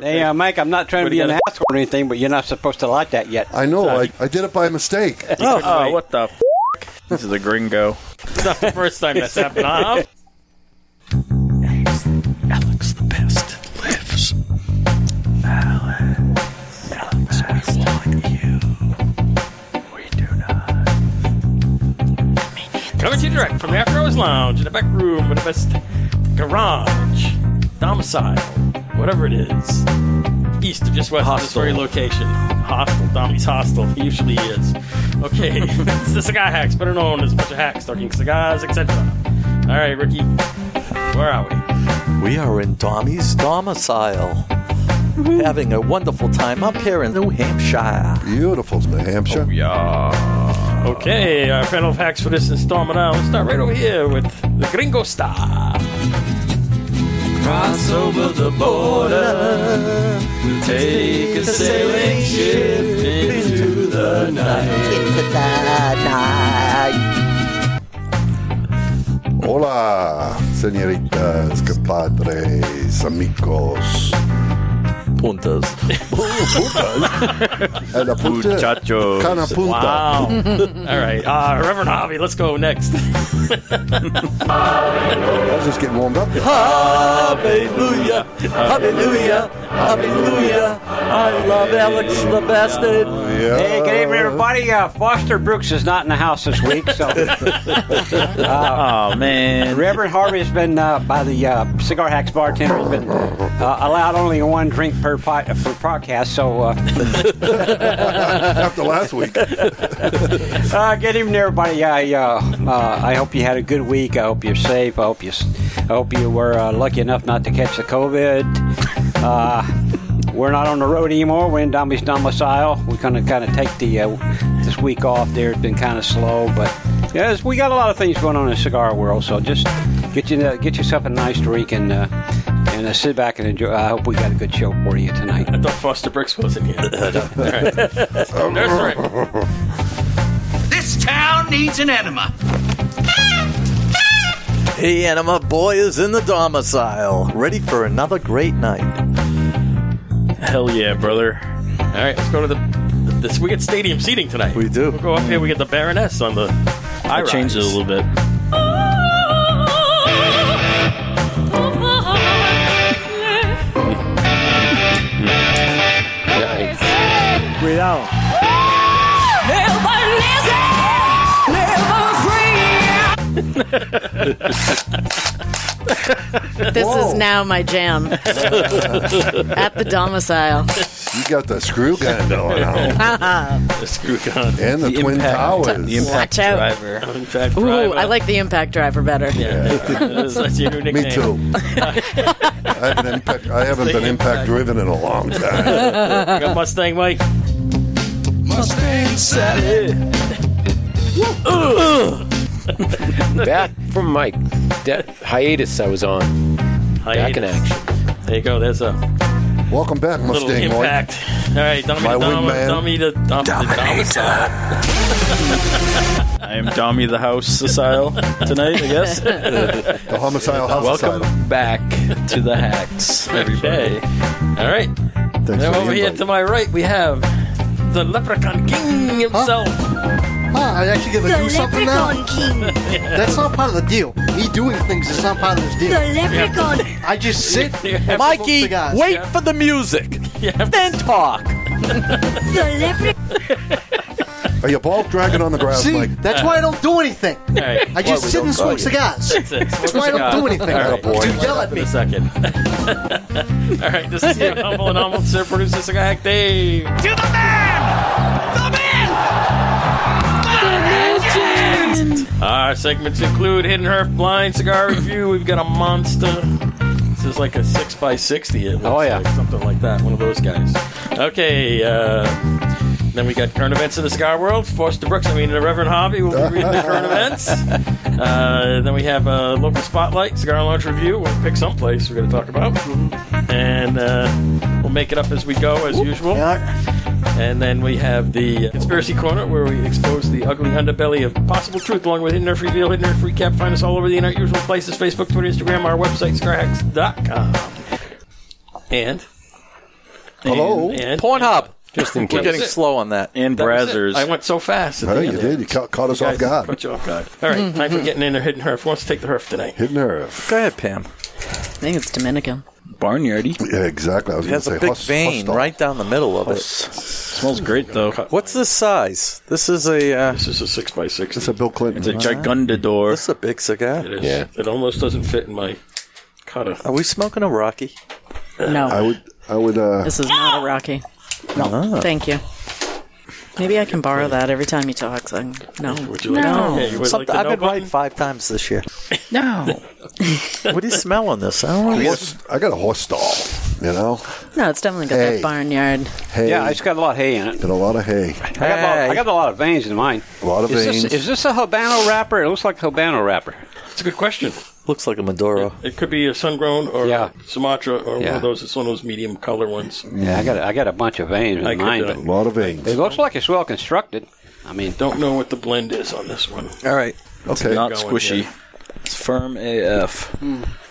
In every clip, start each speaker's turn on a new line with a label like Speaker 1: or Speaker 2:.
Speaker 1: Hey, uh, Mike, I'm not trying to be an asshole or anything, but you're not supposed to like that yet.
Speaker 2: I know. I, I did it by mistake.
Speaker 3: Oh,
Speaker 4: Wait.
Speaker 3: what the? F-
Speaker 4: This is a gringo.
Speaker 3: it's not the first time that's happened. Huh?
Speaker 5: Alex the best lives. Alex, Alex we want you. We do not.
Speaker 3: Coming to you direct from the After Hours Lounge in the back room of the best garage, domicile, whatever it is, east of just west of this
Speaker 4: Hostel.
Speaker 3: very location. Hostel, Dommy's hostel. He usually is. Okay, it's the Cigar Hacks, better known as a bunch of hacks talking cigars, etc. All right, Ricky, where are we?
Speaker 5: We are in Tommy's domicile. Having a wonderful time up here in New Hampshire.
Speaker 2: Beautiful New Hampshire.
Speaker 4: Yeah.
Speaker 3: Okay, our panel of hacks for this installment. Now, let's start right over here with the Gringo Star.
Speaker 4: Cross over the border. Take a sailing ship into the night.
Speaker 2: Hola, señoritas, compadres, amigos.
Speaker 5: Puntas.
Speaker 2: And a punta.
Speaker 4: Muchachos.
Speaker 2: Cana punta.
Speaker 3: Wow. All right, uh, Reverend Javi, let's go next.
Speaker 2: I was just getting warmed up.
Speaker 5: Hallelujah. Hallelujah. Hallelujah. I love Alex the bastard.
Speaker 2: Yeah.
Speaker 1: Hey, good evening, everybody. Uh, Foster Brooks is not in the house this week, so
Speaker 4: Oh, man.
Speaker 1: Reverend Harvey's been uh, by the uh, Cigar Hacks bartender. Has been uh, allowed only one drink per po- per podcast. So uh,
Speaker 2: After last week.
Speaker 1: uh, good evening, everybody. I uh, uh, I hope you had a good week. I hope you're safe. I hope you s- I hope you were uh, lucky enough not to catch the COVID. Uh, we're not on the road anymore. We're in Dombey's domicile. We're gonna kind of take the uh, this week off. There, it's been kind of slow, but yes, we got a lot of things going on in the cigar world. So just get you uh, get yourself a nice drink and. Uh, and uh, sit back and enjoy. I hope we got a good show for you tonight.
Speaker 3: I thought Foster Brooks wasn't here. All right. Nurse Rick.
Speaker 6: This town needs an enema.
Speaker 5: Hey, Anima Boy is in the domicile, ready for another great night.
Speaker 3: Hell yeah, brother. All right, let's go to the. This we get stadium seating tonight.
Speaker 5: We do.
Speaker 3: We'll go up here. We get the Baroness on the.
Speaker 4: I
Speaker 3: rise.
Speaker 4: changed it a little bit.
Speaker 5: Cuidado.
Speaker 7: This is now my jam at the domicile.
Speaker 2: You got the screw gun going on.
Speaker 3: The screw gun.
Speaker 2: And the, Twin Towers.
Speaker 4: The impact
Speaker 7: Watch out.
Speaker 4: driver.
Speaker 3: In fact,
Speaker 7: Ooh,
Speaker 3: drive
Speaker 7: I
Speaker 3: up.
Speaker 7: like the impact driver better.
Speaker 3: That's that's your new nickname.
Speaker 2: Me too. I, have an impact, I haven't been impact driven in a long time.
Speaker 3: You got Mustang Mike.
Speaker 5: Mustang Sally.
Speaker 8: Back from my de- hiatus I was on. Back in
Speaker 3: Hiatus.
Speaker 8: action.
Speaker 3: There you go. There's a
Speaker 2: Welcome back,
Speaker 3: little
Speaker 2: Mustang Mike.
Speaker 3: impact. All right, Dummy,
Speaker 2: My
Speaker 3: the Dom,
Speaker 2: wingman.
Speaker 3: Dummy, the Dom, the domicile.
Speaker 4: I am Dommy the House Asile tonight, I guess.
Speaker 2: The homicidal house
Speaker 4: Welcome
Speaker 2: Society.
Speaker 4: back to the hacks, everybody.
Speaker 3: Okay. All right.
Speaker 2: Thanks
Speaker 3: Now
Speaker 2: for the
Speaker 3: over here
Speaker 2: invite.
Speaker 3: to my right, we have the Leprechaun King himself.
Speaker 9: Ah, I actually get to do something now. That's not part of the deal. Me doing things is not part of this deal. I just sit.
Speaker 3: You have-
Speaker 5: Mikey,
Speaker 9: Cigars.
Speaker 5: wait for the music. Then talk.
Speaker 2: Are you bald dragging on the grass,
Speaker 9: See,
Speaker 2: Mike?
Speaker 9: that's why I don't do anything.
Speaker 3: All right.
Speaker 9: I just sit and smoke cigars.
Speaker 3: That's
Speaker 9: why I don't do anything.
Speaker 2: Attaboy.
Speaker 9: Dude, yell at
Speaker 3: in
Speaker 9: me.
Speaker 3: a second. All right, this is your humble and humble sir producer Cigar Hack Dave.
Speaker 6: To the man! The man!
Speaker 3: Our segments include Hidden Herf Blind Cigar Review. We've got a monster. This is like a 6x60. It looks
Speaker 1: Oh, yeah.
Speaker 3: like, something like that. One of those guys. Okay, uh, then we got current events in the cigar world. Forster Brooks, I mean, the Reverend Hobby will be reading the current events. Uh, then we have a local spotlight, cigar launch review. We'll pick some place we're going to talk about. And uh, we'll make it up as we go, as usual.
Speaker 9: Yeah,
Speaker 3: And then we have the conspiracy corner where we expose the ugly underbelly of possible truth along with Hidden Earth Reveal, Hidden Earth Recap. Find us all over the internet, usual places Facebook, Twitter, Instagram, our website, scarhacks.com. And
Speaker 2: Hello?
Speaker 3: And- and-
Speaker 5: Pornhub.
Speaker 8: Just in
Speaker 5: We're
Speaker 8: case.
Speaker 5: getting slow on that.
Speaker 4: And
Speaker 3: That was it.
Speaker 4: Brazzers.
Speaker 3: I went so fast. At
Speaker 2: I
Speaker 3: the
Speaker 2: think
Speaker 3: end
Speaker 2: Oh, you
Speaker 3: of it.
Speaker 2: did. You ca- caught us off
Speaker 3: Guys,
Speaker 2: guard.
Speaker 3: Put you off guard. All right, time for getting in there, hitting her. Who wants to take the herf tonight?
Speaker 2: Hidden Earth.
Speaker 5: Go ahead, Pam.
Speaker 7: I think it's Dominican.
Speaker 4: Barnyardy.
Speaker 2: Yeah, exactly. I was
Speaker 5: It
Speaker 2: going to
Speaker 5: has
Speaker 2: say
Speaker 5: a big
Speaker 2: hus-
Speaker 5: vein
Speaker 2: hostile.
Speaker 5: right down the middle of it.
Speaker 4: Smells great though.
Speaker 5: What's this size? This is a uh,
Speaker 3: This is a six by six.
Speaker 2: It's a Bill Clinton.
Speaker 4: It's a Gigundador.
Speaker 5: this is a big cigar.
Speaker 3: It is.
Speaker 8: Yeah.
Speaker 3: It almost doesn't fit in my cutter.
Speaker 5: Are we smoking a Rocky?
Speaker 7: No,
Speaker 2: I would. I would. Uh,
Speaker 7: this is not a Rocky. No, thank you. Maybe I can borrow that every time you talk. So I can- no,
Speaker 3: Would you like
Speaker 7: No.
Speaker 3: to? Yeah, you would like
Speaker 5: Something,
Speaker 3: to
Speaker 5: I've
Speaker 3: know
Speaker 5: been
Speaker 3: button?
Speaker 5: right five times this year.
Speaker 4: No.
Speaker 5: What do you smell on this? I don't know.
Speaker 2: horse, I got a horse stall. You know,
Speaker 7: no, it's definitely got
Speaker 2: Hey.
Speaker 7: that barnyard.
Speaker 2: hay
Speaker 1: Yeah, it's got a lot of hay in it.
Speaker 2: and a lot of hay.
Speaker 1: I got, a lot, I got a lot of veins in mine.
Speaker 2: A lot of
Speaker 1: is
Speaker 2: veins.
Speaker 1: This, is this a Habano wrapper? It looks like a Habano wrapper.
Speaker 3: It's a good question.
Speaker 5: Looks like a Maduro.
Speaker 3: It could be a sun grown or
Speaker 1: Yeah.
Speaker 3: Sumatra or one
Speaker 1: Yeah.
Speaker 3: of those. It's one of those medium color ones.
Speaker 1: Yeah, I got a, I got a bunch of veins in
Speaker 3: I could,
Speaker 1: mine.
Speaker 3: uh,
Speaker 1: but
Speaker 2: a lot of veins.
Speaker 1: it looks like it's well constructed. I mean,
Speaker 3: Don't know what the blend is on this one.
Speaker 5: All right.
Speaker 2: Okay.
Speaker 4: Not
Speaker 3: Going,
Speaker 4: squishy.
Speaker 3: yeah.
Speaker 4: It's firm AF.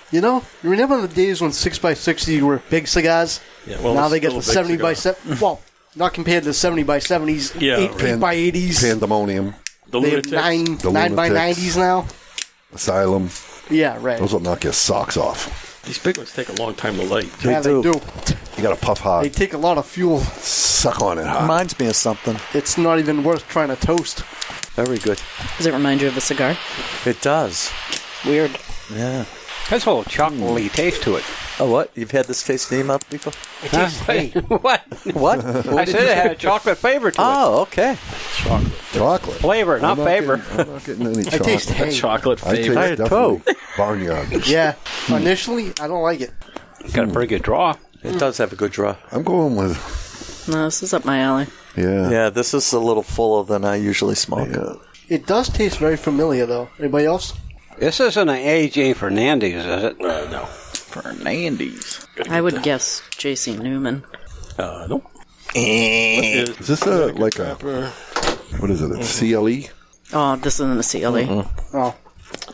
Speaker 9: You know, you remember the days when six by sixty were big cigars?
Speaker 3: Yeah, well,
Speaker 9: now
Speaker 3: it's
Speaker 9: they get
Speaker 3: still
Speaker 9: the
Speaker 3: a big
Speaker 9: seventy by
Speaker 3: cigar.
Speaker 9: seven. Well, not compared to the seventy by seventies,
Speaker 3: Yeah,
Speaker 9: eight
Speaker 3: right.
Speaker 9: by eighties.
Speaker 2: Pandemonium,
Speaker 3: The
Speaker 9: They have
Speaker 3: lunatics.
Speaker 9: nine
Speaker 2: The
Speaker 9: nine by
Speaker 2: lunatics.
Speaker 9: nineties now.
Speaker 2: Asylum.
Speaker 9: Yeah, right.
Speaker 2: Those will knock your socks off.
Speaker 3: These big ones take a long time to light.
Speaker 9: yeah,
Speaker 5: do.
Speaker 9: they do.
Speaker 2: You got to puff hard.
Speaker 9: They take a lot of fuel.
Speaker 2: Suck on it hard.
Speaker 5: Reminds me of something.
Speaker 9: It's not even worth trying to toast.
Speaker 5: Very good.
Speaker 7: Does it remind you of a cigar?
Speaker 5: It does.
Speaker 1: weird.
Speaker 5: Yeah.
Speaker 1: That's a little chocolatey taste to it.
Speaker 5: Oh, what? You've had this taste name up before?
Speaker 1: Huh? what?
Speaker 5: What?
Speaker 1: I said it had a chocolate flavor to it.
Speaker 5: oh, okay.
Speaker 2: Chocolate.
Speaker 1: Flavor, not
Speaker 2: I'm
Speaker 1: favor.
Speaker 2: Getting, I'm not getting any
Speaker 9: I
Speaker 2: chocolate.
Speaker 9: taste hay.
Speaker 4: Chocolate
Speaker 2: I taste
Speaker 4: flavor.
Speaker 5: Hey,
Speaker 2: definitely barnyard.
Speaker 9: Yeah. Initially, I don't like it.
Speaker 1: Got a pretty good draw.
Speaker 5: It does have a good draw.
Speaker 2: I'm going with
Speaker 7: No, this is up my alley.
Speaker 2: yeah.
Speaker 5: Yeah, this is a little fuller than I usually smoke.
Speaker 2: Yeah.
Speaker 9: It does taste very familiar, though. Anybody else?
Speaker 1: This isn't an AJ Fernandez, is it?
Speaker 3: Uh, no.
Speaker 4: Fernandes.
Speaker 7: I would guess J.C. Newman.
Speaker 3: Uh, no.
Speaker 2: Is this a like a what is it? A E? CLE?
Speaker 7: Oh, this isn't a CLE.
Speaker 9: Oh,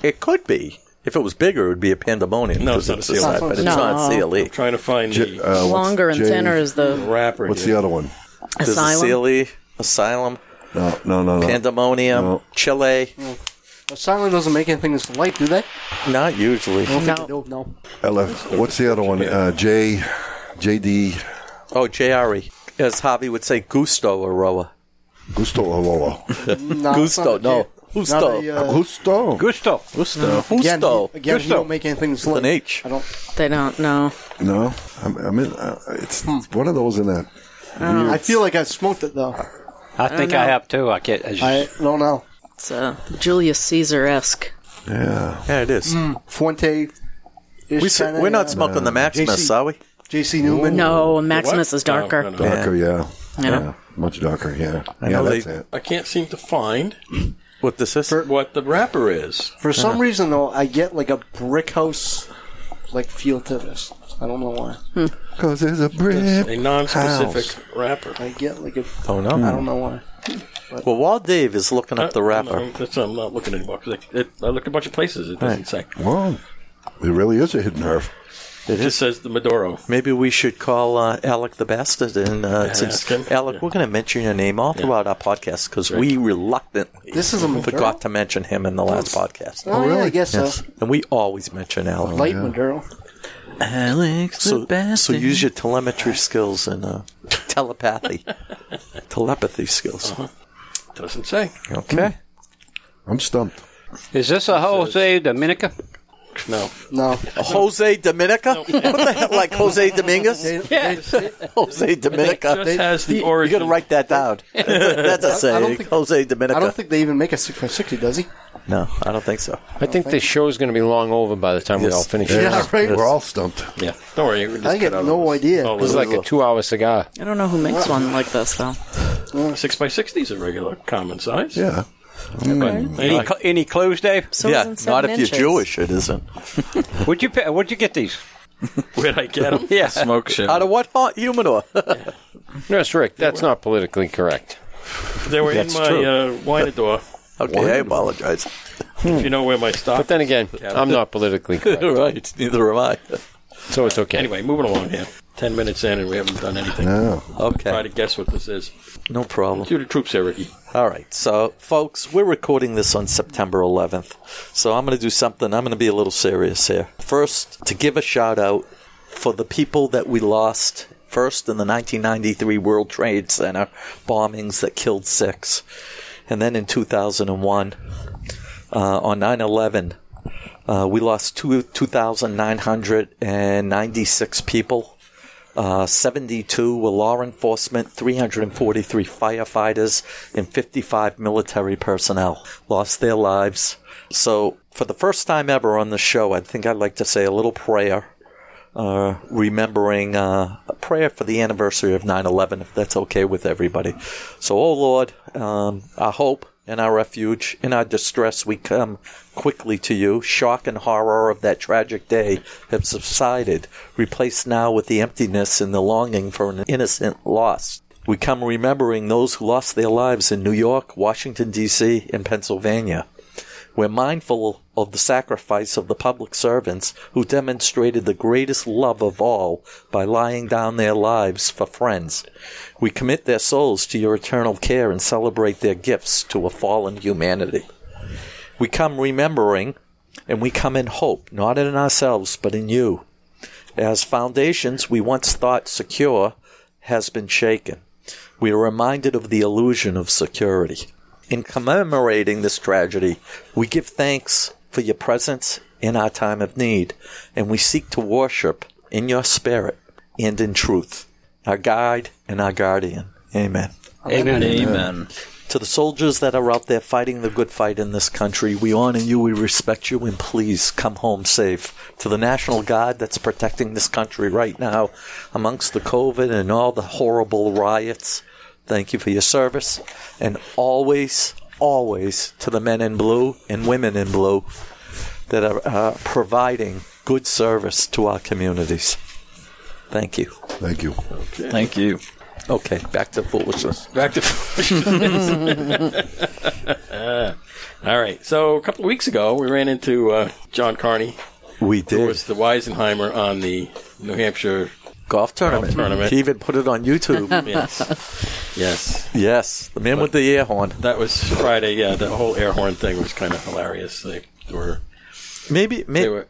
Speaker 5: It could be. If it was bigger, it would be a pandemonium.
Speaker 3: No,
Speaker 5: 'cause
Speaker 3: it's not a E.
Speaker 5: a E.
Speaker 3: CLE.
Speaker 5: side, but it's
Speaker 7: No.
Speaker 5: not CLE.
Speaker 3: Trying to find
Speaker 2: J-
Speaker 3: the
Speaker 2: uh, what's
Speaker 7: Longer and
Speaker 2: J-
Speaker 7: thinner is the
Speaker 3: wrapper.
Speaker 2: What's
Speaker 3: here.
Speaker 2: the other one?
Speaker 5: There's a
Speaker 7: asylum.
Speaker 5: CLE, Asylum,
Speaker 2: No, no, no, no.
Speaker 5: Pandemonium,
Speaker 2: No.
Speaker 5: Chile.
Speaker 9: Asylum doesn't make anything that's light, do they?
Speaker 5: Not usually.
Speaker 9: I don't think
Speaker 7: No.
Speaker 9: they do. No.
Speaker 2: LF. What's the other one? Uh, J, JD
Speaker 5: Oh, JRE. As Javi would say, Gusto Aroa.
Speaker 2: Gusto Olola.
Speaker 9: no it's
Speaker 5: Gusto,
Speaker 9: not a
Speaker 5: no.
Speaker 9: J-
Speaker 5: Gusto.
Speaker 9: not a, uh,
Speaker 2: Gusto.
Speaker 1: Gusto.
Speaker 4: Gusto.
Speaker 9: Again,
Speaker 5: Gusto.
Speaker 9: again
Speaker 1: Gusto.
Speaker 9: you don't make anything that's
Speaker 5: With
Speaker 9: light.
Speaker 5: an H.
Speaker 9: I don't.
Speaker 7: They don't know.
Speaker 2: No, I'm, I'm in. Uh, it's one of those in that.
Speaker 9: I feel like I smoked it though.
Speaker 1: I, think I have too. I can't. I just,
Speaker 9: I don't know.
Speaker 7: It's uh, Julius Caesar esque.
Speaker 2: Yeah.
Speaker 5: Yeah, it is.
Speaker 9: Fuente.
Speaker 5: We s- we're not smoking the Maximus,
Speaker 9: JC.
Speaker 5: are we?
Speaker 9: J.C. uh, Newman.
Speaker 7: No, Maximus
Speaker 3: What?
Speaker 7: is darker.
Speaker 3: No, no, no.
Speaker 2: Darker, yeah.
Speaker 7: Yeah.
Speaker 2: Much darker, yeah.
Speaker 5: I
Speaker 2: yeah,
Speaker 5: know
Speaker 2: that's
Speaker 5: they-
Speaker 2: it.
Speaker 3: I can't seem to find
Speaker 5: What this is?
Speaker 3: what the wrapper is.
Speaker 9: For some reason though, I get like a brick house like feel to this. I don't know why.
Speaker 2: Cause there's a brick.
Speaker 3: A non-specific wrapper.
Speaker 9: I get like a.
Speaker 5: Oh, no.
Speaker 9: I don't know why.
Speaker 5: Well, while Dave is looking
Speaker 3: Uh,
Speaker 5: up the wrapper,
Speaker 3: No, that's, I'm not looking anymore because I, it- I looked a bunch of places. It doesn't say.
Speaker 2: Whoa. It really is a hidden herb.
Speaker 3: It just says the Maduro.
Speaker 5: maybe we should call uh, Alec the Bastard. And uh,
Speaker 3: ask
Speaker 5: since
Speaker 3: him.
Speaker 5: Alec,
Speaker 3: Yeah.
Speaker 5: we're going to mention your name all throughout our podcast because we reluctantly
Speaker 9: This is a Maduro.
Speaker 5: forgot to mention him in the last podcast.
Speaker 9: Oh, yeah, I guess so.
Speaker 5: And we always mention Alec.
Speaker 9: Light Maduro.
Speaker 4: Alex the
Speaker 5: so, so
Speaker 4: Bastard.
Speaker 5: use your telemetry skills and uh, telepathy, telepathy skills.
Speaker 3: Doesn't say.
Speaker 5: Okay.
Speaker 2: I'm stumped.
Speaker 1: is this a Jose Dominica?
Speaker 3: No.
Speaker 9: No.
Speaker 5: Jose Dominica? What the hell, like Jose Dominguez? Jose
Speaker 3: It just
Speaker 5: Dominica.
Speaker 3: has the
Speaker 5: You
Speaker 3: origin.
Speaker 5: gotta write that down. That's a, that's a
Speaker 9: I don't
Speaker 5: saying.
Speaker 9: think-
Speaker 5: Jose Dominica.
Speaker 9: I don't think they even make a six by sixty, does he?
Speaker 5: no, I don't think so.
Speaker 8: I think this show's going to be long over by the time we
Speaker 5: Yes.
Speaker 8: all finish
Speaker 9: Yeah,
Speaker 8: it.
Speaker 9: right.
Speaker 2: We're all stumped.
Speaker 3: Yeah. Don't worry. we just
Speaker 9: I
Speaker 3: cut
Speaker 9: got
Speaker 3: out
Speaker 9: no
Speaker 3: all this- Oh.
Speaker 9: idea.
Speaker 3: all
Speaker 8: This
Speaker 3: this
Speaker 8: is like a two-hour cigar.
Speaker 7: I don't know who makes one like this though.
Speaker 3: six by sixties a regular common size.
Speaker 2: Yeah.
Speaker 8: Mm-hmm.
Speaker 1: Any, cl- any clues, Dave?
Speaker 7: So
Speaker 5: yeah,
Speaker 7: isn't seven
Speaker 5: not if
Speaker 7: inches.
Speaker 5: you're Jewish, it isn't.
Speaker 1: Would you pa- Would you get these?
Speaker 3: Where'd I get them?
Speaker 1: Yeah.
Speaker 4: Smoke show.
Speaker 5: Out of what hot humidor?
Speaker 8: Nurse Rick, that's not politically correct.
Speaker 3: They were in my uh, winador.
Speaker 5: okay, I apologize.
Speaker 3: if you know where my stock.
Speaker 8: But then again, I'm not politically correct,
Speaker 5: right, neither am I.
Speaker 8: so it's okay.
Speaker 3: anyway, moving along here. ten minutes in and we haven't done anything.
Speaker 5: No. Okay.
Speaker 3: Try to guess what this is.
Speaker 5: No problem.
Speaker 3: Cue the troops here, Ricky.
Speaker 5: All right. So, folks, we're recording this on September 11th. So, I'm going to do something. I'm going to be a little serious here. First, to give a shout out for the people that we lost first in the 1993 World Trade Center bombings that killed six. And then in 2001, uh, on 9 11, uh, we lost two, 2,996 people. Uh, 72 were law enforcement, 343 firefighters, and 55 military personnel lost their lives. So, for the first time ever on the show, I think I'd like to say a little prayer, uh, remembering uh, a prayer for the anniversary of 9 11, if that's okay with everybody. So, oh Lord, um, our hope and our refuge, in our distress, we come quickly to you. Shock and horror of that tragic day have subsided, replaced now with the emptiness and the longing for an innocent loss. We come remembering those who lost their lives in New York, Washington, D.C., and Pennsylvania. We're mindful of the sacrifice of the public servants who demonstrated the greatest love of all by lying down their lives for friends. We commit their souls to your eternal care and celebrate their gifts to a fallen humanity. We come remembering and we come in hope, not in ourselves, but in you. As foundations we once thought secure has been shaken. We are reminded of the illusion of security. In commemorating this tragedy, we give thanks for your presence in our time of need, and we seek to worship in your spirit and in truth, our guide and our guardian. Amen.
Speaker 1: Amen.
Speaker 3: Amen.
Speaker 5: To the soldiers that are out there fighting the good fight in this country, we honor you, we respect you, and please come home safe. To the National Guard that's protecting this country right now amongst the COVID and all the horrible riots, thank you for your service. And always, always to the men in blue and women in blue that are uh, providing good service to our communities. Thank you.
Speaker 2: Thank you.
Speaker 5: Thank you. Okay, back to foolishness.
Speaker 3: Back to. All right. So a couple of weeks ago, we ran into uh, John Carney.
Speaker 5: We
Speaker 3: Who
Speaker 5: did.
Speaker 3: was the Weisenheimer on the New Hampshire?
Speaker 5: golf tournament.
Speaker 3: tournament.
Speaker 5: He even put it on YouTube.
Speaker 3: Yes. yes.
Speaker 5: Yes, the man with the air horn.
Speaker 3: That was Friday. Yeah, the whole air horn thing was kind of hilarious. They were
Speaker 5: Maybe,
Speaker 3: they
Speaker 5: maybe.
Speaker 3: were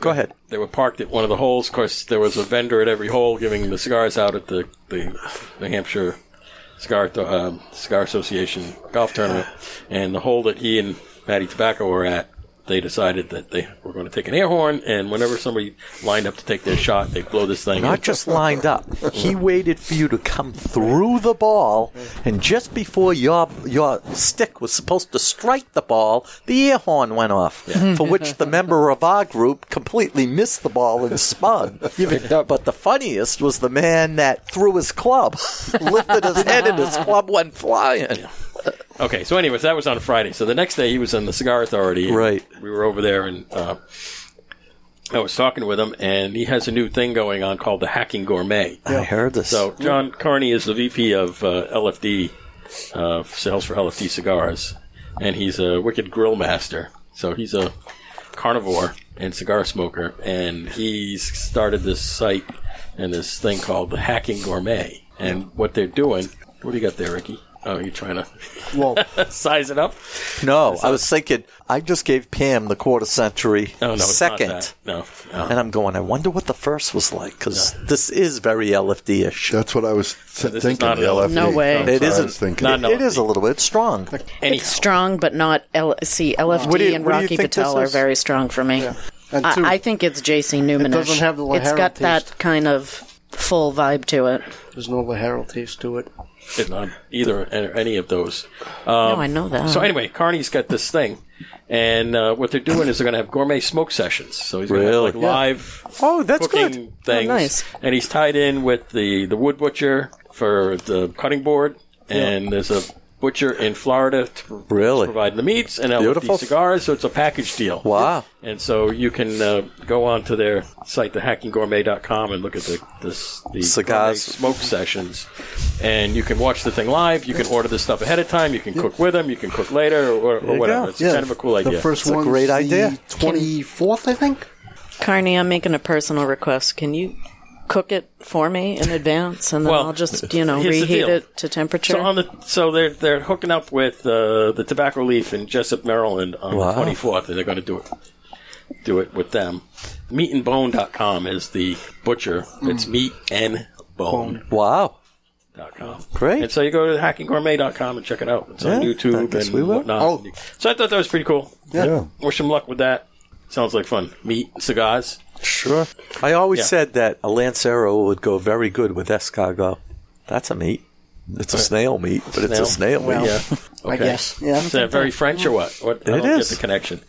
Speaker 5: Go ahead.
Speaker 3: they were parked at one of the holes. Of course, there was a vendor at every hole giving the cigars out at the the New Hampshire cigar um, cigar association golf tournament, and the hole that he and Matty Tobacco were at. They decided that they were going to take an air horn, and whenever somebody lined up to take their shot, they blow this thing.
Speaker 5: Not just lined up. He waited for you to come through the ball, and just before your your stick was supposed to strike the ball, the air horn went off. For which the member of our group completely missed the ball and spun. but the funniest was the man that threw his club, lifted his head, and his club went flying.
Speaker 3: Okay, so anyways, that was on Friday. So the next day, he was in the Cigar Authority. and
Speaker 5: Right.
Speaker 3: We were over there, and uh, I was talking with him, and he has a new thing going on called the Hacking Gourmet.
Speaker 5: I heard this.
Speaker 3: So John Carney is the VP of uh, LFD uh, sales for LFD cigars, and he's a wicked grill master. So he's a carnivore and cigar smoker, and he's started this site and this thing called the Hacking Gourmet. And what they're doing, what do you got there, Ricky? Oh, you're trying to
Speaker 9: Well,
Speaker 3: size it up?
Speaker 5: No, I was thinking I just gave Pam the quarter century
Speaker 3: Oh no, it's not
Speaker 5: second,
Speaker 3: that. No, no.
Speaker 5: and I'm going. I wonder what the first was like because this is very LFD-ish.
Speaker 2: That's what I was th-
Speaker 3: is
Speaker 2: thinking.
Speaker 3: not
Speaker 2: the
Speaker 3: an
Speaker 2: LFD.
Speaker 7: No way.
Speaker 2: That's
Speaker 5: It
Speaker 2: what I
Speaker 5: isn't-
Speaker 2: was thinking.
Speaker 3: not an
Speaker 5: It is a little bit strong.
Speaker 3: Anyhow.
Speaker 7: It's strong, but not L- see LFD
Speaker 5: What do you-
Speaker 7: and
Speaker 5: what do you
Speaker 7: Rocky
Speaker 5: think
Speaker 7: Patel
Speaker 5: this
Speaker 7: are
Speaker 5: is?
Speaker 7: very strong for me.
Speaker 9: and two,
Speaker 7: I, I think it's J.C. Newman.
Speaker 9: doesn't have the
Speaker 7: It's
Speaker 9: Lahara
Speaker 7: got that
Speaker 9: taste.
Speaker 7: kind of full vibe to it.
Speaker 9: there's no Lahara taste to it.
Speaker 3: It's not either or any of those.
Speaker 7: no, I know that.
Speaker 3: Um, So anyway, Carney's got this thing, and uh, what they're doing is they're going to have gourmet smoke sessions. So he's going to
Speaker 5: Really?
Speaker 3: have like live
Speaker 5: Oh, that's
Speaker 3: cooking
Speaker 5: good.
Speaker 3: things,
Speaker 7: Oh, nice.
Speaker 3: and he's tied in with the the wood butcher for the cutting board, and there's a butcher in Florida to
Speaker 5: Really?
Speaker 3: provide the meats and
Speaker 5: Beautiful.
Speaker 3: LFD cigars. So it's a package deal.
Speaker 5: Wow.
Speaker 3: And so you can uh, go on to their site, thehackinggourmet.com, and look at the this, the
Speaker 5: Cigars.
Speaker 3: gourmet smoke sessions. And you can watch the thing live. You can order this stuff ahead of time. You can cook with them. You can cook later or, or whatever.
Speaker 5: go.
Speaker 3: It's kind of a cool idea.
Speaker 9: The first
Speaker 5: It's a
Speaker 9: one's
Speaker 5: great
Speaker 9: the
Speaker 5: idea.
Speaker 9: 24th, I think.
Speaker 7: Carney, I'm making a personal request. Can you cook it for me in advance, and then
Speaker 3: Well,
Speaker 7: I'll just you know
Speaker 3: here's the
Speaker 7: reheat
Speaker 3: deal.
Speaker 7: it to temperature.
Speaker 3: So on the so they're they're hooking up with uh, the Tobacco Leaf in Jessup, Maryland on
Speaker 5: Wow.
Speaker 3: the twenty fourth, and they're going to do it do it with them. Meatandbone.com is the butcher. It's meat and bone.
Speaker 5: Hmm. Wow.
Speaker 3: dot com.
Speaker 5: Great.
Speaker 3: And so you go to hackinggourmet.com and check it out. It's on
Speaker 5: Yeah, I
Speaker 3: YouTube
Speaker 5: guess
Speaker 3: and
Speaker 5: we will. Oh.
Speaker 3: whatnot. So I thought that was pretty cool.
Speaker 2: Yeah.
Speaker 3: Wish him luck with that. Sounds like fun. Meat, cigars.
Speaker 5: Sure. I always
Speaker 3: Yeah.
Speaker 5: said that a Lancero would go very good with escargot. That's a meat. It's a snail meat, but it's a snail meat.
Speaker 3: Yeah.
Speaker 9: I guess. Yeah.
Speaker 3: Is that very French or what? what I
Speaker 5: It
Speaker 3: don't
Speaker 5: is.
Speaker 3: get the connection.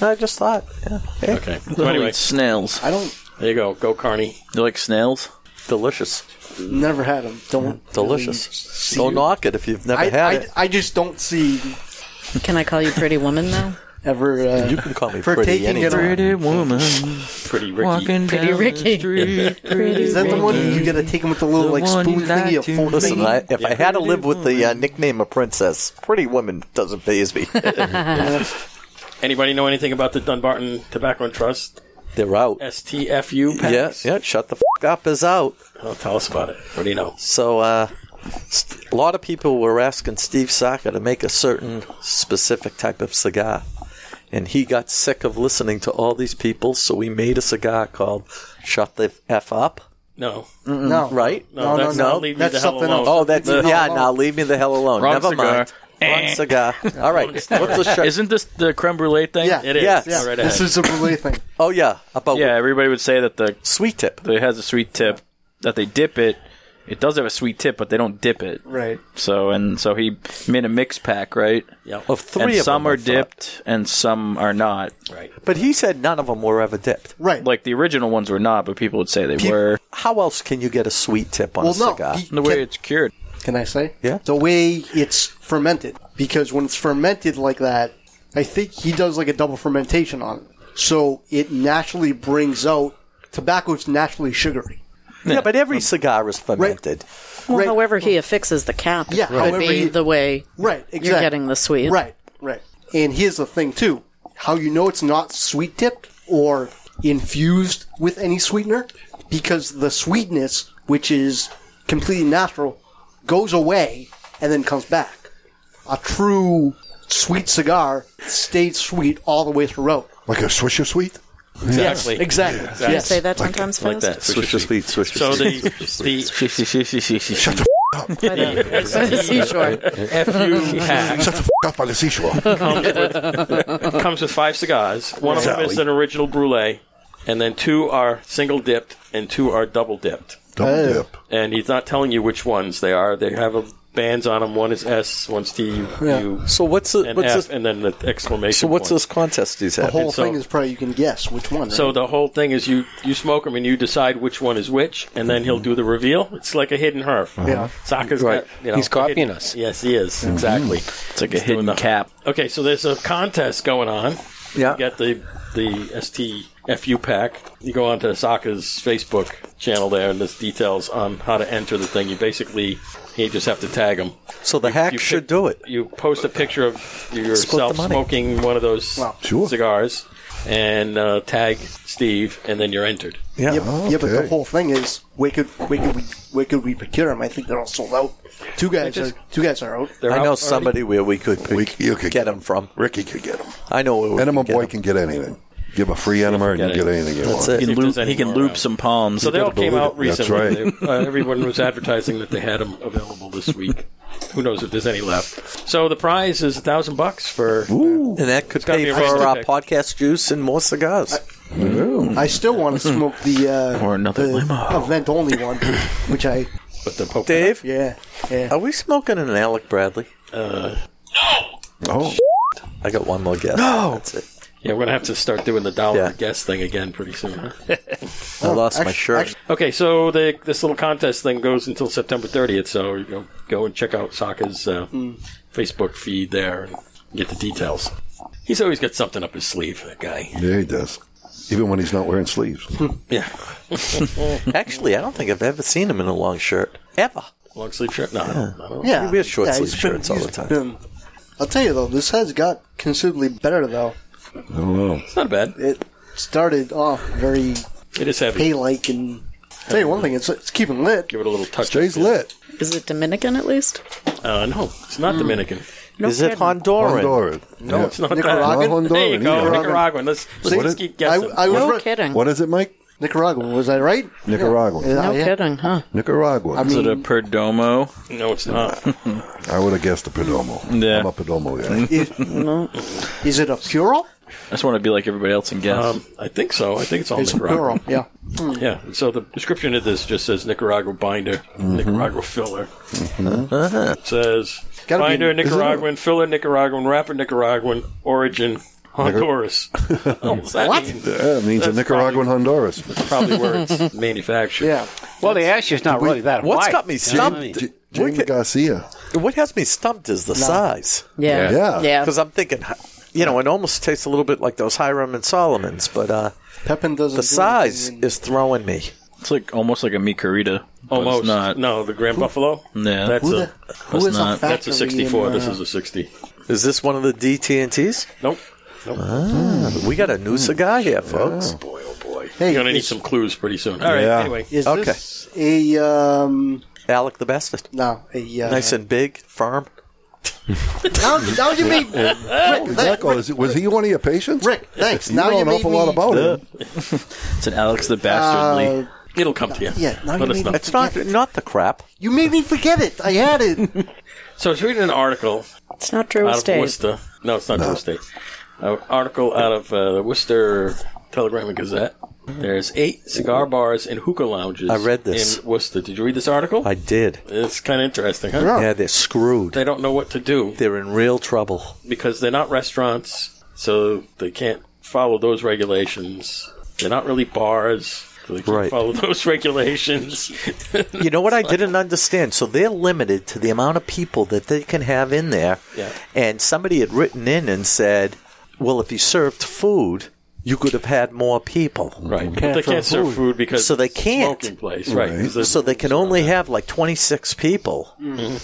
Speaker 5: I just thought. Yeah. Hey,
Speaker 3: Okay. So
Speaker 4: Literally
Speaker 3: anyway,
Speaker 4: snails.
Speaker 9: I don't.
Speaker 3: there you go. Go Carney.
Speaker 4: You like snails?
Speaker 5: Delicious.
Speaker 9: Never had them. Don't.
Speaker 5: Delicious. Don't knock it if you've never
Speaker 9: I,
Speaker 5: had
Speaker 9: I,
Speaker 5: it.
Speaker 9: I just don't see
Speaker 7: Can I call you pretty woman now?
Speaker 9: ever. Uh,
Speaker 5: you can call me
Speaker 9: for
Speaker 5: pretty
Speaker 9: taking it
Speaker 5: anytime.
Speaker 9: on-
Speaker 4: Pretty woman
Speaker 3: Pretty Ricky.
Speaker 4: walking
Speaker 7: Pretty
Speaker 4: down
Speaker 7: Ricky.
Speaker 4: the street. Pretty
Speaker 9: is that the one you gotta take them with the little
Speaker 4: The
Speaker 9: like
Speaker 4: one
Speaker 9: spoon
Speaker 4: you like
Speaker 9: thingy, a
Speaker 4: to-
Speaker 9: fork
Speaker 5: Listen,
Speaker 9: thingy?
Speaker 5: I, if I had to live with the uh, nickname of princess, pretty woman doesn't faze me.
Speaker 3: Anybody know anything about the Dunbarton Tobacco and Trust
Speaker 5: They're out.
Speaker 3: STFU pack?
Speaker 5: Yeah, yeah. Shut the f- up is out.
Speaker 3: Oh, tell us about it. What do you know?
Speaker 5: So uh, st- a lot of people were asking Steve Saka to make a certain specific type of cigar, and he got sick of listening to all these people. So we made a cigar called "Shut the F Up."
Speaker 3: No.
Speaker 5: Mm.
Speaker 9: no,
Speaker 5: Right?
Speaker 3: No, that's
Speaker 9: no,
Speaker 3: not
Speaker 9: no.
Speaker 3: Leave Me
Speaker 9: That's
Speaker 3: the Hell
Speaker 9: something
Speaker 3: Alone. Eh.
Speaker 5: Oh, that's
Speaker 9: Leave me
Speaker 5: yeah.
Speaker 9: alone.
Speaker 5: Now leave me the hell alone.
Speaker 4: Wrong
Speaker 5: Never
Speaker 4: cigar. Eh.
Speaker 5: mind. Wrong cigar. All right. What's the shut?
Speaker 4: Isn't this the creme brulee thing?
Speaker 9: Yeah.
Speaker 3: It is.
Speaker 5: Yes.
Speaker 9: Yeah,
Speaker 3: Go right
Speaker 9: this
Speaker 3: ahead.
Speaker 9: is a relay thing.
Speaker 5: oh yeah, about
Speaker 10: Yeah, everybody would say that the
Speaker 5: sweet tip.
Speaker 10: that it has a sweet tip that they dip it. It does have a sweet tip, but they don't dip it.
Speaker 9: Right.
Speaker 10: So and so he made a mix pack, right?
Speaker 3: Yeah.
Speaker 5: Of three
Speaker 10: and
Speaker 5: of
Speaker 10: some
Speaker 5: them, I
Speaker 10: are
Speaker 5: thought.
Speaker 10: dipped and some are not.
Speaker 3: Right.
Speaker 5: But he said none of them were ever dipped.
Speaker 9: Right.
Speaker 10: Like the original ones were not, but people would say they were.
Speaker 5: How else can you get a sweet tip on
Speaker 9: well,
Speaker 5: a
Speaker 9: no.
Speaker 5: cigar?
Speaker 9: he-
Speaker 10: The way
Speaker 9: can-
Speaker 10: it's cured.
Speaker 9: Can I say?
Speaker 5: Yeah.
Speaker 9: The way it's fermented. Because when it's fermented like that, I think he does like a double fermentation on it. So it naturally brings out tobacco is naturally sugary.
Speaker 5: yeah, but every cigar is fermented.
Speaker 7: Well,
Speaker 9: Right.
Speaker 7: however he affixes the cap,
Speaker 9: Yeah,
Speaker 7: could
Speaker 9: however
Speaker 7: be
Speaker 9: he-
Speaker 7: the way
Speaker 9: Right, exactly.
Speaker 7: you're getting the sweet.
Speaker 9: Right, right. And here's the thing too. How you know it's not sweet tipped or infused with any sweetener? Because the sweetness, which is completely natural, goes away and then comes back. A true sweet cigar stays sweet all the way throughout.
Speaker 2: Like a Swisher Sweet?
Speaker 3: Exactly.
Speaker 9: Exactly.
Speaker 7: You
Speaker 9: Yes.
Speaker 7: say that ten times
Speaker 3: Like
Speaker 7: fast.
Speaker 3: that.
Speaker 5: Swish the sweet, swish
Speaker 3: So
Speaker 5: sweet.
Speaker 3: the, the
Speaker 10: Shut
Speaker 7: By the seashore.
Speaker 3: FU pack
Speaker 2: Shut the f- up by the seashore.
Speaker 3: comes with five cigars. One of them is an original brulee, and then two are single dipped and two are double dipped.
Speaker 2: Double dip.
Speaker 3: And he's not telling you which ones they are. They have a bands on them. One is S, one's T, U, U,
Speaker 5: So what's the,
Speaker 3: and
Speaker 5: what's
Speaker 3: F,
Speaker 5: this?
Speaker 3: and then the exclamation.
Speaker 5: So what's
Speaker 3: point.
Speaker 5: this contest he's
Speaker 9: The
Speaker 5: having?
Speaker 9: whole
Speaker 3: so-
Speaker 9: thing is probably you can guess which one. Right?
Speaker 3: So the whole thing is you you smoke them and you decide which one is which, and then he'll do the reveal. It's like a hidden herf. Uh-huh.
Speaker 9: Yeah.
Speaker 3: Saka's
Speaker 8: Right.
Speaker 3: got you know
Speaker 8: He's
Speaker 3: a
Speaker 8: copying
Speaker 3: hidden-
Speaker 8: us. Mm-hmm.
Speaker 3: Yes, he is exactly.
Speaker 10: It's like a hidden
Speaker 3: the-
Speaker 10: cap.
Speaker 3: Okay, so there's a contest going on.
Speaker 5: Yeah.
Speaker 3: You get the the STFU pack. You go onto Saka's Facebook channel there, and there's details on how to enter the thing. You basically you just have to tag him.
Speaker 5: so the hack
Speaker 3: you
Speaker 5: should
Speaker 3: pick-
Speaker 5: do it.
Speaker 3: You post a picture of yourself
Speaker 5: money.
Speaker 3: smoking one of those
Speaker 9: Wow.
Speaker 2: Sure.
Speaker 3: cigars and uh, tag Steve, and then you're entered.
Speaker 5: Yeah.
Speaker 9: Yep, yeah, but the
Speaker 2: Okay.
Speaker 9: whole thing is where could where could we where could we procure them? I think they're all sold out. Two guys
Speaker 3: just-
Speaker 9: are two guys are out.
Speaker 3: They're out
Speaker 5: I know
Speaker 3: already?
Speaker 5: somebody where we could,
Speaker 2: We,
Speaker 5: pick-
Speaker 2: you could
Speaker 5: get him from.
Speaker 2: Ricky could get him.
Speaker 5: I know where we
Speaker 2: Enema
Speaker 5: could get
Speaker 2: boy
Speaker 5: him.
Speaker 2: can get anything. Give a free enema and you
Speaker 3: get
Speaker 2: get
Speaker 3: it.
Speaker 2: anything you
Speaker 5: That's
Speaker 2: want.
Speaker 5: it.
Speaker 10: He can
Speaker 3: if there's
Speaker 10: loop,
Speaker 3: any
Speaker 10: he can
Speaker 3: more
Speaker 10: loop
Speaker 3: around.
Speaker 10: some palms.
Speaker 3: So they all came out
Speaker 2: That's
Speaker 3: recently. They- uh, everyone was advertising that they had them available this week. Who knows if there's any left? So the prize is a thousand bucks for
Speaker 5: And that could
Speaker 3: gotta
Speaker 5: pay
Speaker 3: be a
Speaker 5: for
Speaker 3: recipe
Speaker 5: our
Speaker 3: pick.
Speaker 5: podcast juice and more cigars.
Speaker 2: Mm-hmm.
Speaker 9: I still want to smoke the uh,
Speaker 10: Hmm. Or another
Speaker 9: the
Speaker 10: limo.
Speaker 9: event only one, which I
Speaker 3: but the Pope.
Speaker 5: Dave,
Speaker 9: yeah yeah.
Speaker 5: are we smoking an Alec Bradley?
Speaker 2: Oh,
Speaker 5: I got one more guess. No. That's it.
Speaker 3: Yeah, we're gonna have to start doing the dollar
Speaker 5: Yeah.
Speaker 3: guess thing again pretty soon. huh?
Speaker 5: I lost my
Speaker 9: actu-
Speaker 5: shirt.
Speaker 9: actu-
Speaker 3: okay, so the, this little contest thing goes until September 30th. So you know, go and check out Saka's uh, Facebook feed there and get the details. He's always got something up his sleeve. That guy.
Speaker 2: yeah, he does. Even when he's not wearing sleeves.
Speaker 3: Yeah.
Speaker 5: Actually, I don't think I've ever seen him in a long shirt. Ever.
Speaker 3: Long sleeve shirt. No, I don't- I don't-
Speaker 9: yeah.
Speaker 5: we wear short
Speaker 9: yeah,
Speaker 5: sleeve
Speaker 9: he's been-
Speaker 5: shirts all
Speaker 9: he's
Speaker 5: the time.
Speaker 9: been- I'll tell you though, this has got considerably better though.
Speaker 2: I don't know.
Speaker 3: it's not bad.
Speaker 9: It started off very
Speaker 3: It is heavy.
Speaker 9: hay like and Tell you one thing, it's, it's keeping lit.
Speaker 3: Give it a little touch.
Speaker 9: Stays lit.
Speaker 7: Is it Dominican at least?
Speaker 3: Uh, no, it's not
Speaker 7: Mm.
Speaker 3: Dominican.
Speaker 7: No Is it kidding. Honduran?
Speaker 2: Honduran.
Speaker 3: No,
Speaker 2: Yeah.
Speaker 3: it's not That.
Speaker 2: Nicaraguan? Not
Speaker 3: There you
Speaker 2: Honduran
Speaker 3: go,
Speaker 2: either.
Speaker 3: Nicaraguan. Let's, let's
Speaker 2: What
Speaker 3: just
Speaker 2: is-
Speaker 3: keep guessing.
Speaker 2: I- I was
Speaker 7: No
Speaker 2: right.
Speaker 7: kidding.
Speaker 2: What is it, Mike?
Speaker 9: Nicaraguan. Was I right? Uh,
Speaker 2: Nicaraguan.
Speaker 9: Oh,
Speaker 7: No kidding, huh?
Speaker 2: Nicaragua.
Speaker 10: Is it a Perdomo?
Speaker 3: No, it's not.
Speaker 2: I would have guessed a Perdomo.
Speaker 10: Yeah.
Speaker 2: I'm a Perdomo guy.
Speaker 9: Is it a Puro?
Speaker 10: I just want to be like everybody else and guess.
Speaker 3: Um, I think so. I think it's all
Speaker 9: It's a
Speaker 3: Nicaraguan.
Speaker 9: Puro, yeah.
Speaker 3: Yeah. So the description of this just says Nicaragua binder,
Speaker 10: Mm-hmm.
Speaker 3: Nicaragua filler. It says
Speaker 9: Gotta be-
Speaker 3: binder
Speaker 9: is it a-
Speaker 3: Nicaraguan filler Nicaraguan wrapper Nicaraguan origin Honduras. What's that
Speaker 9: What?
Speaker 3: mean?
Speaker 2: Yeah, it means a Nicaraguan Honduras.
Speaker 3: Probably where it's manufactured.
Speaker 9: Yeah.
Speaker 1: Well, the ash is not really that
Speaker 5: What's
Speaker 1: white.
Speaker 5: got me
Speaker 1: you know what I
Speaker 5: stumped?
Speaker 1: mean?
Speaker 2: Jamie Garcia.
Speaker 5: What has me stumped is the size.
Speaker 7: Yeah.
Speaker 2: Yeah.
Speaker 7: Yeah.
Speaker 5: Because I'm thinking, you know, it almost tastes a little bit like those Hiram and Solomon's, but uh,
Speaker 9: Pepin doesn't.
Speaker 5: the
Speaker 9: do
Speaker 5: size
Speaker 9: anything in-
Speaker 5: is throwing me.
Speaker 10: It's like almost like a meat carita. but it's
Speaker 3: Almost.
Speaker 10: not.
Speaker 3: No, the Grand Buffalo.
Speaker 10: Yeah.
Speaker 3: That's
Speaker 9: Who,
Speaker 3: a
Speaker 9: the, who
Speaker 10: that's
Speaker 9: is
Speaker 10: not- that's
Speaker 9: a factory
Speaker 3: that's a 64.
Speaker 9: in,
Speaker 3: this
Speaker 9: uh,
Speaker 3: is a 60.
Speaker 5: Is this one of the DTNTs?
Speaker 3: Nope. Nope.
Speaker 5: We got a new cigar here, folks.
Speaker 3: Boy, oh boy.
Speaker 9: Hey,
Speaker 3: You're gonna need
Speaker 9: is-
Speaker 3: some clues pretty soon. All right.
Speaker 2: Yeah.
Speaker 3: Anyway,
Speaker 9: Is
Speaker 5: Okay.
Speaker 9: this a um?
Speaker 5: Alec the Bastard.
Speaker 9: No, a uh,
Speaker 5: Nice and big, firm.
Speaker 9: Now, now you mean Rick,
Speaker 2: Zach, oh, is it- was he one of your patients?
Speaker 9: Rick, thanks.
Speaker 2: You
Speaker 9: now
Speaker 2: know
Speaker 9: you
Speaker 2: an
Speaker 9: made
Speaker 2: awful
Speaker 9: me,
Speaker 2: lot about him.
Speaker 10: It's an Alex the Bastardly.
Speaker 9: Uh,
Speaker 3: it'll come to you.
Speaker 9: yeah, now
Speaker 3: Let
Speaker 9: you
Speaker 3: us
Speaker 9: mean-
Speaker 3: know.
Speaker 5: It's not not the crap.
Speaker 9: you made me forget it. I had it.
Speaker 3: So I was reading an article
Speaker 7: It's not Drew
Speaker 3: out of
Speaker 7: Estate.
Speaker 3: Worcester. No, it's not Drew State. An article out of uh, the Worcester Telegram and Gazette. There's eight cigar bars and hookah lounges.
Speaker 5: I read this.
Speaker 3: in Worcester. Did you read this article?
Speaker 5: I did.
Speaker 3: it's kind of interesting, huh?
Speaker 5: Yeah, they're screwed.
Speaker 3: Oh. They don't know what to do
Speaker 5: They're in real trouble.
Speaker 3: because they're not restaurants, so they can't follow those regulations. They're not really bars. So they can't
Speaker 5: Right.
Speaker 3: follow those regulations.
Speaker 5: You know what I didn't understand? So they're limited to the amount of people that they can have in there.
Speaker 3: Yeah.
Speaker 5: And somebody had written in and said, well, if you served food, you could have had more people.
Speaker 3: right. But they can't serve food because
Speaker 5: So they
Speaker 3: it's a
Speaker 5: can't.
Speaker 3: smoking place. Right. 'Cause there's-
Speaker 5: So they can only have like 26 people.
Speaker 3: Mm.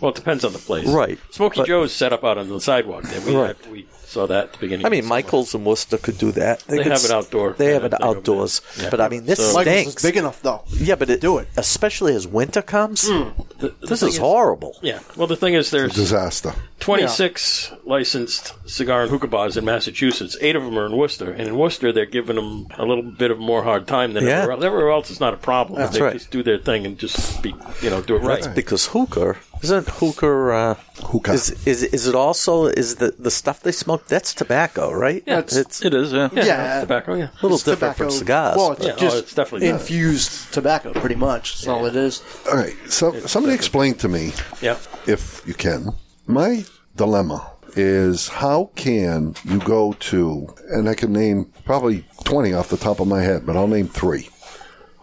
Speaker 3: Well, it depends on the place.
Speaker 5: Right.
Speaker 3: Smoky
Speaker 5: But-
Speaker 3: Joe's set up out on the sidewalk. There. We,
Speaker 5: Right.
Speaker 3: we saw that at the beginning.
Speaker 5: I
Speaker 3: of
Speaker 5: mean,
Speaker 3: the
Speaker 5: Michael's and Worcester could do that.
Speaker 3: They
Speaker 5: could
Speaker 3: have
Speaker 5: s-
Speaker 3: an outdoor
Speaker 5: They have
Speaker 3: kind
Speaker 5: it
Speaker 3: of thing over
Speaker 5: outdoors. But I mean, this
Speaker 9: Michael's is
Speaker 5: stinks.
Speaker 9: big enough though.
Speaker 5: yeah, but it,
Speaker 9: Do it.
Speaker 5: especially as winter comes.
Speaker 3: summer. The- the
Speaker 5: This
Speaker 3: thing
Speaker 5: is horrible.
Speaker 3: Yeah. Well, the thing is, there's
Speaker 2: Disaster.
Speaker 3: 26 licensed cigar and hookah bars in Massachusetts. Eight of them are in Worcester, and in Worcester they're giving them a little bit of more hard time than
Speaker 5: Yeah.
Speaker 3: everywhere else. Everywhere else, it's not a problem. they
Speaker 5: right.
Speaker 3: just do their thing and just be, you know, do it right.
Speaker 5: Because hooker isn't hooker. Uh,
Speaker 2: Hookah.
Speaker 5: is, is is it also is the the stuff they smoke? That's tobacco, right? Yeah, it's, a
Speaker 10: it is, yeah.
Speaker 9: Yeah.
Speaker 3: Tobacco, yeah.
Speaker 5: little
Speaker 9: It's
Speaker 5: different
Speaker 9: tobacco.
Speaker 5: from cigars.
Speaker 9: Well,
Speaker 5: but-
Speaker 9: it's
Speaker 3: Yeah, oh,
Speaker 9: just
Speaker 3: it's definitely not.
Speaker 9: infused tobacco, pretty much. That's all it is.
Speaker 2: All right. So somebody explain to me,
Speaker 3: Yeah.
Speaker 2: if you can, my dilemma is how can you go to, and I can name probably 20 off the top of my head, but I'll name three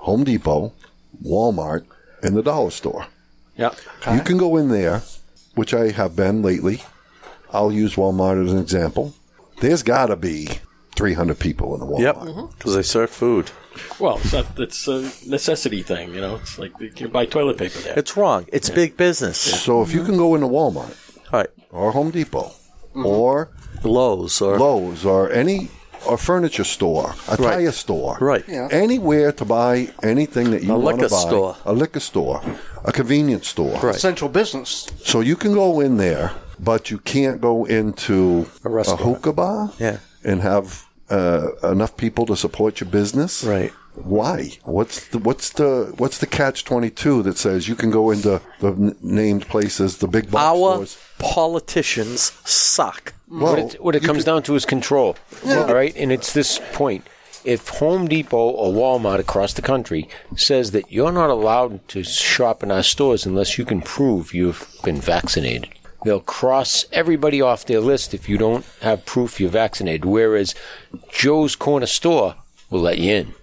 Speaker 2: Home Depot, Walmart, and the dollar store.
Speaker 3: Yeah.
Speaker 2: You can go in there, which I have been lately. I'll use Walmart as an example. There's got to be 300 people in a Walmart.
Speaker 5: yep, because they serve food.
Speaker 3: Well, it's, not, it's a necessity thing, you know. It's like you can buy toilet paper there.
Speaker 5: It's wrong. It's big business.
Speaker 2: So if you can go into Walmart
Speaker 5: All right,
Speaker 2: or Home Depot
Speaker 5: Mm-hmm.
Speaker 2: or
Speaker 5: Lowe's or
Speaker 2: Lowe's or any or furniture store, a
Speaker 5: Right.
Speaker 2: tire store,
Speaker 5: Right.
Speaker 9: Yeah.
Speaker 2: Anywhere to buy anything that you
Speaker 5: A
Speaker 2: want to
Speaker 5: liquor
Speaker 2: buy,
Speaker 5: store.
Speaker 2: a liquor store, a convenience store.
Speaker 5: Right.
Speaker 9: Central business.
Speaker 2: So you can go in there, but you can't go into
Speaker 5: A restaurant.
Speaker 2: hookah bar
Speaker 5: Yeah.
Speaker 2: and have uh, enough people to support your business.
Speaker 5: Right.
Speaker 2: Why? What's the what's the what's the catch twenty two that says you can go into the n- named places, the big box
Speaker 5: our
Speaker 2: stores?
Speaker 5: politicians suck.
Speaker 2: Well,
Speaker 8: what it, what it comes down to is control. All right, and it's this point. If Home Depot or Walmart across the country says that you're not allowed to shop in our stores unless you can prove you've been vaccinated, they'll cross everybody off their list if you don't have proof you're vaccinated. Whereas Joe's Corner Store will let you in.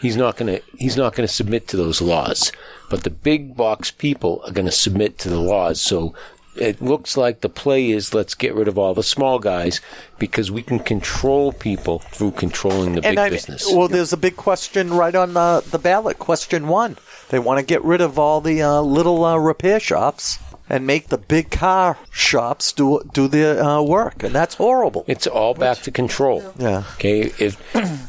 Speaker 8: He's not gonna he's not gonna submit to those laws. But the big box people are gonna submit to the laws. So it looks like the play is let's get rid of all the small guys because we can control people through controlling the big
Speaker 5: I-
Speaker 8: business.
Speaker 5: Well, there's a big question right on the, the ballot, question one. They want to get rid of all the uh, little uh, repair shops and make the big car shops do do their uh, work, and that's horrible.
Speaker 8: It's all back to control.
Speaker 5: Yeah.
Speaker 8: Okay. If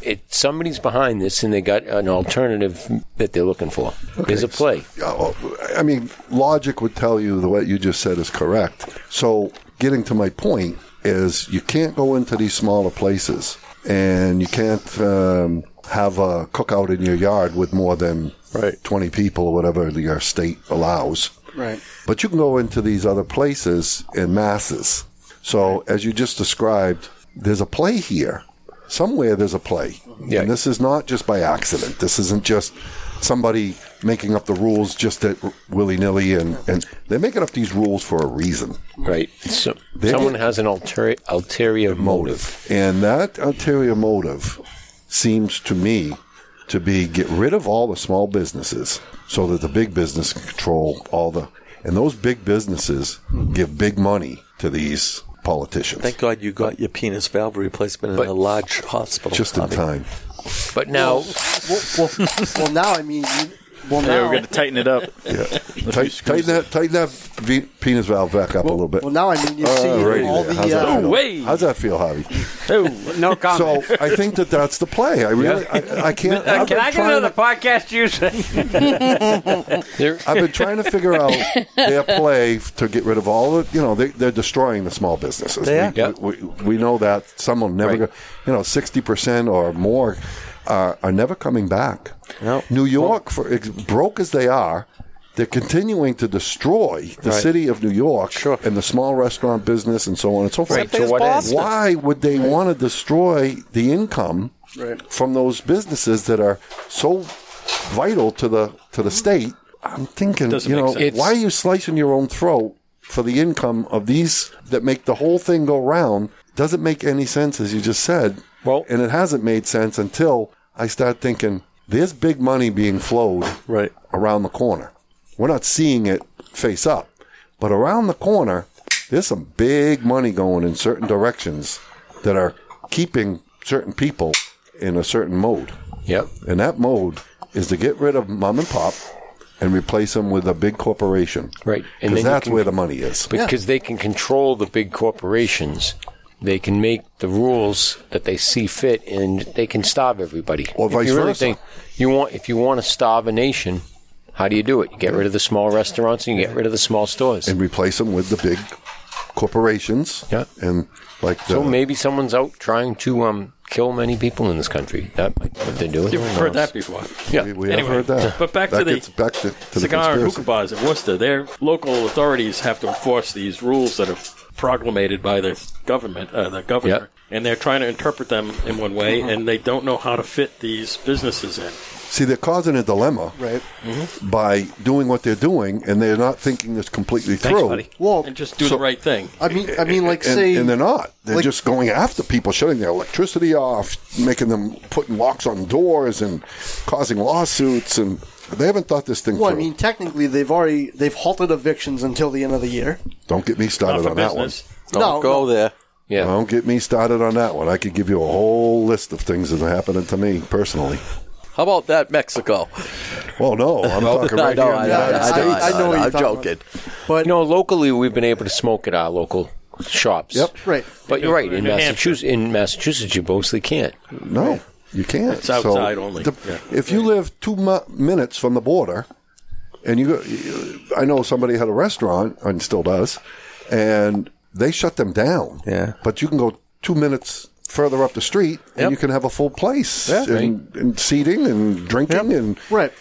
Speaker 8: if somebody's behind this and they got an alternative that they're looking for, there's a play.
Speaker 2: Oh, I mean, logic would tell you that what you just said is correct. So, getting to my point is you can't go into these smaller places and you can't um, have a cookout in your yard with more than 20 people or whatever your state allows.
Speaker 9: Right.
Speaker 2: But you can go into these other places in masses. So, as you just described, there's a play here. Somewhere there's a play. And this is not just by accident. This isn't just somebody making up the rules just at willy nilly. And, and they're making up these rules for a reason.
Speaker 8: Right. So
Speaker 2: They-
Speaker 8: someone has an ulterior ulterior motive.
Speaker 2: And that ulterior motive seems to me to be get rid of all the small businesses so that the big business can control all the. And those big businesses give big money to these politicians.
Speaker 5: Thank God you got your penis valve replacement in a large hospital.
Speaker 2: Just in
Speaker 5: Javi.
Speaker 2: time.
Speaker 8: But now,
Speaker 9: well, well, well, now I mean, you- well
Speaker 10: Yeah,
Speaker 9: now
Speaker 10: we're going to tighten it up.
Speaker 2: Yeah. Tight, tighten that, tighten that ve- penis valve back up a little bit.
Speaker 9: Well, now I mean,
Speaker 5: Uh,
Speaker 9: you see
Speaker 2: Alrighty
Speaker 9: all
Speaker 2: there.
Speaker 9: the.
Speaker 2: How's that
Speaker 9: uh, Um,
Speaker 2: feel? How's that feel, Javi?
Speaker 1: No comment.
Speaker 2: So I think that that's the play. I really, I, I can't.
Speaker 1: Uh,
Speaker 2: I've
Speaker 1: can
Speaker 2: been
Speaker 1: I get
Speaker 2: trying
Speaker 1: another
Speaker 2: to-
Speaker 1: podcast you say?
Speaker 2: I've been trying to figure out their play f- to get rid of all the, you know, they, they're destroying the small businesses.
Speaker 5: They are.
Speaker 2: We, we, we know that some will never go, you know, 60% or more are, are never coming back. New York, for ex- broke as they are, they're continuing to destroy the
Speaker 5: Right.
Speaker 2: city of New York and the small restaurant business and so on and so forth.
Speaker 5: Right, to Except what there's end? Boston.
Speaker 2: Why would they want to destroy the income from those businesses that are so vital to the to the state? I'm thinking,
Speaker 10: Doesn't
Speaker 2: you
Speaker 10: make
Speaker 2: know,
Speaker 10: sense.
Speaker 2: why are you slicing your own throat for the income of these that make the whole thing go round? Doesn't make any sense, as you just said. Well, and it hasn't made sense until I start thinking there's big money being flowed right around the corner. We're not seeing it face up, but around the corner, there's some big money going in certain directions that are keeping certain people in a certain mode.
Speaker 8: Yep.
Speaker 2: And that mode is to get rid of mom and pop and replace them with a big corporation.
Speaker 8: Right. And
Speaker 2: Because
Speaker 8: then you
Speaker 2: that's
Speaker 8: can-
Speaker 2: where the money is.
Speaker 8: because they can control the big corporations. They can make the rules that they see fit, and they can starve everybody. Or
Speaker 2: vice
Speaker 8: you
Speaker 2: versa.
Speaker 8: think you want, if you want to starve a nation, how do you do it? You get rid of the small restaurants and you get rid of the small stores.
Speaker 2: And replace them with the big corporations.
Speaker 8: Yeah.
Speaker 2: And like the,
Speaker 8: so maybe someone's out trying to um, kill many people in this country. That might be what they're doing.
Speaker 3: You've heard that before.
Speaker 8: Yeah.
Speaker 2: we, we
Speaker 3: Anyway,
Speaker 2: have heard that.
Speaker 3: but back
Speaker 2: That
Speaker 3: to the-
Speaker 2: gets back to, to the
Speaker 3: Cigar and
Speaker 2: conspiracy.
Speaker 3: hookah bars in Worcester, their local authorities have to enforce these rules that are promulgated by the government, uh, the governor,
Speaker 8: Yep.
Speaker 3: and they're trying to interpret them in one way,
Speaker 2: Mm-hmm.
Speaker 3: and they don't know how to fit these businesses in.
Speaker 2: See, they're causing a dilemma
Speaker 9: Right.
Speaker 2: by doing what they're doing, and they're not thinking this completely
Speaker 3: Thanks,
Speaker 2: through.
Speaker 3: buddy.
Speaker 9: Well-
Speaker 3: and just do
Speaker 2: So-
Speaker 3: the right thing.
Speaker 9: I mean, I mean, like
Speaker 2: and,
Speaker 9: say,
Speaker 2: and they're not. They're
Speaker 9: like-
Speaker 2: just going after people, shutting their electricity off, making them putting locks on doors, and causing lawsuits. And they haven't thought this thing
Speaker 9: well, I
Speaker 2: through.
Speaker 9: mean, technically, they've already they've halted evictions until the end of the year.
Speaker 2: Don't get me started
Speaker 3: for
Speaker 2: on
Speaker 3: business.
Speaker 5: Don't
Speaker 9: no,
Speaker 5: go there.
Speaker 2: that one.
Speaker 8: Yeah.
Speaker 2: Don't get me started on that one. I could give you a whole list of things that are happening to me personally.
Speaker 5: How about that, Mexico?
Speaker 2: Well, no, I'm talking
Speaker 5: No,
Speaker 2: right
Speaker 5: no,
Speaker 2: here in the
Speaker 5: I-
Speaker 2: United
Speaker 5: I- I-
Speaker 2: States.
Speaker 9: I know what you're
Speaker 5: I'm
Speaker 9: talking
Speaker 5: joking.
Speaker 9: But
Speaker 8: You know, locally we've been able to smoke at our local shops.
Speaker 2: Yep.
Speaker 9: right,
Speaker 8: But you're right. In
Speaker 3: New Hampshire.
Speaker 8: Massachusetts, in Massachusetts, you mostly can't.
Speaker 2: No, you can't.
Speaker 3: It's outside only. Yeah.
Speaker 2: If you live two mi- minutes from the border, and you, go, I know somebody had a restaurant and still does, and they shut them down.
Speaker 5: Yeah.
Speaker 2: but you can go two minutes further up the street, and
Speaker 5: Yep.
Speaker 2: you can have a full place
Speaker 5: Yeah.
Speaker 2: and, and seating and drinking and
Speaker 9: right.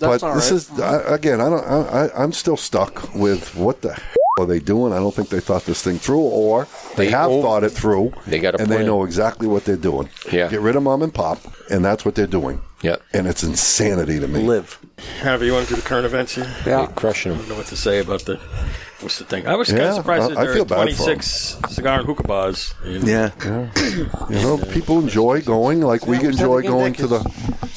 Speaker 9: That's
Speaker 2: but
Speaker 9: all
Speaker 2: this
Speaker 9: right.
Speaker 2: is I, again, I don't. I, I, I'm still stuck with what the hell are they doing? I don't think they thought this thing through, or they,
Speaker 8: They
Speaker 2: have
Speaker 8: own-
Speaker 2: thought it through.
Speaker 8: They got a
Speaker 2: and they
Speaker 8: plan.
Speaker 2: know exactly what they're doing.
Speaker 8: Yeah.
Speaker 2: get rid of mom and pop, and that's what they're doing.
Speaker 8: Yeah.
Speaker 2: and it's insanity to me.
Speaker 5: Live.
Speaker 3: However, you want to do the current events here?
Speaker 8: They're crushing
Speaker 3: I
Speaker 8: them.
Speaker 3: don't know what to say about the what's the thing. I was kind
Speaker 2: Yeah,
Speaker 3: of surprised that
Speaker 2: I- I
Speaker 3: there
Speaker 2: feel
Speaker 3: are
Speaker 2: bad for 'em.
Speaker 3: 26 cigar and hookah bars. In,
Speaker 2: You know, people enjoy going like we enjoy going to the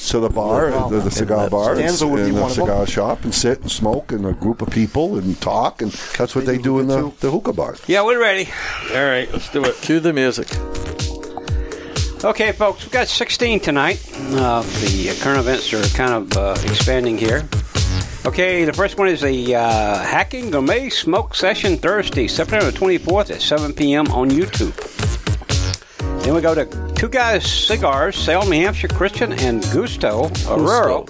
Speaker 2: to the bar, the, the cigar bar, and,
Speaker 9: Danza would be
Speaker 2: and the
Speaker 9: one of 'em.
Speaker 2: cigar shop, and sit and smoke, and a group of people and talk, and that's what they do in the, the hookah bar.
Speaker 1: yeah, we're ready.
Speaker 3: All right, let's do it.
Speaker 5: Cue the music.
Speaker 1: Okay, folks, we've got 16 tonight. Uh, the current events are kind of uh, expanding here. Okay, the first one is the uh, Hacking Gourmet Smoke Session Thursday, September 24th at 7 p.m. on YouTube. Then we go to Two Guys Cigars, Salem, New Hampshire, Christian and Gusto, Arroyo.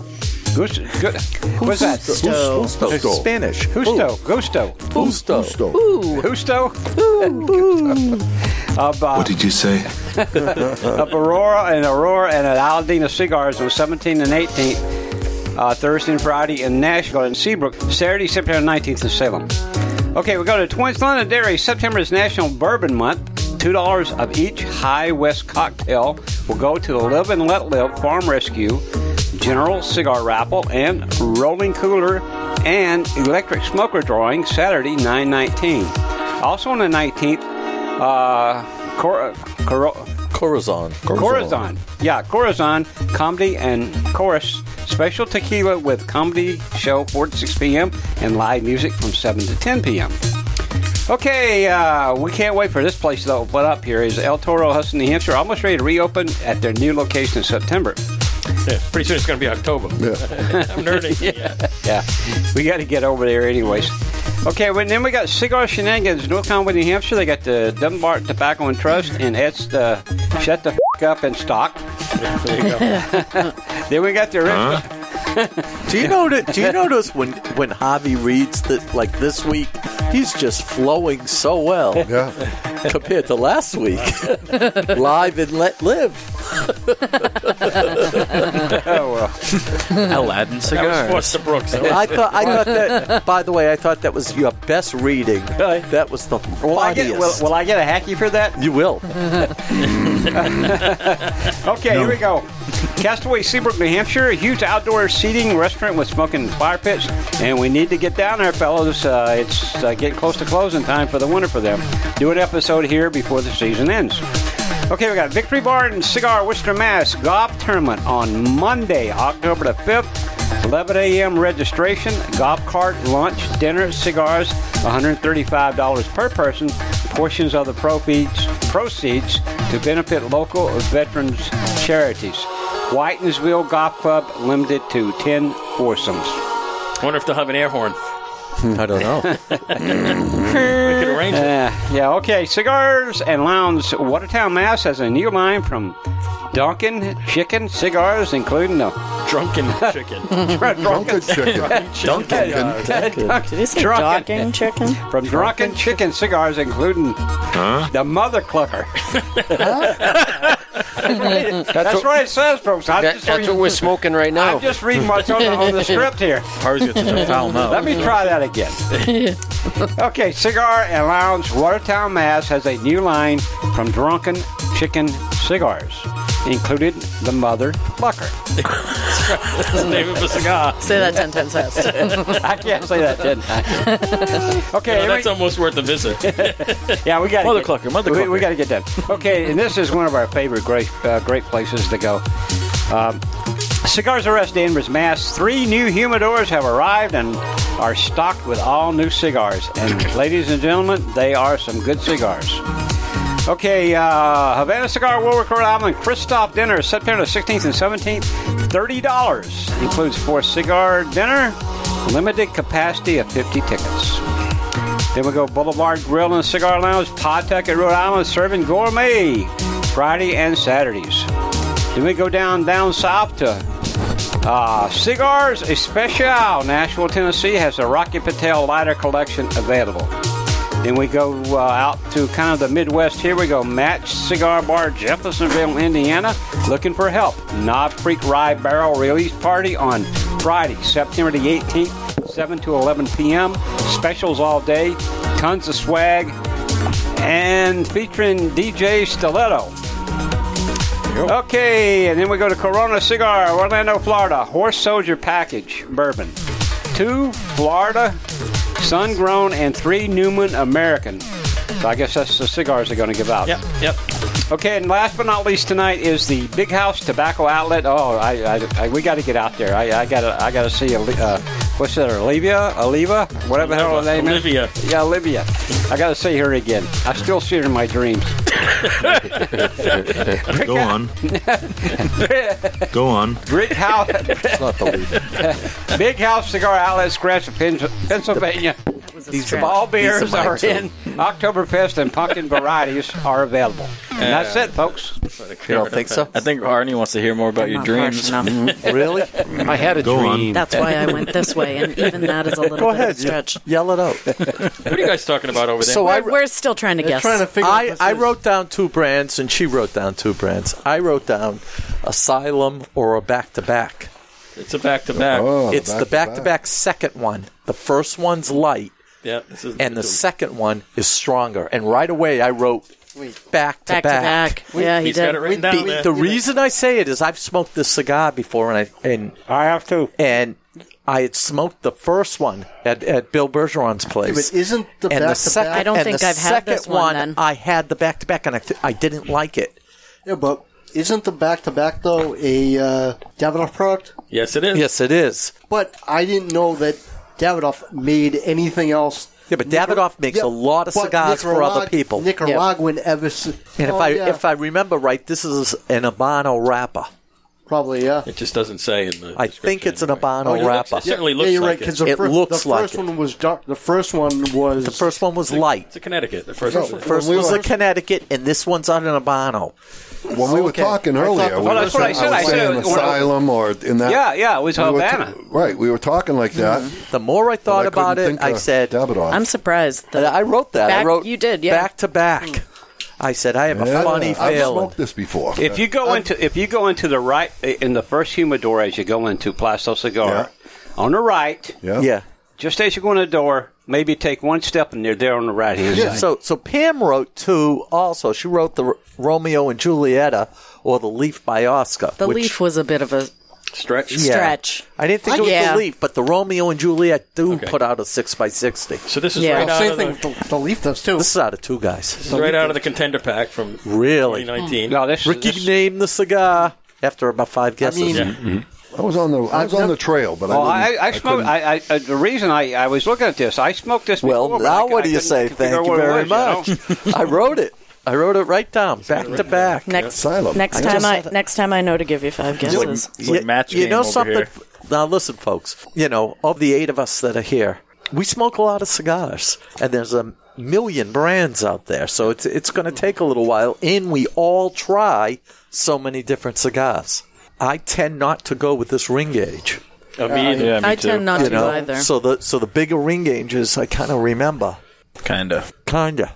Speaker 1: Gusto. Good. What's that?
Speaker 4: Gusto. Gusto. Gusto. Spanish.
Speaker 1: Gusto. Gusto.
Speaker 4: Gusto.
Speaker 2: Gusto.
Speaker 1: Gusto. Of, uh,
Speaker 4: What did you say?
Speaker 1: of Aurora and Aurora and at Aladina Cigars on 17 and 18th, uh, Thursday and Friday in Nashville and Seabrook, Saturday, September 19th in Salem. Okay, we go to Twins London Dairy. September is National Bourbon Month. $2 of each High West cocktail will go to the Live and Let Live Farm Rescue, General Cigar Raffle, and Rolling Cooler and Electric Smoker Drawing Saturday, 919. Also on the 19th, uh, Cor- Cor-
Speaker 5: Corazon.
Speaker 1: Corazon. Yeah, Corazon comedy and chorus special tequila with comedy show 4 to 6 p.m. and live music from 7 to 10 p.m. Okay, uh, we can't wait for this place to open up here. Is El Toro Hudson, New Hampshire, almost ready to reopen at their new location in September.
Speaker 3: Yeah, pretty soon it's going to be October. I'm nerdy. Yeah.
Speaker 1: Yeah, we got to get over there anyways. Okay, well, then we got Cigar Shenanigans, North Conway, New Hampshire. They got the Dunbar Tobacco and Trust, and it's the Shut the F- Up and Stock.
Speaker 3: There you go.
Speaker 1: Then we got the original.
Speaker 5: Do you know? Do you notice when when Javi reads that like this week, he's just flowing so well
Speaker 2: Yeah.
Speaker 5: compared to last week. Live and let live.
Speaker 1: Oh, well.
Speaker 10: Aladdin
Speaker 3: That was
Speaker 10: cigars.
Speaker 3: Foster Brooks. That was-
Speaker 5: I thought. I thought that. By the way, I thought that was your best reading.
Speaker 1: Really?
Speaker 5: That was the
Speaker 1: Will I, get,
Speaker 5: funniest.
Speaker 1: will, will I get a hacky for that?
Speaker 5: you will.
Speaker 1: Okay, here we go. Castaway Seabrook, New Hampshire, a huge outdoor seating restaurant with smoking fire pits, and we need to get down there, fellows. Uh, it's uh, getting close to closing time for the winter for them. Do an episode here before the season ends. Okay, we got Victory Bar and Cigar Worcester, Mass. Golf tournament on Monday, October the 5th, 11 a.m. registration. Golf cart, lunch, dinner, cigars, $135 per person. Portions of the proceeds proceeds to benefit local veterans charities. Whitensville Golf Club limited to 10 foursomes.
Speaker 3: I wonder if they'll have an air horn.
Speaker 5: I don't know.
Speaker 3: We could arrange it.
Speaker 1: Uh, yeah, okay. Cigars and Lounge Watertown, Mass has a new line from Dunkin' Chicken Cigars, including the
Speaker 3: Drunken chicken.
Speaker 2: Drunken chicken.
Speaker 3: Duncan.
Speaker 7: Did he say
Speaker 1: Drunken-
Speaker 7: docking chicken?
Speaker 1: from Drunken Chicken Cigars, including the Mother Clucker. that's,
Speaker 8: what-
Speaker 1: what it says, folks. I'm,
Speaker 8: That,
Speaker 1: just,
Speaker 8: that's what
Speaker 1: reading,
Speaker 8: we're smoking right now.
Speaker 1: I'm just reading what's on the, on the script here.
Speaker 10: Harvey's got such a foul
Speaker 1: Let
Speaker 10: mouth.
Speaker 1: me try that again. okay, Cigar and Lounge Watertown, Mass has a new line from Drunken Chicken Cigars, included the Mother Clucker.
Speaker 3: That's the name of a cigar.
Speaker 7: Say that ten times fast.
Speaker 1: I can't say that, didn't I? okay,
Speaker 3: Yeah,
Speaker 1: here we-
Speaker 3: that's almost worth a visit.
Speaker 1: yeah, we got
Speaker 3: Mother clucker, mother
Speaker 1: We,
Speaker 3: clucker.
Speaker 1: we got to get that. Okay, and this is one of our favorite great uh, great places to go. Um, Cigars R Us Danvers, Mass. Three new humidors have arrived and are stocked with all new cigars. And ladies and gentlemen, they are some good cigars. Okay, uh, Havana Cigar, Warwick, Rhode Island, Christoph Dinner, September 16th and 17th, $30. Includes four cigar dinner, limited capacity of 50 tickets. Then we go Boulevard Grill and Cigar Lounge, Pawtucket, Rhode Island, serving gourmet Friday and Saturdays. Then we go down down south to uh, Cigars Especial, Nashville, Tennessee, has a Rocky Patel lighter collection available. Then we go uh, out to kind of the Midwest. Here we go. Match Cigar Bar, Jeffersonville, Indiana, looking for help. Knob Creek Rye Barrel Release Party on Friday, September the 18th, 7 to 11 p.m. Specials all day, tons of swag, and featuring DJ Stiletto. Okay, and then we go to Corona Cigar, Orlando, Florida, Horse Soldier Package Bourbon. Two Florida Sun Grown and three Newman American. So I guess that's the cigars they're going to give out.
Speaker 3: Yep, yep.
Speaker 1: Okay, and last but not least tonight is the Big House Tobacco Outlet. Oh, I, I, I we got to get out there. I, I gotta, I gotta see. Ali- Uh, what's that? Olivia, Oliva, whatever the hell her name is.
Speaker 3: Olivia.
Speaker 1: Yeah, Olivia. I gotta see her again. I still see her in my dreams.
Speaker 11: Go on. Go on.
Speaker 1: Brick House. Big House Cigar Outlet, Scratch, Pennsylvania. These
Speaker 4: stretch.
Speaker 1: ball beers
Speaker 4: Piece of mine,
Speaker 1: are
Speaker 4: too.
Speaker 1: in. Oktoberfest and pumpkin varieties are available. And that's it, folks.
Speaker 3: You don't think so? I think Arnie wants to hear more about your dreams.
Speaker 1: Really?
Speaker 8: I had a dream.
Speaker 7: That's why I went this way, and even that is a little
Speaker 5: Go
Speaker 7: bit of a
Speaker 5: ahead,
Speaker 7: stretch.
Speaker 5: yell it out.
Speaker 3: What are you guys talking about over there?
Speaker 5: So I-
Speaker 7: we're, we're still trying to guess.
Speaker 5: I, I wrote down two brands, and she wrote down two brands. I wrote down Asylum or a back to back.
Speaker 3: It's a back to back.
Speaker 2: Oh.
Speaker 5: It's Oh, the back to back second one. The first one's light,
Speaker 3: Yeah, this is
Speaker 5: and the second one is stronger. And right away, I wrote back to
Speaker 7: Back to back.
Speaker 5: back.
Speaker 7: Yeah, he He's got did. it written down
Speaker 5: The,
Speaker 7: there.
Speaker 5: the reason I say it is I've smoked this cigar before, and I and I have too. And I had smoked the first one at, at Bill Bergeron's place.
Speaker 9: But isn't the
Speaker 5: and
Speaker 9: back-to-back-
Speaker 5: the second?
Speaker 9: I don't
Speaker 5: and
Speaker 9: think
Speaker 5: the
Speaker 9: I've had this
Speaker 5: second
Speaker 9: one,
Speaker 5: one.
Speaker 9: then.
Speaker 5: I had the back to back, and I th- I didn't like it.
Speaker 9: Yeah, but isn't the back to back though a uh, Davidoff product?
Speaker 3: Yes, it is.
Speaker 5: Yes, it is.
Speaker 9: But I didn't know that Davidoff made anything else.
Speaker 5: Yeah, but Davidoff makes a lot of
Speaker 9: but
Speaker 5: cigars for other
Speaker 9: Nicarag-
Speaker 5: people.
Speaker 9: Nicaraguan
Speaker 5: And
Speaker 9: ever.
Speaker 5: if
Speaker 9: Oh,
Speaker 5: I if I remember right, this is an Habano wrapper.
Speaker 9: probably yeah.
Speaker 3: It just doesn't say in the.
Speaker 5: I think it's an Habano
Speaker 9: Oh, yeah.
Speaker 5: wrapper.
Speaker 9: Yeah, yeah, you're right, 'cause The
Speaker 5: it
Speaker 9: fir-
Speaker 5: looks
Speaker 9: the
Speaker 5: like
Speaker 9: first
Speaker 5: it.
Speaker 9: one was dark. The first one was the
Speaker 5: first one was light.
Speaker 3: It's a Connecticut. The first
Speaker 5: The
Speaker 3: one.
Speaker 5: first was a Connecticut, and this one's on an Habano.
Speaker 2: When we were talking earlier, we
Speaker 1: Well,
Speaker 2: were
Speaker 1: that's what I
Speaker 2: saying-
Speaker 1: said. I
Speaker 2: was
Speaker 1: said
Speaker 2: saying
Speaker 1: it was-
Speaker 2: asylum or in that.
Speaker 1: Yeah, yeah, it was
Speaker 2: We were ta-
Speaker 1: Havana.
Speaker 2: right, we were talking like that.
Speaker 5: The more I thought about it, I said,
Speaker 7: I'm surprised. That
Speaker 5: I wrote that. I
Speaker 7: Back-
Speaker 5: wrote
Speaker 7: you did, yeah. Hmm.
Speaker 5: back to back. I said I have a funny
Speaker 2: I've
Speaker 5: feeling.
Speaker 2: smoked this before.
Speaker 1: If you go into if you go into the right in the first humidor as you go into Plasto Cigar, on the right,
Speaker 5: Yeah.
Speaker 1: just as you go in the door, maybe take one step and you're there on the right hand side.
Speaker 5: So so Pam wrote two also. She wrote the R- Romeo and Julieta or the Leaf by Oscar.
Speaker 7: The
Speaker 5: which-
Speaker 7: leaf was a bit of a
Speaker 3: stretch.
Speaker 7: Stretch.
Speaker 5: I didn't think
Speaker 7: I-
Speaker 5: it was
Speaker 7: yeah.
Speaker 5: the Leaf, but the Romeo and Juliet do put out a six by sixty.
Speaker 3: So this is
Speaker 7: Yeah.
Speaker 3: right
Speaker 7: Well,
Speaker 3: out
Speaker 7: same
Speaker 3: of
Speaker 7: thing
Speaker 3: the,
Speaker 7: with
Speaker 9: the, leaf does too.
Speaker 5: This is out of two guys.
Speaker 3: this is right out of the contender pack from
Speaker 5: Really?
Speaker 3: 2019.
Speaker 1: No, this
Speaker 5: Ricky named the cigar after about five guesses.
Speaker 2: mean- Yeah. I was on the I was on the trail, but
Speaker 1: Well,
Speaker 2: I
Speaker 1: I,
Speaker 2: didn't-
Speaker 1: I, smoked.
Speaker 2: couldn't-
Speaker 1: I, I, uh the reason I, I was looking at this, I smoked this.
Speaker 5: Well,
Speaker 1: before, but
Speaker 5: now
Speaker 1: I c-
Speaker 5: what
Speaker 1: I
Speaker 5: do you
Speaker 1: couldn't
Speaker 5: say?
Speaker 1: figure
Speaker 5: Thank
Speaker 1: out
Speaker 5: you
Speaker 1: what it
Speaker 5: very
Speaker 1: was,
Speaker 5: much.
Speaker 1: you know?
Speaker 5: I wrote it. I wrote it right down, back to back.
Speaker 7: Next next time I next time I know to give you five guesses.
Speaker 5: You- you know something? Now listen, folks. You know, of the eight of us that are here, we smoke a lot of cigars, and there's a million brands out there. So it's it's going to take a little while, and we all try so many different cigars. I tend not to go with this ring gauge.
Speaker 3: I mean, Uh, yeah,
Speaker 7: me I too. tend not
Speaker 5: You
Speaker 7: to
Speaker 5: know,
Speaker 7: either.
Speaker 5: So the so the bigger ring gauges, I kind of remember.
Speaker 3: Kinda.
Speaker 5: Kinda.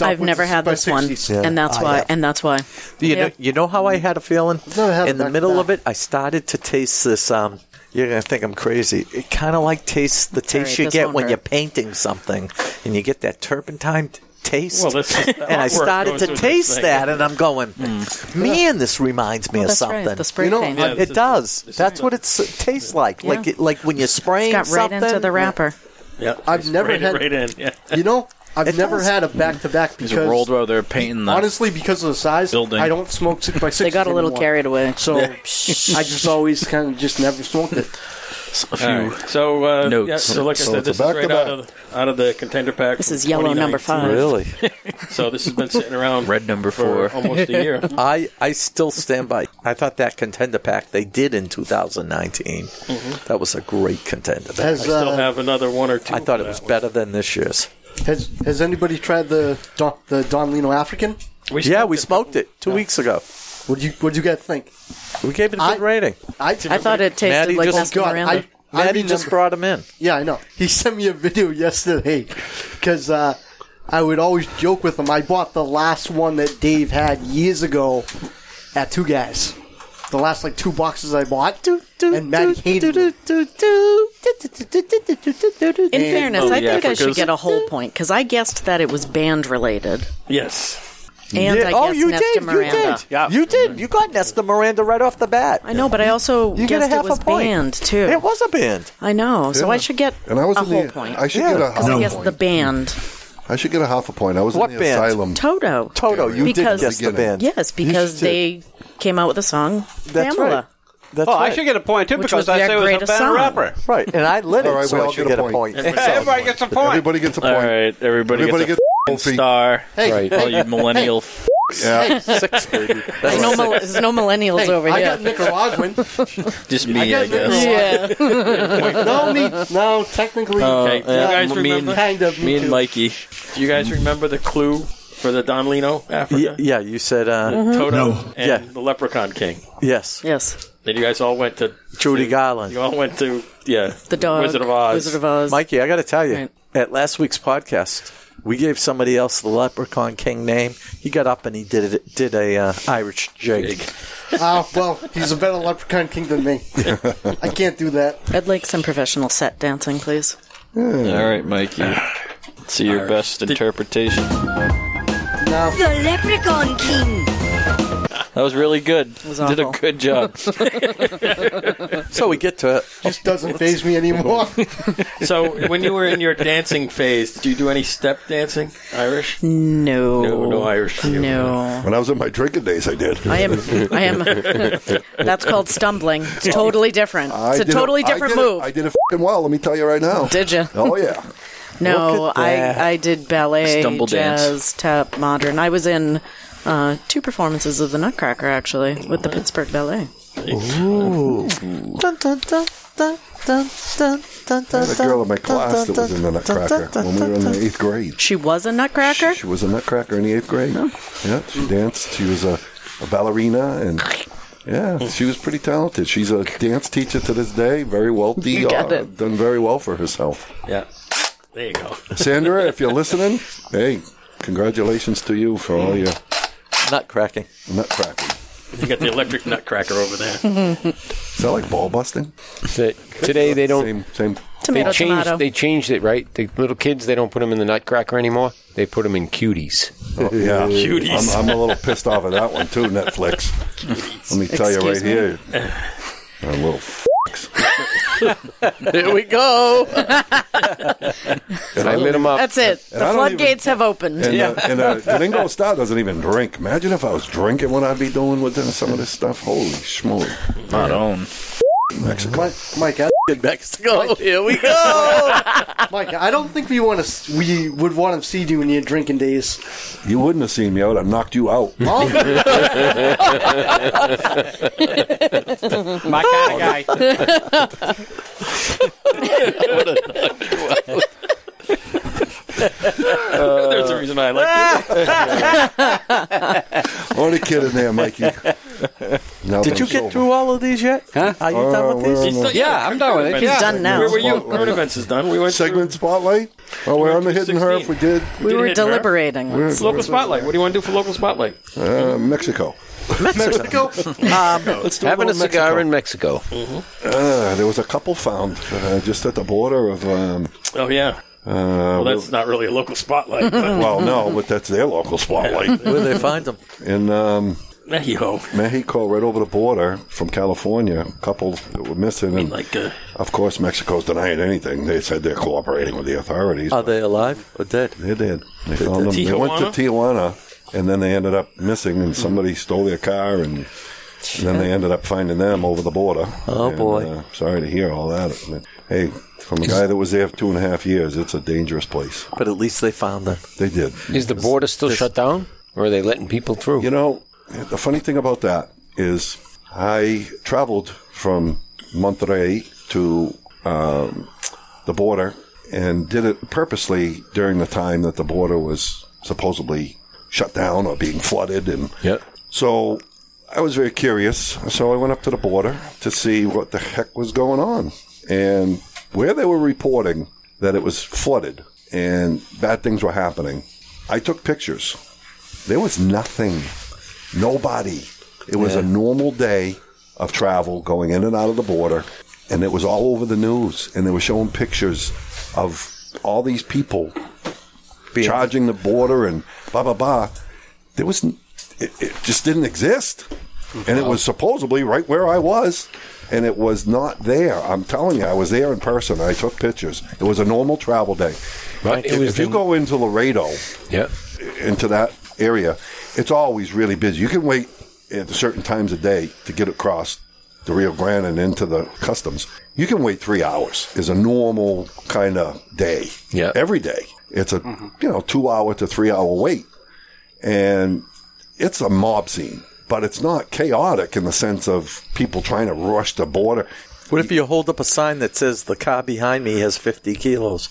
Speaker 7: I've never had this one,
Speaker 5: Yeah.
Speaker 7: and that's
Speaker 5: I
Speaker 7: why.
Speaker 5: have.
Speaker 7: And that's why.
Speaker 5: You
Speaker 7: Yeah.
Speaker 5: know, you know how I had a feeling
Speaker 7: had
Speaker 5: in the
Speaker 7: back-to-back.
Speaker 5: middle of it. I started to taste this. Um, you're gonna think I'm crazy. It kind of like tastes the taste
Speaker 7: right,
Speaker 5: you
Speaker 7: this
Speaker 5: get
Speaker 7: won't
Speaker 5: when
Speaker 7: hurt.
Speaker 5: you're painting something, and you get that turpentine t- taste.
Speaker 3: Well, this is-
Speaker 5: and I
Speaker 3: artwork
Speaker 5: started
Speaker 3: goes
Speaker 5: to
Speaker 3: with this
Speaker 5: taste
Speaker 3: thing. Hmm.
Speaker 5: that, and I'm going, man, this reminds me of
Speaker 7: Well, that's right,
Speaker 5: something.
Speaker 7: the spray You know, paint. Yeah, this
Speaker 5: it
Speaker 7: is-
Speaker 5: does. That's what it's, it tastes like. Like it, like when you're spraying
Speaker 7: got right
Speaker 5: something.
Speaker 7: into the wrapper.
Speaker 3: Yeah,
Speaker 9: I've
Speaker 3: just
Speaker 9: never
Speaker 3: right,
Speaker 9: had-
Speaker 3: right in. Yeah.
Speaker 9: You know, I've
Speaker 5: It
Speaker 9: never
Speaker 5: does.
Speaker 9: had a back to back
Speaker 10: He's
Speaker 9: because
Speaker 10: rolled while they're painting the.
Speaker 9: honestly, because of the size,
Speaker 10: Building.
Speaker 9: I don't smoke six by six.
Speaker 7: They got a little carried away.
Speaker 9: so I just always kind of just never smoked
Speaker 10: a
Speaker 9: it.
Speaker 10: few.
Speaker 3: All right. So, uh,
Speaker 10: Notes.
Speaker 3: yeah, so like I
Speaker 10: So
Speaker 3: said,
Speaker 10: it's a
Speaker 3: this is right
Speaker 10: back-to-back.
Speaker 3: out of, out of the contender pack.
Speaker 7: This
Speaker 3: from
Speaker 7: is yellow number
Speaker 3: 2019.
Speaker 5: Really?
Speaker 3: so this has been sitting around
Speaker 10: Red number
Speaker 3: for
Speaker 10: four.
Speaker 3: almost a year.
Speaker 5: I, I still stand by. I thought that contender pack they did in 2019. That was a great contender pack.
Speaker 9: Has,
Speaker 3: I still
Speaker 9: uh,
Speaker 3: have another one or two.
Speaker 5: I thought it was better than this year's.
Speaker 9: Has Has anybody tried the Don, the Don Lino African?
Speaker 3: We
Speaker 5: yeah, we smoked it two weeks ago.
Speaker 9: What do you What do you guys think?
Speaker 5: We gave it a good
Speaker 9: I-
Speaker 5: rating.
Speaker 9: I
Speaker 7: I thought it tasted
Speaker 5: Maddie
Speaker 7: like
Speaker 5: just-
Speaker 9: God,
Speaker 7: mascarpone.
Speaker 9: I, I
Speaker 5: Maddie just
Speaker 9: remember-
Speaker 5: brought him in.
Speaker 9: Yeah, I know. He sent me a video yesterday because uh, I would always joke with him. I bought the last one that Dave had years ago at Two Guys. The last like two boxes I bought, and Maddie hated them.
Speaker 7: In
Speaker 9: And-
Speaker 7: fairness,
Speaker 9: Oh,
Speaker 7: I
Speaker 9: yeah,
Speaker 7: think I should
Speaker 9: because-
Speaker 7: get a whole point because I guessed that it was band related,
Speaker 3: Yes.
Speaker 7: and I guessed
Speaker 5: oh, you
Speaker 7: Nesta
Speaker 5: did.
Speaker 7: Miranda.
Speaker 5: You did. You did. You got Nesta Miranda right off the bat.
Speaker 7: I know, but I also
Speaker 5: You get a
Speaker 7: guessed
Speaker 5: half
Speaker 7: it was
Speaker 5: a point.
Speaker 7: banned too.
Speaker 5: It was a band.
Speaker 7: I know, so
Speaker 2: Yeah.
Speaker 7: I should get
Speaker 2: And I was
Speaker 7: a
Speaker 2: in the-
Speaker 7: whole point.
Speaker 2: I should Yeah. get a
Speaker 7: because I
Speaker 2: half
Speaker 7: guess
Speaker 2: point.
Speaker 7: the band
Speaker 2: I should get a half a point. I was
Speaker 5: What
Speaker 2: in the
Speaker 5: band?
Speaker 2: asylum.
Speaker 7: Toto.
Speaker 5: Toto, you did
Speaker 7: because,
Speaker 5: guess the band.
Speaker 7: Yes, because
Speaker 5: You
Speaker 7: they came out with a song
Speaker 5: That's
Speaker 7: Pamela.
Speaker 5: right. That's
Speaker 1: Oh,
Speaker 5: right.
Speaker 1: I should get a point too
Speaker 7: Which
Speaker 1: because
Speaker 7: was
Speaker 1: I
Speaker 7: their
Speaker 1: say it was a
Speaker 7: greatest
Speaker 1: bad
Speaker 7: song.
Speaker 1: rapper.
Speaker 5: Right, and I lit
Speaker 2: All
Speaker 5: it,
Speaker 2: right, we
Speaker 5: so I
Speaker 2: all
Speaker 5: should
Speaker 2: get
Speaker 5: get
Speaker 2: a
Speaker 5: a
Speaker 2: point.
Speaker 5: point.
Speaker 1: Everybody gets a point.
Speaker 2: Everybody gets a
Speaker 10: All
Speaker 2: point.
Speaker 10: right, everybody,
Speaker 2: Everybody
Speaker 10: gets
Speaker 2: gets
Speaker 10: a, f***ing star.
Speaker 9: Hey,
Speaker 8: Right.
Speaker 9: hey,
Speaker 10: All you millennial
Speaker 7: Six. Six, baby. There's no, mil- there's no millennials
Speaker 9: Hey,
Speaker 7: over
Speaker 9: I
Speaker 7: here.
Speaker 9: got Nicaraguan.
Speaker 3: Just me, I, guess.
Speaker 7: Yeah.
Speaker 9: no, me. No, technically.
Speaker 3: Okay, do you
Speaker 9: yeah,
Speaker 3: guys
Speaker 9: me
Speaker 3: remember?
Speaker 9: and- kind of.
Speaker 3: uh, me and
Speaker 9: too.
Speaker 3: Mikey. Do you guys remember the clue for the Don Lino Africa?
Speaker 5: yeah, you said uh,
Speaker 3: Toto and
Speaker 5: Yeah.
Speaker 3: the Leprechaun King.
Speaker 5: Yes.
Speaker 7: Yes.
Speaker 3: And you guys all went to
Speaker 5: Judy Garland.
Speaker 3: You all went to yeah,
Speaker 7: The dog,
Speaker 3: Wizard of Oz.
Speaker 7: Wizard of Oz.
Speaker 5: Mikey, I got to tell you,
Speaker 7: Right.
Speaker 5: at last week's podcast, we gave somebody else the Leprechaun King name. He got up and he did it, did a uh, Irish jig.
Speaker 9: Ah, well, he's a better leprechaun king than me. I can't do that.
Speaker 7: I'd like some professional set dancing, please.
Speaker 10: All right, Mikey. See your best interpretation.
Speaker 12: The Leprechaun King.
Speaker 10: That was really good. Did a good job.
Speaker 5: so we get to it.
Speaker 9: Just doesn't phase me anymore.
Speaker 3: So when you were in your dancing phase, did you do any step dancing? Irish?
Speaker 7: No.
Speaker 3: No, no Irish. for you.
Speaker 7: No.
Speaker 2: When I was in my drinking days, I did.
Speaker 7: I am. I am. That's called stumbling. It's totally different.
Speaker 2: I
Speaker 7: It's a
Speaker 2: did
Speaker 7: totally
Speaker 2: I
Speaker 7: different
Speaker 2: did it-
Speaker 7: move.
Speaker 2: I did it fing well. Let me tell you right now.
Speaker 7: Did ya?
Speaker 2: Oh yeah.
Speaker 7: No,
Speaker 2: Look at that.
Speaker 7: I I did ballet,
Speaker 2: Stumble
Speaker 7: jazz,
Speaker 2: dance.
Speaker 7: tap, modern. I was in uh, two performances of the Nutcracker actually with the Pittsburgh Ballet.
Speaker 2: Ooh.
Speaker 5: Dun, dun, dun, dun, dun, dun, dun,
Speaker 2: I had a girl in my
Speaker 7: dun, dun,
Speaker 2: class that
Speaker 7: dun,
Speaker 2: was in the
Speaker 7: dun, dun,
Speaker 2: Nutcracker
Speaker 7: dun,
Speaker 2: when we were in
Speaker 7: dun,
Speaker 2: the eighth grade.
Speaker 7: She was a Nutcracker.
Speaker 2: She was a Nutcracker in the eighth grade.
Speaker 3: Oh.
Speaker 2: Yeah, she danced. She was a, a ballerina and. Yeah, she was pretty talented. She's a dance teacher to this day, very wealthy,
Speaker 3: You got
Speaker 2: uh,
Speaker 3: it.
Speaker 2: done very well for herself.
Speaker 3: Yeah. There you go.
Speaker 2: Sandra, if you're listening, hey, congratulations to you for all your
Speaker 5: nut cracking.
Speaker 2: Nut cracking.
Speaker 3: You got the electric nutcracker over there.
Speaker 2: Is that like ball busting?
Speaker 8: That today they don't.
Speaker 2: Same, same.
Speaker 7: Tomato,
Speaker 8: they changed,
Speaker 7: tomato.
Speaker 8: They changed it, right? The little kids, they don't put them in the nutcracker anymore. They put them in cuties.
Speaker 2: Oh, yeah, I'm, I'm a little pissed off at that one too. Netflix. Let me tell you right
Speaker 4: Excuse
Speaker 2: here, a little. F-
Speaker 7: There we go.
Speaker 2: and I lit him up.
Speaker 7: That's it. The
Speaker 2: And I don't
Speaker 7: floodgates have opened.
Speaker 2: And, uh, and uh, Domingo Star doesn't even drink. Imagine if I was drinking what I'd be doing with them, some of this stuff. Holy schmoly. Not on. Mexico.
Speaker 9: Mike, I,
Speaker 5: Mexico. here we
Speaker 9: go. Mike, I don't think we want to. We would want to see you in your drinking days.
Speaker 2: You wouldn't have seen me. I would have knocked you out.
Speaker 9: Oh.
Speaker 4: My kind of guy.
Speaker 3: There's a reason I like
Speaker 2: Only kid in there, Mikey. Now
Speaker 5: Did you
Speaker 2: that's
Speaker 5: get
Speaker 2: over.
Speaker 5: through all of these yet? Huh? Are you
Speaker 2: Uh,
Speaker 5: done with these?
Speaker 3: Where were you? Current events is done. We went
Speaker 2: segment spotlight. Oh, we're on the hidden herb. We did.
Speaker 7: We were deliberating.
Speaker 3: It's local spotlight. What do you want to do for local spotlight?
Speaker 2: Uh, Mexico.
Speaker 3: Mexico.
Speaker 2: Let's do
Speaker 8: having a
Speaker 2: little
Speaker 8: cigar
Speaker 2: Mexico.
Speaker 8: in Mexico.
Speaker 2: Uh, there was a couple found uh, just at the border of. Um,
Speaker 3: Oh yeah.
Speaker 2: uh,
Speaker 3: Well, that's not really a local spotlight. but-
Speaker 2: well, no, but that's their local spotlight.
Speaker 5: Where they find them?
Speaker 2: In um,
Speaker 3: Mexico.
Speaker 2: Mexico, right over the border from California, a couple that were missing. And
Speaker 3: like, uh,
Speaker 2: of course, Mexico's denying anything. They said they're cooperating with the authorities.
Speaker 5: Are they alive or dead?
Speaker 2: They did. They found them. They went to Tijuana, and then they ended up missing, and somebody stole their car, and, and then they ended up finding them over the border.
Speaker 5: Oh,
Speaker 2: And,
Speaker 5: boy.
Speaker 2: uh, sorry to hear all that. I mean, hey, from a guy that was there for two and a half years, it's a dangerous place.
Speaker 5: But at least they found them.
Speaker 2: They did.
Speaker 8: Is the border still shut down, or are they letting people through?
Speaker 2: You know, the funny thing about that is I traveled from Monterrey to um, the border and did it purposely during the time that the border was supposedly shut down or being flooded. And so I was very curious. So I went up to the border to see what the heck was going on and where they were reporting that it was flooded and bad things were happening. I took pictures there was nothing, nobody. It was a normal day of travel going in and out of the border, and it was all over the news, and they were showing pictures of all these people charging the border and blah blah blah. There was n- it, it just didn't exist, and it was supposedly right where I was. And it was not there. I'm telling you, I was there in person. I took pictures. It was a normal travel day.
Speaker 8: But it was
Speaker 2: if you
Speaker 8: the-
Speaker 2: go into Laredo,
Speaker 8: Yeah.
Speaker 2: into that area, it's always really busy. You can wait at certain times of day to get across the Rio Grande and into the customs. You can wait three hours is a normal kind of day. Yeah. Every day. It's a you know, two hour to three hour wait. And it's a mob scene, but it's not chaotic in the sense of people trying to rush the border.
Speaker 5: What if you hold up a sign that says the car behind me has 50 kilos?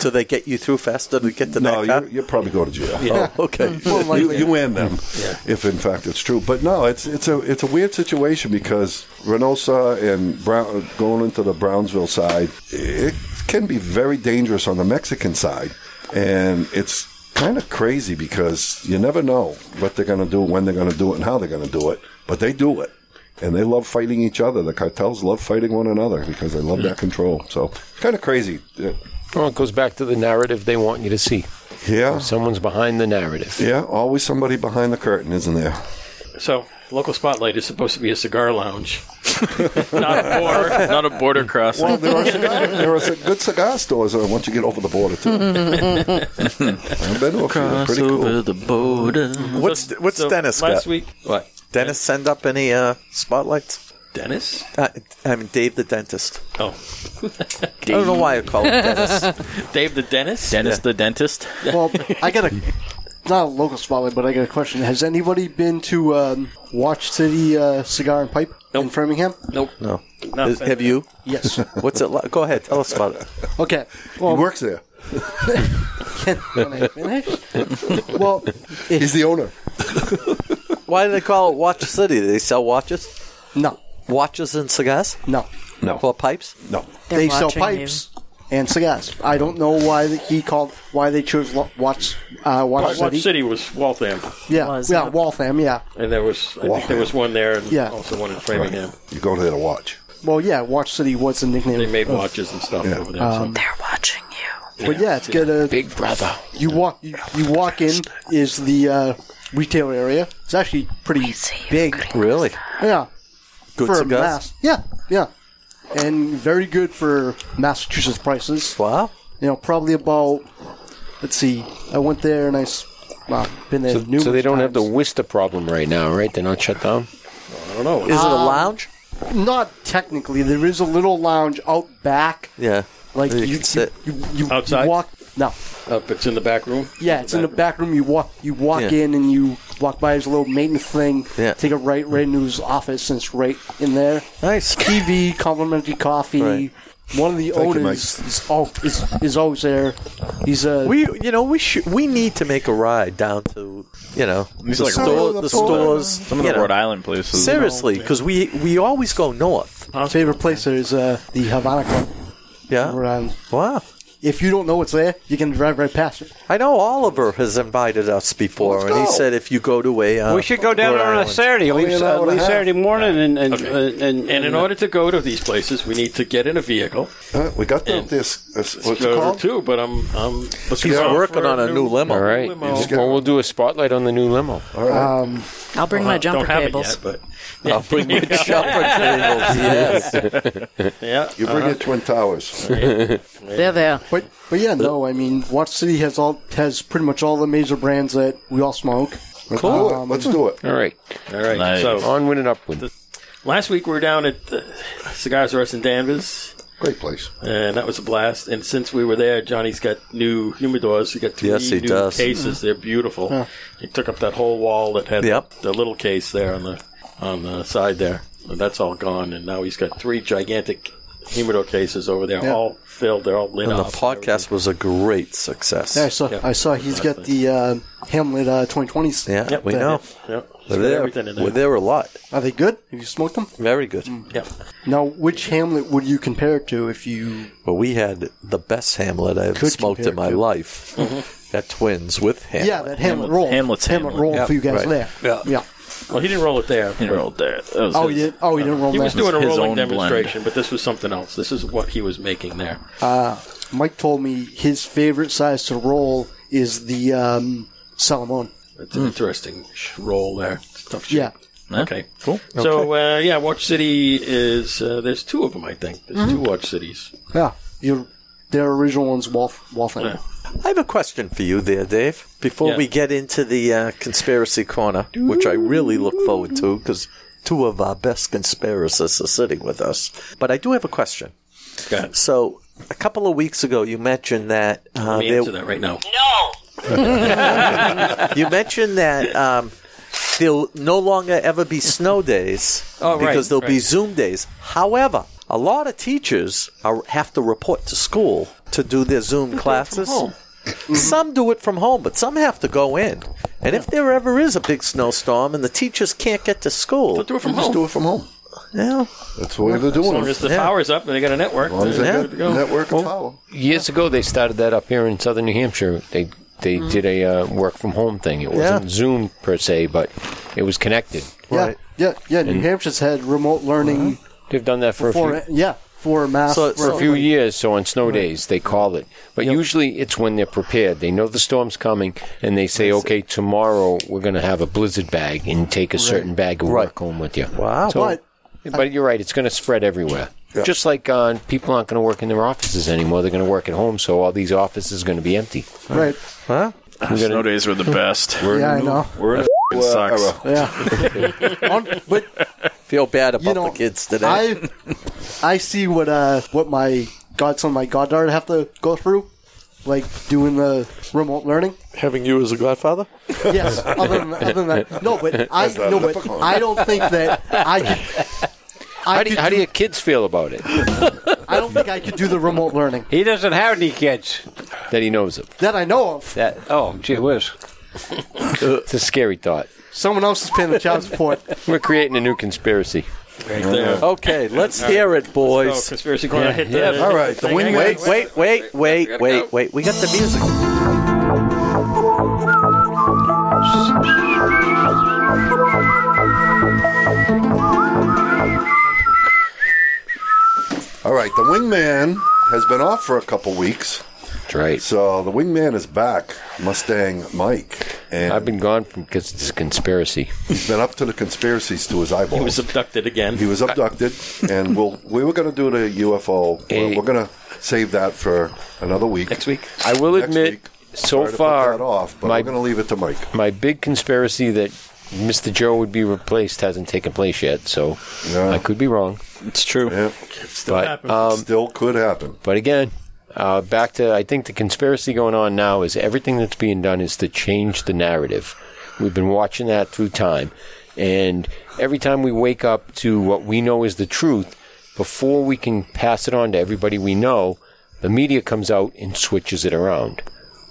Speaker 5: So they get you through faster to get to
Speaker 2: No,
Speaker 5: that car?
Speaker 2: you, you'll probably go to jail.
Speaker 5: Yeah. Oh, okay. More
Speaker 2: you,
Speaker 5: likely.
Speaker 2: you and them,
Speaker 5: Yeah.
Speaker 2: if in fact it's true. But no, it's it's a it's a weird situation because Reynosa and Brown going into the Brownsville side, it can be very dangerous on the Mexican side, and it's kind of crazy because you never know what they're going to do, when they're going to do it, and how they're going to do it. But they do it. And they love fighting each other. The cartels love fighting one another because they love that control. So it's kind of crazy. Uh, Yeah.
Speaker 8: Well, it goes back to the narrative they want you to see.
Speaker 2: Yeah.
Speaker 8: Someone's behind the narrative.
Speaker 2: Yeah, always somebody behind the curtain, isn't there?
Speaker 3: So, local spotlight is supposed to be a cigar lounge,
Speaker 10: not a border, not a border crossing.
Speaker 2: Well, there are, cigar, there are ci- good cigar stores uh, once you get over the border, too. I've been to a few. They're Pretty cool.
Speaker 10: the border.
Speaker 5: What's
Speaker 10: So-
Speaker 5: what's
Speaker 10: so
Speaker 5: Dennis
Speaker 10: last
Speaker 5: got?
Speaker 10: week- what?
Speaker 5: Dennis send up any uh, spotlights?
Speaker 3: Dennis?
Speaker 5: Uh, I mean Dave the dentist.
Speaker 3: Oh,
Speaker 5: I don't know why I call him Dennis.
Speaker 3: Dave the dentist.
Speaker 10: Dennis
Speaker 5: Yeah.
Speaker 10: the dentist.
Speaker 9: Well, I got a not a local spotlight, but I got a question. Has anybody been to um, Watch City uh, Cigar and Pipe in Framingham?
Speaker 3: Nope.
Speaker 5: No.
Speaker 3: No.
Speaker 5: Is- have you?
Speaker 9: Yes.
Speaker 5: What's it like? Go ahead. Tell us about it.
Speaker 9: Okay. Well,
Speaker 2: he works there.
Speaker 9: Can I finish? well,
Speaker 2: He's the owner.
Speaker 5: Why do they call it Watch City? Do they sell watches?
Speaker 9: No.
Speaker 5: Watches and cigars?
Speaker 9: No.
Speaker 2: No.
Speaker 5: Or pipes?
Speaker 2: No.
Speaker 7: They're
Speaker 9: they sell
Speaker 7: watching you.
Speaker 9: pipes and cigars. I don't know why that he called why they chose Lo- Watch uh, Watch
Speaker 3: Watch
Speaker 9: City.
Speaker 3: City. was Waltham,
Speaker 9: Yeah, yeah, Waltham. Yeah.
Speaker 3: and there was I think
Speaker 2: Waltham.
Speaker 3: there was one there, and
Speaker 9: Yeah.
Speaker 3: also one in Framingham.
Speaker 2: You go there to watch.
Speaker 9: Well, yeah, Watch City was the nickname.
Speaker 3: They made
Speaker 9: of-
Speaker 3: watches and stuff
Speaker 2: Yeah.
Speaker 3: over there.
Speaker 9: Um,
Speaker 3: so.
Speaker 7: They're watching you.
Speaker 9: But yeah, it's got a
Speaker 8: Big brother.
Speaker 9: You walk you, you walk in is the uh, retail area. It's actually pretty big.
Speaker 5: Really?
Speaker 9: Yeah.
Speaker 5: Good
Speaker 9: for
Speaker 5: cigars?
Speaker 9: Mass. Yeah, yeah. And very good for Massachusetts prices.
Speaker 5: Wow.
Speaker 9: You know, probably about let's see. I went there and I s- well, been there
Speaker 8: So,
Speaker 9: numerous
Speaker 8: so they don't have
Speaker 9: times.
Speaker 8: the Worcester problem right now, right? They're not shut down?
Speaker 3: I don't know.
Speaker 5: Is it a lounge?
Speaker 9: Not technically. There is a little lounge out back.
Speaker 5: Yeah.
Speaker 9: Like
Speaker 5: you,
Speaker 9: you,
Speaker 5: can sit.
Speaker 9: you, you, you
Speaker 3: Outside?
Speaker 9: walk no.
Speaker 3: Up, it's in the back room.
Speaker 9: Yeah, it's in the back room. You walk, you walk
Speaker 5: Yeah.
Speaker 9: in, and you walk by his little maintenance thing.
Speaker 5: Yeah.
Speaker 9: Take a right right into his office, and it's right in there.
Speaker 5: nice.
Speaker 9: TV, complimentary coffee.
Speaker 5: Right.
Speaker 9: One of the
Speaker 2: Thank you,
Speaker 9: owners is, al- is is always there. He's a
Speaker 5: We, you know, we should. We need to make a ride down to, you know,
Speaker 10: These
Speaker 5: the,
Speaker 10: are like
Speaker 5: store,
Speaker 2: Rhode-
Speaker 5: the,
Speaker 2: the Florida-
Speaker 5: stores.
Speaker 10: Some of
Speaker 5: you
Speaker 10: the
Speaker 5: know.
Speaker 10: Rhode Island places.
Speaker 5: Seriously, because we we always go north.
Speaker 9: favorite place there is uh, the Havana Club.
Speaker 5: Yeah.
Speaker 9: Rhode Island.
Speaker 5: Wow.
Speaker 9: If you don't know what's there, you can drive right past it.
Speaker 5: I know Oliver has invited us before,
Speaker 2: Let's
Speaker 5: and he
Speaker 2: go.
Speaker 5: said if you go to a, uh,
Speaker 1: we should go down
Speaker 5: Rhode
Speaker 1: there on a
Speaker 5: Island-
Speaker 1: Saturday.
Speaker 2: Only
Speaker 1: Leave,
Speaker 2: an
Speaker 1: uh,
Speaker 2: hour and a
Speaker 1: leave
Speaker 2: half.
Speaker 1: Saturday morning and and and, and,
Speaker 3: And in order to go to these places, we need to get in a vehicle.
Speaker 2: Uh, we got the, this. Uh, what's it
Speaker 3: Go
Speaker 2: called?
Speaker 3: too, but I'm I'm looking
Speaker 5: He's
Speaker 3: out
Speaker 5: working
Speaker 3: for
Speaker 5: on a new limo.
Speaker 8: All right.
Speaker 3: Limo.
Speaker 8: Well, we'll do a spotlight on the new limo.
Speaker 9: Um,
Speaker 7: I'll bring my jumper
Speaker 3: Uh, Don't have
Speaker 7: cables.
Speaker 3: it yet, but
Speaker 5: I'll bring my jumper tables. Yes.
Speaker 3: yeah,
Speaker 2: You bring your Twin Towers.
Speaker 7: They're there.
Speaker 9: but but yeah, no. I mean, Watch City has all has pretty much all the major brands that we all smoke.
Speaker 2: Cool.
Speaker 3: Um,
Speaker 2: Let's do it.
Speaker 8: All right.
Speaker 3: all right.
Speaker 10: Nice.
Speaker 3: So
Speaker 8: Onward and upward.
Speaker 3: last week we were down at uh, Cigars R Us in Danvers,
Speaker 2: Great place.
Speaker 3: and that was a blast. And since we were there, Johnny's got new humidors. He got three
Speaker 5: Yes, he
Speaker 3: new
Speaker 5: does.
Speaker 3: cases. They're beautiful. He took up that whole wall that had
Speaker 5: Yep.
Speaker 3: the little case there on the on the side there. And that's all gone, and now he's got three gigantic humidor cases over there,
Speaker 9: Yeah.
Speaker 3: all filled. They're all lit
Speaker 5: And the
Speaker 3: up.
Speaker 5: podcast was a great success.
Speaker 9: Yeah, I saw. I saw he's got the uh, Hamlet uh, 2020s.
Speaker 5: Yeah, we
Speaker 9: there.
Speaker 5: know.
Speaker 3: Yep. He's
Speaker 5: We're
Speaker 3: got
Speaker 5: there.
Speaker 3: everything in there. Mm.
Speaker 5: We're there a lot.
Speaker 9: Are they good? Have you smoked them?
Speaker 5: Very good.
Speaker 3: Yep.
Speaker 9: Now, which Hamlet would you compare it to if you?
Speaker 5: But we had the best Hamlet I ever
Speaker 9: Could
Speaker 5: smoked in
Speaker 9: compare
Speaker 5: my
Speaker 9: to.
Speaker 5: life. At Twins with Hamlet.
Speaker 9: yeah, that Hamlet, roll.
Speaker 10: Hamlet's
Speaker 9: Hamlet,
Speaker 10: Hamlet.
Speaker 9: roll
Speaker 5: Yeah,
Speaker 9: for you guys
Speaker 5: right.
Speaker 9: there.
Speaker 5: Yeah.
Speaker 9: yeah.
Speaker 3: Well, he didn't roll it there.
Speaker 10: He
Speaker 3: but-
Speaker 10: rolled there. That was
Speaker 9: Oh,
Speaker 10: his-
Speaker 9: he did. Oh, he didn't roll
Speaker 3: He
Speaker 9: that.
Speaker 3: was doing a
Speaker 10: His
Speaker 3: rolling
Speaker 10: own blend.
Speaker 3: demonstration, but this was something else. This is what he was making there.
Speaker 9: Mike told me his favorite size to roll is the um, Salomon.
Speaker 3: It's
Speaker 10: Hmm.
Speaker 3: an interesting sh- roll there. It's a tough shape.
Speaker 9: Yeah.
Speaker 3: Okay. Cool. So uh, yeah, Watch City is uh, there's two of them I think. There's two Watch Cities.
Speaker 9: Yeah, your their original one's Wolf Waltham.
Speaker 3: Yeah.
Speaker 5: I have a question for you there, Dave. Before
Speaker 3: Yeah.
Speaker 5: we get into the uh, conspiracy corner, which I really look forward to because two of our best conspiracists are sitting with us. But I do have a question.
Speaker 3: Okay.
Speaker 5: So, a couple of weeks ago, you mentioned that uh,
Speaker 3: Let me
Speaker 5: there-
Speaker 3: answer that right now.
Speaker 5: you mentioned that um, there'll no longer ever be snow days
Speaker 3: Oh, right,
Speaker 5: because there'll be
Speaker 3: right.
Speaker 5: Zoom days. However, a lot of teachers are, have to report to school to do their Zoom classes. Mm-hmm.
Speaker 4: home.
Speaker 5: Some do it from home, but some have to go in. And if there ever is a big snowstorm and the teachers can't get to school,
Speaker 3: do it from
Speaker 5: just
Speaker 3: home.
Speaker 5: do it from home. Yeah,
Speaker 2: that's the way they're
Speaker 3: As long as the power's up and they got a network.
Speaker 8: As long as they
Speaker 3: they're
Speaker 8: got
Speaker 3: good to go.
Speaker 2: network and power.
Speaker 8: Years ago, they started that up here in southern New Hampshire. They they did a uh, work from home thing. It
Speaker 9: Mm-hmm.
Speaker 8: wasn't
Speaker 9: Yeah.
Speaker 8: Zoom per se, but it was connected.
Speaker 9: Yeah, yeah, yeah. New
Speaker 8: And-
Speaker 9: Hampshire's had remote learning
Speaker 8: They've done that for
Speaker 9: before.
Speaker 8: a few.
Speaker 9: yeah, for math.
Speaker 8: for a few years, so on snow
Speaker 9: Right.
Speaker 8: days they call it. But usually it's when they're prepared. They know the storm's coming, and they say, "Okay, tomorrow we're going to have a blizzard bag and take a certain bag of work home with you." Wow!
Speaker 5: But-
Speaker 8: but you're right; it's going to spread everywhere. Just like uh, people aren't going to work in their offices anymore; they're going to work at home. So all these offices are going to be empty.
Speaker 9: Right.
Speaker 8: Huh?
Speaker 10: Ah, Snow days were the best.
Speaker 8: We're in
Speaker 9: yeah,
Speaker 8: a
Speaker 9: I
Speaker 8: new-
Speaker 9: know.
Speaker 10: we're in a f***ing sucks.
Speaker 9: Yeah. On- but
Speaker 5: feel bad about
Speaker 9: you know,
Speaker 5: the kids today.
Speaker 9: I I see what uh what my godson, my goddaughter have to go through, like doing the remote learning.
Speaker 13: Having you as a godfather?
Speaker 9: Yes. Other than, other than that, no. But I no. But I don't think that I could. I
Speaker 8: how, do, how do your kids feel about it?
Speaker 9: I don't think I could do the remote learning.
Speaker 1: He doesn't have any kids
Speaker 8: that he knows of.
Speaker 9: that I know of.
Speaker 1: That oh, gee whiz.
Speaker 8: it's a scary thought.
Speaker 9: Someone else is paying the child support.
Speaker 8: We're creating a new conspiracy.
Speaker 5: there. Okay, let's hear it, boys.
Speaker 8: Let's go,
Speaker 3: Conspiracy
Speaker 8: Corner. Hit the- All right, the
Speaker 5: wait,
Speaker 8: wing-
Speaker 5: wait, wait, wait, wait, wait, wait. We got the music.
Speaker 2: All right, the wingman has been off for a couple weeks.
Speaker 8: That's right.
Speaker 2: So the wingman is back, Mustang Mike. And I've
Speaker 8: been gone from because it's a conspiracy.
Speaker 2: He's been up to the conspiracies to his eyeballs.
Speaker 3: He was abducted again.
Speaker 2: He was abducted, and we'll we were going to do the UFO. We're, we're going to save that for another week. Next week,
Speaker 8: I will admit, so
Speaker 2: Sorry to put
Speaker 8: far,
Speaker 2: that off, but
Speaker 8: my-
Speaker 2: we're going to leave it to Mike.
Speaker 8: My big conspiracy that Mr. Joe would be replaced hasn't taken place yet, so I could be wrong. It's true. Still
Speaker 2: happen.
Speaker 8: um,
Speaker 2: Still could happen.
Speaker 8: But again, uh, back to I think the conspiracy going on now is everything that's being done is to change the narrative. We've been watching that through time, and every time we wake up to what we know is the truth, before we can pass it on to everybody we know, the media comes out and switches it around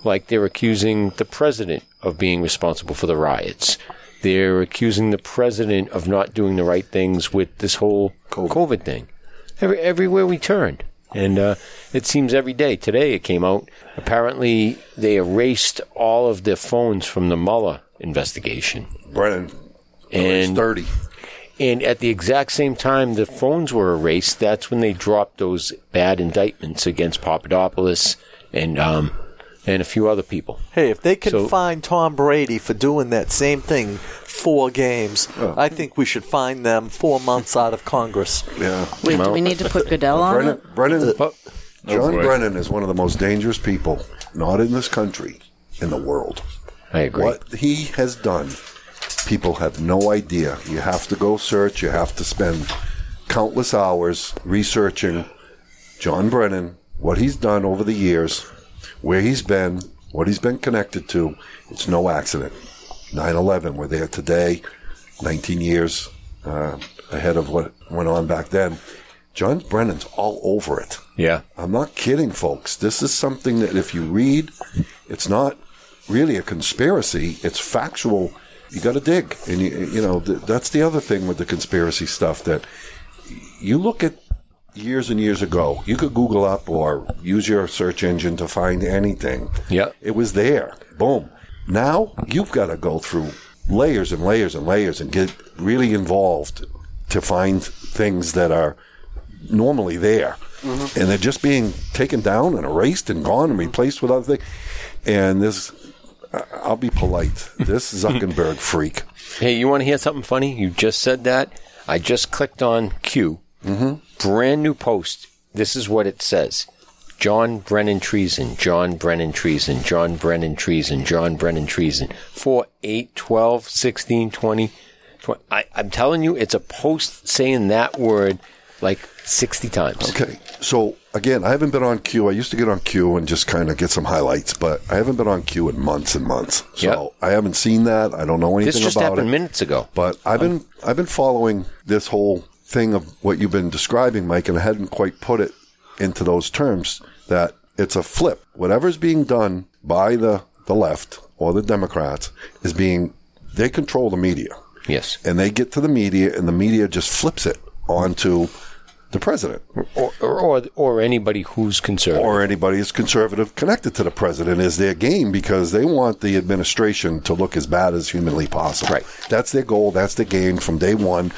Speaker 8: like they're accusing the president of being responsible for the riots. They're accusing the president of not doing the right things with this whole COVID, thing. Every, everywhere we turn. And uh, it seems every day. Today it came out. Apparently, they erased all of their phones from the Mueller investigation.
Speaker 2: Brennan.
Speaker 8: And
Speaker 2: 30.
Speaker 8: And at the exact same time the phones were erased, that's when they dropped those bad indictments against Papadopoulos and um, and a few other people.
Speaker 5: Hey, if they can
Speaker 8: So-
Speaker 5: find Tom Brady for doing that same thing four games, I think we should find them four months out of Congress.
Speaker 2: Yeah.
Speaker 7: Wait, do we need to put Goodell on?
Speaker 2: Brennan,
Speaker 7: it?
Speaker 8: Uh,
Speaker 2: Brennan,
Speaker 8: oh,
Speaker 2: John
Speaker 7: boy.
Speaker 2: Brennan is one of the most dangerous people, not in this country, in the world.
Speaker 8: I agree.
Speaker 2: What he has done, people have no idea. You have to go search. You have to spend countless hours researching John Brennan, what he's done over the years, where he's been, what he's been connected to. It's no accident. 9/11, we're there today, 19 years uh, ahead of what went on back then. John Brennan's all over it.
Speaker 8: Yeah.
Speaker 2: I'm not kidding, folks. This is something that if you read, it's not really a conspiracy. It's factual. You got to dig, and you, you know th- that's the other thing with the conspiracy stuff that you look at years and years ago. You could Google up or use your search engine to find anything.
Speaker 8: Yeah,
Speaker 2: it was there. Boom. Now you've got to go through layers and layers and layers and get really involved to find things that are normally there and they're just being taken down and erased and gone and replaced with other things. And this, I- I'll be polite. This Zuckerberg freak.
Speaker 8: Hey, you want to hear something funny? You just said that. I just clicked on Q. Mm-hmm. Brand new post. This is what it says. John Brennan treason, John Brennan treason, John Brennan treason, John Brennan treason. 4, 8, 12, 16, 20. 20. I, I'm telling you, it's a post saying that word like 60 times.
Speaker 2: Okay. So again, I haven't been on Q. I used to get on Q and just kind of get some highlights, but I haven't been on Q in months and months. So
Speaker 8: Yep.
Speaker 2: I haven't seen that. I don't know anything
Speaker 8: This just
Speaker 2: about
Speaker 8: happened
Speaker 2: it.
Speaker 8: minutes ago. Um,
Speaker 2: But I've been I've been following this whole thing of what you've been describing, Mike, and I hadn't quite put it into those terms that it's a flip. Whatever's being done by the, the left or the Democrats is being they control the media.
Speaker 8: Yes.
Speaker 2: And they get to the media and the media just flips it onto the president.
Speaker 8: Or, or, or anybody who's conservative.
Speaker 2: Or anybody who's conservative connected to the president is their game because they want the administration to look as bad as humanly possible. Right. That's their goal. That's their game from day one.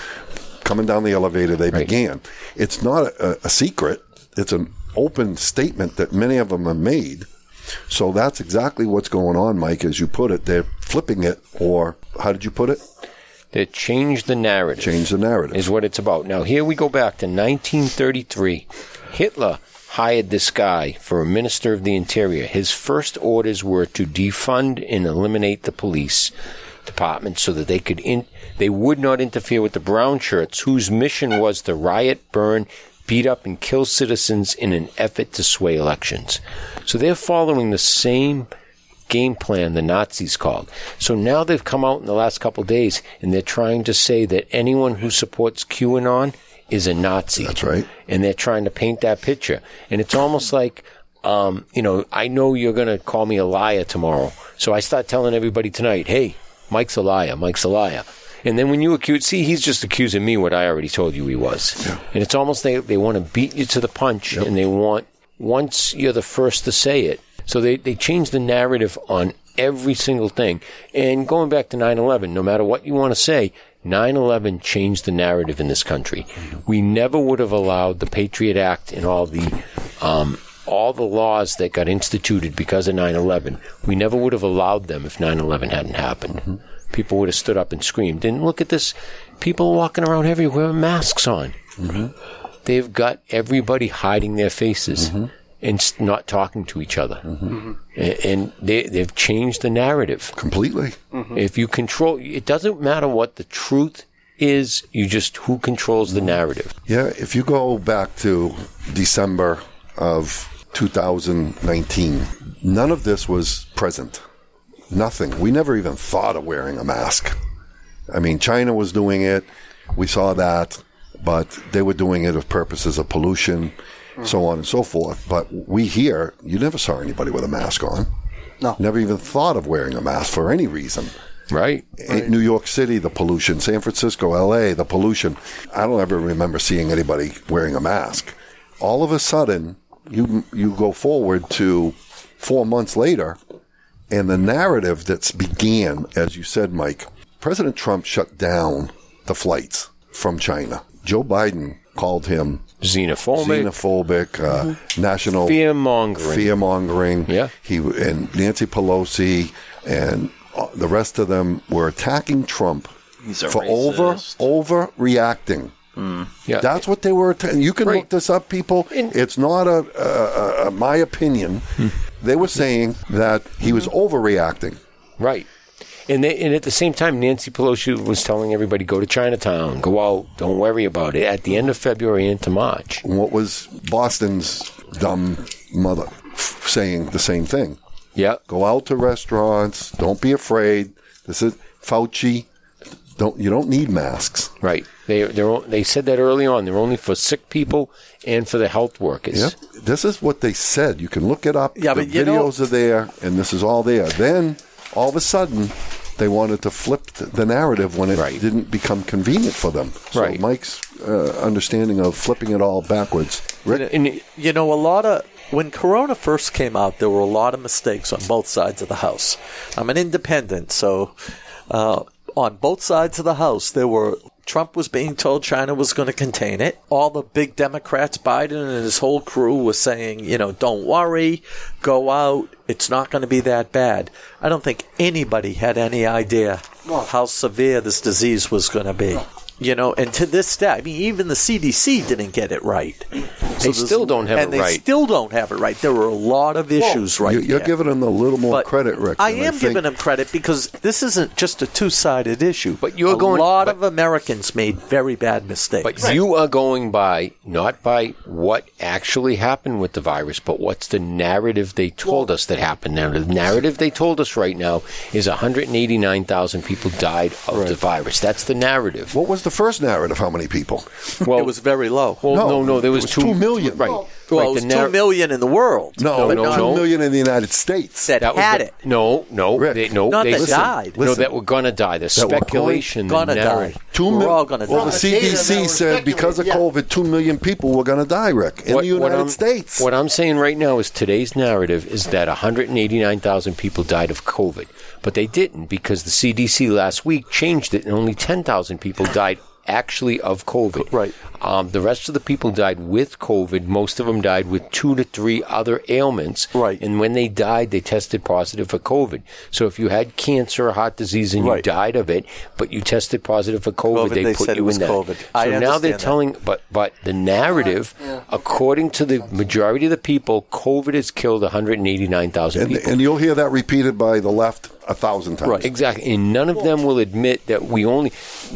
Speaker 2: Coming down the elevator, they began. It's not a, a secret. It's an open statement that many of them have made. So that's exactly what's going on, Mike, as you put it. They're flipping it, or how did you put it?
Speaker 8: They change the narrative.
Speaker 2: Change the narrative.
Speaker 8: Is what it's about. Now, here we go back to 1933. Hitler hired this guy for a minister of the interior. His first orders were to defund and eliminate the police department so that they could in, they would not interfere with the brown shirts whose mission was to riot, burn, beat up and kill citizens in an effort to sway elections. So they're following the same game plan the Nazis called. So now they've come out in the last couple of days and they're trying to say that anyone who supports QAnon is a Nazi. That's
Speaker 2: right.
Speaker 8: And they're trying to paint that picture. And it's almost like, um, you know, I know you're going to call me a liar tomorrow. So I start telling everybody tonight, hey, Mike's a liar, Mike's a liar. And then when you accuse, see, he's just accusing me what I already told you he was. And it's almost they, they want to beat you to the punch and they want, once you're the first to say it, so they, they change the narrative on every single thing. And going back to 9 11, no matter what you want to say, 9 11 changed the narrative in this country. We never would have allowed the Patriot Act and all the. Um, all the laws that got instituted because of 9 11, we never would have allowed them if 9 11 hadn't happened. People would have stood up and screamed. And look at this people walking around everywhere with masks on. They've got everybody hiding their faces and s- not talking to each other. A- And they, they've changed the narrative Mm-hmm.
Speaker 2: completely.
Speaker 8: If you control, it doesn't matter what the truth is, you just who controls the narrative.
Speaker 2: Yeah, if you go back to December of 2019, none of this was present. Nothing. We never even thought of wearing a mask. I mean, China was doing it. We saw that, but they were doing it of purposes of pollution, so on and so forth. But we here, you never saw anybody with a mask on.
Speaker 9: No.
Speaker 2: Never even thought of wearing a mask for any reason.
Speaker 8: Right.
Speaker 2: New York City, the pollution. San Francisco, LA, the pollution. I don't ever remember seeing anybody wearing a mask. All of a sudden, you you go forward to four months later, and the narrative that's began, as you said, Mike, President Trump shut down the flights from China. Joe Biden called him
Speaker 8: xenophobic,
Speaker 2: xenophobic, uh, national
Speaker 8: Fear mongering.
Speaker 2: fear mongering.
Speaker 8: Mm-hmm. Yeah.
Speaker 2: He and Nancy Pelosi and uh, the rest of them were attacking Trump
Speaker 11: He's a
Speaker 2: for
Speaker 11: racist.
Speaker 2: over overreacting.
Speaker 8: Mm-hmm. Yeah.
Speaker 2: That's what they were. atta- you can look this up, people. it's not a, a, a, a my opinion.
Speaker 8: Hmm.
Speaker 2: They were saying that he was
Speaker 8: Mm-hmm.
Speaker 2: overreacting.
Speaker 8: Right. And they, and at the same time, Nancy Pelosi was telling everybody go to Chinatown, go out, don't worry about it. At the end of February into March,
Speaker 2: What was Boston's dumb mother f- saying the same thing?
Speaker 8: Yeah.
Speaker 2: Go out to restaurants. Don't be afraid. This is Fauci. Don't you don't need masks.
Speaker 8: right? They they're, o- they said that early on. They're only for sick people and for the health workers.
Speaker 2: Yep. This is what they said. You can look it up.
Speaker 8: Yeah,
Speaker 2: the
Speaker 8: but you
Speaker 2: videos are there, and this is all there. Then all of a sudden, they wanted to flip th- the narrative when it didn't become convenient for them. So
Speaker 5: Right.
Speaker 2: Mike's uh, understanding of flipping it all backwards. Rick,
Speaker 5: You know, a lot of when Corona first came out, there were a lot of mistakes on both sides of the house. I'm an independent, so uh, on both sides of the house, there were Trump was being told China was going to contain it. All the big Democrats, Biden and his whole crew, were saying, you know, don't worry, go out, it's not going to be that bad. I don't think anybody had any idea how severe this disease was going to be. You know, and to this day, I mean, even the CDC didn't get it right
Speaker 8: They
Speaker 5: there's-
Speaker 8: still don't have
Speaker 5: and
Speaker 8: it
Speaker 5: they
Speaker 8: right.
Speaker 5: still don't have it right. There were a lot of issues right
Speaker 2: You- You're
Speaker 5: there.
Speaker 2: giving them a little more
Speaker 5: But
Speaker 2: credit, Rick.
Speaker 5: I
Speaker 2: than
Speaker 5: am
Speaker 2: think.
Speaker 5: giving them credit because this isn't just a two-sided issue. But
Speaker 8: you're
Speaker 5: a
Speaker 8: going-
Speaker 5: A lot of Americans made very bad mistakes.
Speaker 8: But you are going by not by what actually happened with the virus, but what's the narrative they told us that happened. Now, the narrative they told us right now is 189,000 people died of the virus. That's the narrative.
Speaker 2: What was the first narrative? How many people?
Speaker 8: Well,
Speaker 5: it was very low.
Speaker 8: Well, no, no, there was, two
Speaker 2: million.
Speaker 8: Right.
Speaker 5: Well,
Speaker 8: right,
Speaker 5: it was
Speaker 8: the narr-
Speaker 5: two million in the world.
Speaker 8: No,
Speaker 5: but
Speaker 8: no,
Speaker 5: not-
Speaker 8: no.
Speaker 2: Two million in the United States
Speaker 5: that,
Speaker 8: was
Speaker 5: had
Speaker 8: the-
Speaker 5: it.
Speaker 8: No, no, they, no,
Speaker 5: Not
Speaker 8: they
Speaker 5: that
Speaker 8: listen,
Speaker 5: died.
Speaker 8: No,
Speaker 5: Listen.
Speaker 8: that were gonna die. The
Speaker 5: That were going-
Speaker 8: speculation, the
Speaker 5: gonna die.
Speaker 8: narrative.
Speaker 2: Two
Speaker 5: We're
Speaker 2: mil-
Speaker 5: all gonna
Speaker 2: well,
Speaker 5: die.
Speaker 2: the CDC said because of COVID, two million people were going to die, Rick, in the
Speaker 8: I'm-
Speaker 2: United States.
Speaker 8: What I'm saying right now is today's narrative is that 189,000 people died of COVID, but they didn't because the CDC last week changed it and only 10,000 people died actually of COVID. Right. Um, the rest of the people died with COVID. Most of them died with two to three other ailments. Right. And when they died, they tested positive for COVID. So if you had cancer or heart disease and you
Speaker 5: Right.
Speaker 8: died of it, but you tested positive for
Speaker 5: COVID,
Speaker 8: COVID, they,
Speaker 5: they
Speaker 8: put
Speaker 5: said
Speaker 8: you
Speaker 5: it was
Speaker 8: in that.
Speaker 5: COVID.
Speaker 8: So
Speaker 5: I
Speaker 8: now
Speaker 5: understand
Speaker 8: they're
Speaker 5: that.
Speaker 8: telling telling- but but the narrative, according to the majority of the people, COVID has killed 189,000
Speaker 2: and,
Speaker 8: people.
Speaker 2: and you'll hear that repeated by the left a thousand times.
Speaker 8: Right, exactly. And none of them will admit that we only,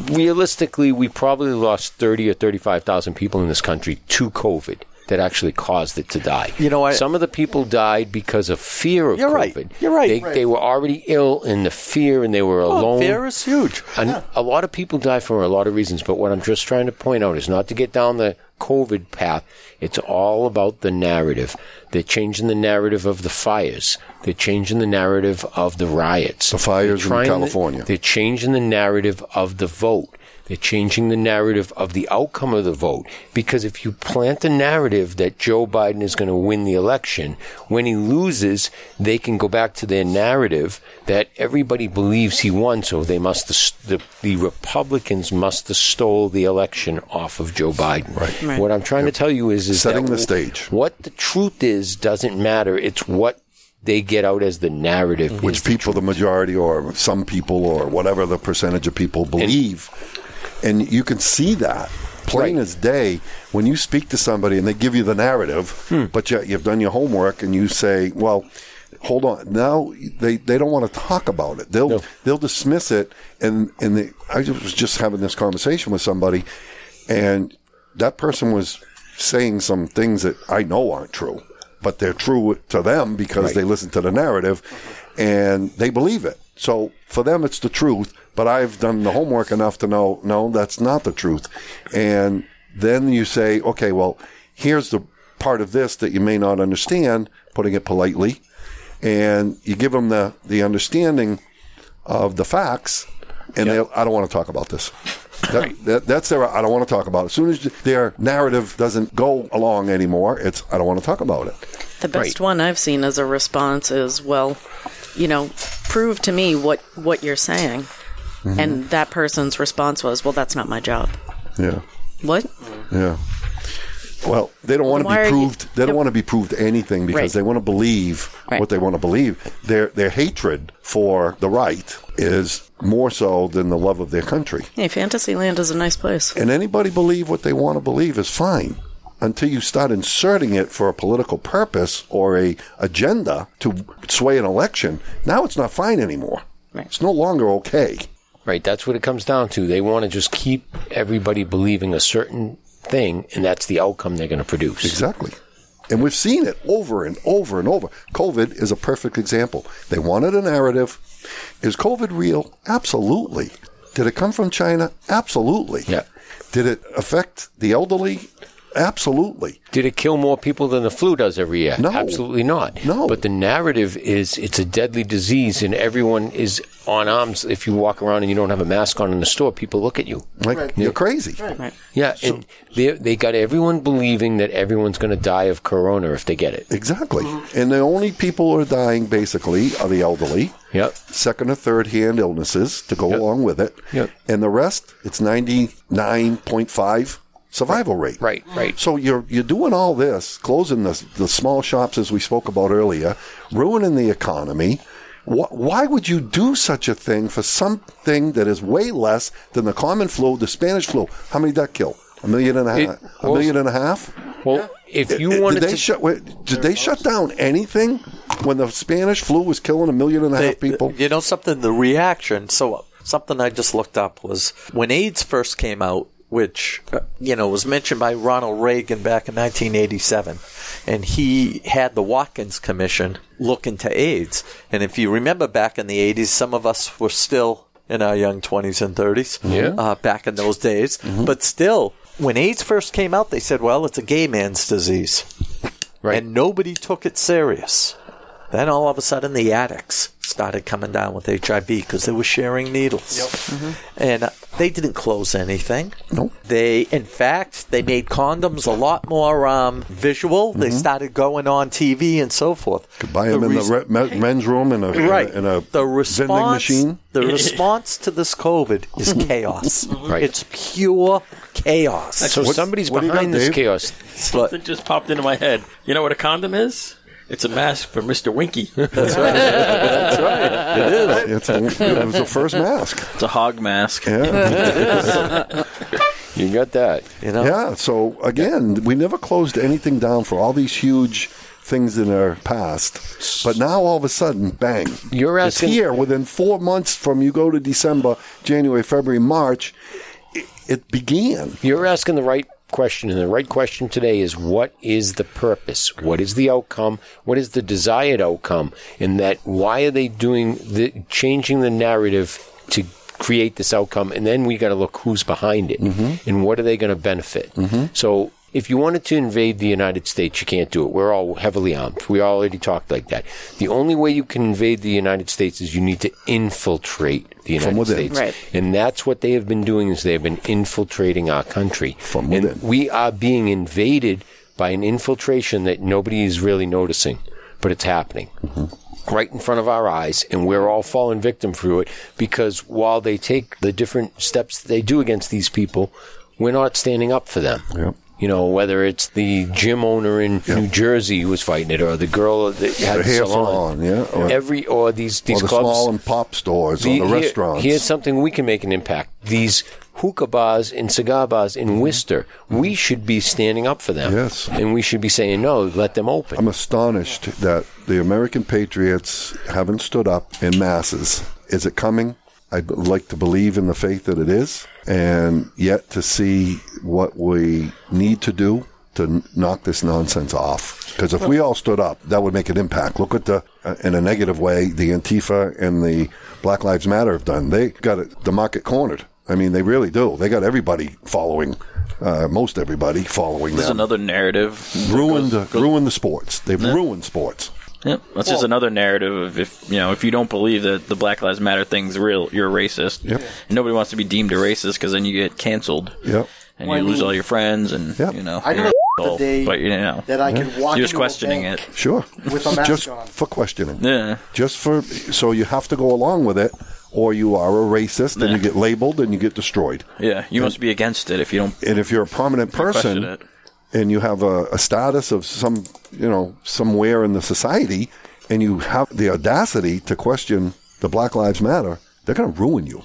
Speaker 8: realistically, we probably lost 30 or 35,000 people in this country to COVID that actually caused it to die. You know, some of the people died because of fear of
Speaker 5: You're right.
Speaker 8: COVID.
Speaker 5: You're right.
Speaker 8: They,
Speaker 5: Right. Oh,
Speaker 8: they were already ill and the fear and they were alone.
Speaker 5: fear is huge.
Speaker 8: And A lot of people die for a lot of reasons, but what I'm just trying to point out is not to get down the COVID path. It's all about the narrative. They're changing the narrative of the fires. They're changing the narrative of the riots. The
Speaker 2: fires in California.
Speaker 8: they're changing the narrative of the vote. They're changing the narrative of the outcome of the vote. Because if you plant the narrative that Joe Biden is going to win the election, when he loses, they can go back to their narrative that everybody believes he won, so they must, the, the Republicans must have stole the election off of Joe Biden. Right. What I'm trying to tell you is, is
Speaker 2: Setting
Speaker 8: that
Speaker 2: the stage.
Speaker 8: What the truth is doesn't matter. It's what they get out as the narrative. is
Speaker 2: Which people, the majority, or some people, or whatever the percentage of people believe, and, you can see that plain as day when you speak to somebody and they give you the narrative, but yet you've done your homework and you say, "Well, hold on." Now they, they don't want to talk about it. They'll they'll dismiss it. And and they, I just- was just having this conversation with somebody, and that person was saying some things that I know aren't true, but they're true to them because
Speaker 8: Right.
Speaker 2: they listen to the narrative and they believe it. So for them, it's the truth, but I've done the homework enough to know, no, that's not the truth. And then you say, okay, well, here's the part of this that you may not understand, putting it politely, and you give them the, the understanding of the facts, and they, I don't want to talk about this. That, that, that's their. I don't want to talk about it. As soon as their narrative doesn't go along anymore, it's I don't want to talk about it.
Speaker 7: The best one I've seen as a response is, well, you know, prove to me what what you're saying.
Speaker 2: Mhm.
Speaker 7: And that person's response was, well, that's not my job.
Speaker 2: Yeah,
Speaker 7: What?
Speaker 2: yeah. Well, they don't want to
Speaker 7: Why are
Speaker 2: be
Speaker 7: you-
Speaker 2: proved. they don't want to be proved anything because
Speaker 7: Right.
Speaker 2: they want to believe what they want to believe. Their their hatred for the right is more so than the love of their country.
Speaker 7: Hey, Fantasyland is a nice place.
Speaker 2: And anybody believe what they want to believe is fine until you start inserting it for a political purpose or a agenda to sway an election. Now it's not fine anymore. It's no longer okay.
Speaker 8: Right, that's what it comes down to. They want to just keep everybody believing a certain thing, and that's the outcome they're going to produce.
Speaker 2: Exactly. And we've seen it over and over and over. COVID is a perfect example. They wanted a narrative. Is COVID real? Absolutely. Did it come from China? Absolutely. Yeah. Did it affect the elderly? Absolutely.
Speaker 8: Did it kill more people than the flu does every year?
Speaker 2: No.
Speaker 8: Absolutely not. No. But the narrative is it's a deadly disease, and everyone is on arms. If you walk around and you don't have a mask on in the store, people look at you.
Speaker 2: Like, you're crazy.
Speaker 8: Yeah, and they, they got everyone believing that everyone's going to die of corona if they get it.
Speaker 2: Exactly. And the only people who are dying basically are the elderly.
Speaker 8: Yep.
Speaker 2: Second or third hand illnesses to go along with it. And the rest, it's ninety nine point five survival rate.
Speaker 8: Right, right.
Speaker 2: So you're you're doing all this, closing the the small shops as we spoke about earlier, ruining the economy. Wh- Why would you do such a thing for something that is way less than the common flu, the Spanish flu? How many did that kill? A million and a
Speaker 8: It
Speaker 2: half. a
Speaker 8: was-
Speaker 2: million and a half.
Speaker 8: Well, if you
Speaker 2: Did
Speaker 8: wanted
Speaker 2: they
Speaker 8: to,
Speaker 2: shut, wait, did they shut down anything when the Spanish flu was killing a million and a half
Speaker 5: They-
Speaker 2: people?
Speaker 5: You know something? The reaction. So something I just looked up was when AIDS first came out, which uh, you know was mentioned by Ronald Reagan back in 1987, and he had the Watkins Commission look into AIDS. And if you remember back in the 80s, some of us were still in our young 20s and 30s.
Speaker 4: Yeah.
Speaker 5: Uh, back in those days, but still. When AIDS first came out, they said, well, it's a gay man's disease. Right. And nobody took it serious. Then all of a sudden, the addicts started coming down with HIV because they were sharing needles.
Speaker 2: Mm-hmm.
Speaker 5: And uh, they didn't close anything. No. They, in fact, they made condoms a lot more um, visual. They started going on TV and so forth. Could
Speaker 2: Mm-hmm. Buy them in the re- me- men's room in a
Speaker 5: Right.
Speaker 2: in a
Speaker 5: the
Speaker 2: vending
Speaker 5: response,
Speaker 2: machine.
Speaker 5: The response to this COVID is chaos.
Speaker 8: Right.
Speaker 5: It's pure chaos.
Speaker 8: So somebody's behind this chaos.
Speaker 3: Something just popped into my head. You know what a condom is? It's a mask for Mr. Winky. That's
Speaker 5: right.
Speaker 3: That's right.
Speaker 2: It is. it was the first mask.
Speaker 10: It's a hog mask.
Speaker 2: Yeah.
Speaker 8: you got that.
Speaker 5: You know?
Speaker 2: Yeah. So again, we never closed anything down for all these huge things in our past, but now all of a sudden, bang!
Speaker 8: You're asking-
Speaker 2: it's here within four months from you go to December, January, February, March. It, it began.
Speaker 8: You're asking the right question, and the right question today is what is the purpose? What is the outcome? What is the desired outcome? And that why are they doing the changing the narrative to create this outcome? And then we got to look who's behind it
Speaker 2: Mm-hmm.
Speaker 8: and what are they going to benefit. So. If you wanted to invade the United States, you can't do it. We're all heavily armed. We already talked like that. The only way you can invade the United States is you need to infiltrate the
Speaker 2: From
Speaker 8: United
Speaker 2: within.
Speaker 8: States.
Speaker 2: Right.
Speaker 8: And that's what they have been doing is they've been infiltrating our country. From and we are being invaded by an infiltration that nobody is really noticing, but it's happening.
Speaker 2: Mm-hmm.
Speaker 8: Right in front of our eyes, and we're all falling victim to it because while they take the different steps that they do against these people, we're not standing up for them. You know, whether it's the gym owner in New Jersey who was fighting it, or the girl that had
Speaker 2: The
Speaker 8: the
Speaker 2: hair
Speaker 8: salon,
Speaker 2: salon, yeah, or-
Speaker 8: every or these these
Speaker 2: or the
Speaker 8: clubs,
Speaker 2: small and pop stores, or
Speaker 8: the-
Speaker 2: the
Speaker 8: here-
Speaker 2: restaurants.
Speaker 8: Here's something we can make an impact. These hookah bars and cigar bars in Worcester, we should be standing up for them. Yes. And we should be saying, no, let them open.
Speaker 2: I'm astonished that the American patriots haven't stood up in masses. Is it coming? I'd like to believe in the faith that it is, and yet to see what we need to do to n- knock this nonsense off. Because if we all stood up, that would make an impact. Look at the, uh, in a negative way, the Antifa and the Black Lives Matter have done. They got it, the market cornered. I mean, they really do. They got everybody following, uh, most everybody following
Speaker 10: This is
Speaker 3: Um,
Speaker 2: them.
Speaker 10: another narrative.
Speaker 2: Ruined, ruined the sports. They've ruined sports.
Speaker 10: Yep. That's just another narrative of if you know if you don't believe that the Black Lives Matter thing's real, you're a racist.
Speaker 2: Yep.
Speaker 10: And nobody wants to be deemed a racist because then you get canceled.
Speaker 2: Yep.
Speaker 10: And
Speaker 9: Well,
Speaker 10: you
Speaker 9: I
Speaker 10: lose
Speaker 9: mean-
Speaker 10: all your friends, and you know
Speaker 9: I
Speaker 10: you're
Speaker 9: know
Speaker 10: an
Speaker 9: the
Speaker 10: asshole,
Speaker 9: day
Speaker 10: but you know
Speaker 9: that I
Speaker 2: Yeah.
Speaker 9: could walk
Speaker 10: You're just
Speaker 9: into a
Speaker 10: questioning
Speaker 9: bank
Speaker 10: it.
Speaker 2: Sure.
Speaker 9: With a mask
Speaker 2: just
Speaker 9: on.
Speaker 2: for questioning.
Speaker 10: Yeah.
Speaker 2: Just for so you have to go along with it, or you are a racist and you get labeled and you get destroyed.
Speaker 10: Yeah, you must be against it if you don't.
Speaker 2: And if you're a prominent
Speaker 10: question
Speaker 2: person and you have a, a status of some, you know, somewhere in the society, and you have the audacity to question the Black Lives Matter, they're going to ruin you.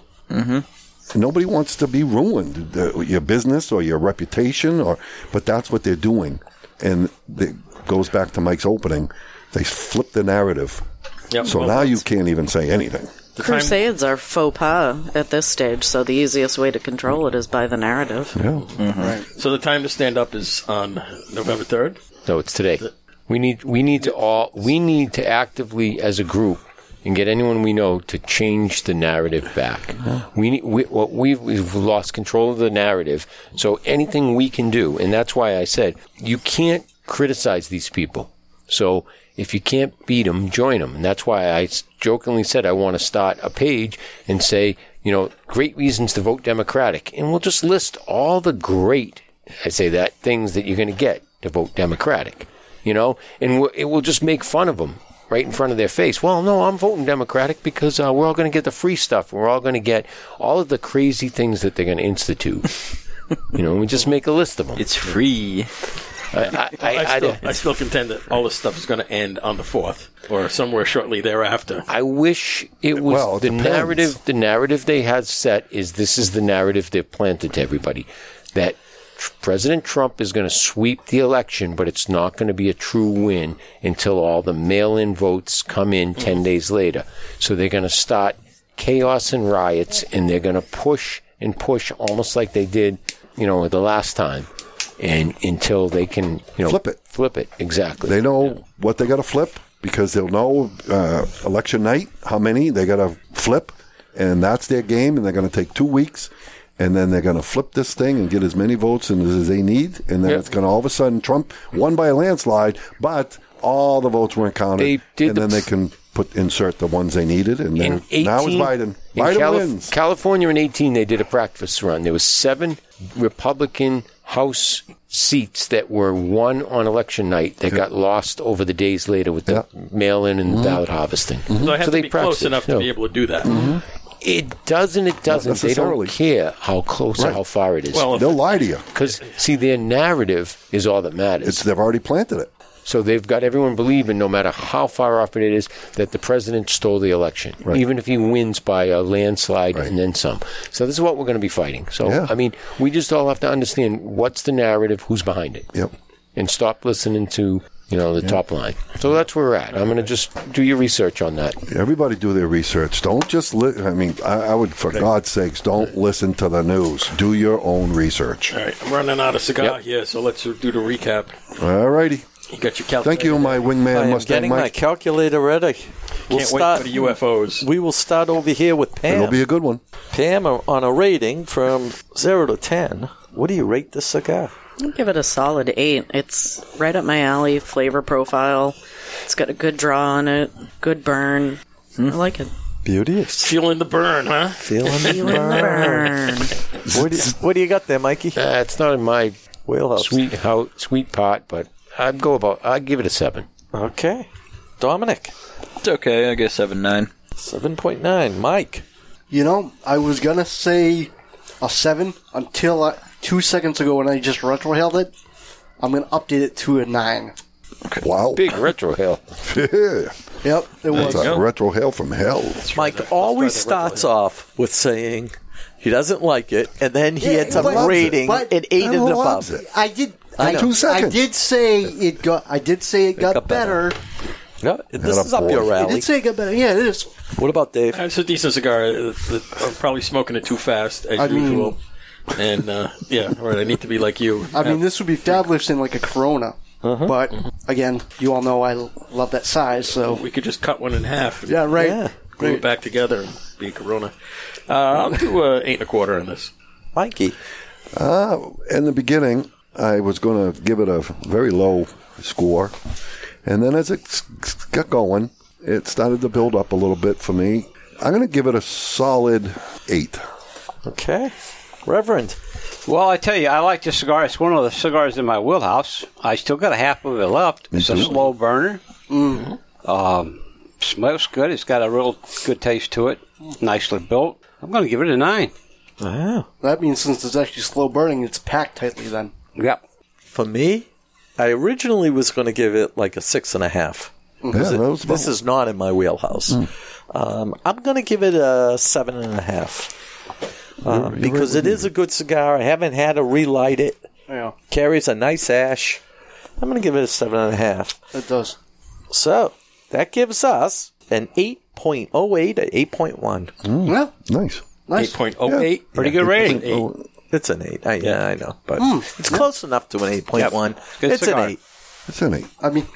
Speaker 2: Mm-hmm. Nobody wants to be ruined, the- your business or your reputation, or but that's what they're doing, and it goes back to Mike's opening. They flip the narrative,
Speaker 3: Yep.
Speaker 2: so
Speaker 3: Well,
Speaker 2: now you can't even say anything.
Speaker 7: Crusades are faux pas at this stage, so the easiest way to control it is by the narrative.
Speaker 3: So the time to stand up is on November 3rd.
Speaker 8: No, it's today. We need we need to all we need to actively as a group and get anyone we know to change the narrative back. We, need, we what we've, we've lost control of the narrative. So anything we can do, and that's why I said you can't criticize these people. So if you can't beat them, join them. And that's why I s- jokingly said I want to start a page and say, you know, great reasons to vote Democratic. And we'll just list all the great, I say that, things that you're going to get to vote Democratic, you know, and we it will just make fun of them right in front of their face. Well, no, I'm voting Democratic because uh, we're all going to get the free stuff. We're all going to get all of the crazy things that they're going to institute. you know, and we just make a list of them. It's
Speaker 10: free.
Speaker 8: I, I, I,
Speaker 3: still,
Speaker 8: I-
Speaker 3: I still contend that all this stuff is going to end on the 4th or somewhere shortly thereafter.
Speaker 8: I wish it was
Speaker 3: Well, it
Speaker 8: the
Speaker 3: depends.
Speaker 8: narrative. The narrative they had set is this is the narrative they've planted to everybody that Tr- President Trump is going to sweep the election, but it's not going to be a true win until all the mail in votes come in
Speaker 2: Mm.
Speaker 8: 10 days later. So they're going to start chaos and riots, and they're going to push and push almost like they did, you know, the last time. And until they can, you know,
Speaker 2: Flip it.
Speaker 8: Flip it, exactly.
Speaker 2: They know what they got to flip because they'll know uh, election night how many they got to flip, and that's their game. And they're going to take two weeks, and then they're going to flip this thing and get as many votes and as they need, and then it's going to all of a sudden Trump won by a landslide, but all the votes weren't counted,
Speaker 8: They did
Speaker 2: and
Speaker 8: the
Speaker 2: then they can put insert the ones they needed, and then
Speaker 8: in 18,
Speaker 2: now it's Biden.
Speaker 8: in
Speaker 2: Biden
Speaker 8: Calif-
Speaker 2: wins.
Speaker 8: California in 18, they did a practice run. There was seven Republican House seats that were won on election night that got lost over the days later with the mail-in
Speaker 2: Mm-hmm.
Speaker 8: and ballot harvesting.
Speaker 3: So I have to be close
Speaker 8: Mm-hmm. practiced,
Speaker 3: enough
Speaker 8: you
Speaker 3: to
Speaker 8: know.
Speaker 3: be able to do that.
Speaker 8: It doesn't. It doesn't. They
Speaker 3: necessarily.
Speaker 8: don't care how close or
Speaker 3: Right.
Speaker 8: how far it is.
Speaker 3: Well, if-
Speaker 2: They'll lie to you
Speaker 8: because see, their narrative is all that matters.
Speaker 2: It's they've already planted it.
Speaker 8: So they've got everyone believing, no matter how far off it is, that the president stole the election, even if he wins by a landslide and then some. So this is what we're going to be fighting. So
Speaker 2: Yeah.
Speaker 8: I mean, we just all have to understand what's the narrative, who's behind it,
Speaker 2: yep.
Speaker 8: and stop listening to you know the top line. So that's where we're at. I'm going to just do your research on that.
Speaker 2: Everybody do their research. Don't just. Li- I mean, I, I would, for God's sakes, don't listen to the news. Do your own research.
Speaker 3: All right, I'm running out of cigar
Speaker 2: Yep.
Speaker 3: here, so let's do the recap.
Speaker 2: All righty.
Speaker 3: You got your
Speaker 2: Thank you, my
Speaker 5: I
Speaker 2: wingman
Speaker 5: am
Speaker 2: Mustang
Speaker 5: getting my
Speaker 2: Mike.
Speaker 5: calculator ready.
Speaker 3: wait for the UFOs.
Speaker 5: We will start over here with Pam.
Speaker 2: It'll be a good one.
Speaker 5: Pam, uh, on a rating from 0 to 10, what do you rate this cigar?
Speaker 7: I'll give it a solid eight. It's right up my alley. Flavor profile. It's got a good draw on it. Good burn.
Speaker 3: Hmm.
Speaker 7: I like it.
Speaker 5: Beauteous.
Speaker 3: Feeling the burn, huh?
Speaker 5: Feeling the
Speaker 7: Feeling the burn.
Speaker 5: what, do you, what do you got there, Mikey?
Speaker 8: Uh, it's not in my
Speaker 5: wheelhouse.
Speaker 8: sweet how sweet pot, but I'd go about. I'd give it a seven.
Speaker 5: Okay. Dominic.
Speaker 10: It's okay. I guess seven nine.
Speaker 5: Seven point nine. Mike.
Speaker 9: You know, I was gonna say a seven until I, two seconds ago when I just retrohaled it. I'm gonna update it to a nine.
Speaker 2: Wow.
Speaker 8: Big retro hell.
Speaker 2: Yeah.
Speaker 9: Yep, it
Speaker 2: That's
Speaker 9: was.
Speaker 2: a retro hell from hell.
Speaker 5: Mike always starts off with saying he doesn't like it, and then he ends up rating
Speaker 9: but-
Speaker 5: an eight and above.
Speaker 9: I did.
Speaker 5: I
Speaker 9: I,
Speaker 5: know.
Speaker 9: I,
Speaker 5: Two seconds.
Speaker 9: did say it got. I did say it, got, better.
Speaker 5: No, this is up your
Speaker 9: I
Speaker 5: alley.
Speaker 9: did say it got better. Yeah, it is.
Speaker 5: What about Dave?
Speaker 3: It's a decent cigar. Uh, uh, I'm probably smoking it too fast, as
Speaker 9: I mean-
Speaker 3: usual. and, uh, yeah, right, I need to be like you.
Speaker 9: I mean, this would be fabulous in like a Corona, but again, you all know I l- love that size. So
Speaker 3: we could just cut one in half. and
Speaker 9: Yeah, right. Yeah.
Speaker 3: Glue it back together and be a Corona. Uh, I'll do uh, eight and a quarter on this.
Speaker 5: Mikey.
Speaker 2: Uh, in the beginning, I was going to give it a very low score. And then as it s- s- got going, it started to build up a little bit for me. I'm going to give it a solid eight.
Speaker 5: Okay. Reverend.
Speaker 1: Well, I tell you, I like this cigar. It's one of the cigars in my wheelhouse. I still got a half of it left. It's
Speaker 2: Mm-hmm.
Speaker 1: a slow burner. Um, smells good. It's got a real good taste to it. Nicely built. I'm going to give it a nine.
Speaker 2: Ah.
Speaker 9: that means since it's actually slow burning, it's packed tightly. Then
Speaker 1: Yep.
Speaker 5: For me, I originally was going to give it like a six and a half. This is-
Speaker 2: was about-
Speaker 5: this is not in my wheelhouse. Um, I'm going to give it a seven and a half um, because it is a good cigar. I haven't had to relight it.
Speaker 9: Yeah.
Speaker 5: Carries a nice ash. I'm going to give it a seven and a half.
Speaker 9: it does.
Speaker 5: So that gives us an 8.08 to 8.1.
Speaker 9: Yeah,
Speaker 2: nice.
Speaker 9: nice.
Speaker 3: 8.08.
Speaker 1: Pretty good rating.
Speaker 5: It's an 8. I, yeah, I know. But it's close enough to an 8.1.
Speaker 1: Good
Speaker 5: It's
Speaker 1: cigar.
Speaker 5: an 8.
Speaker 2: It's an eight.
Speaker 9: I mean,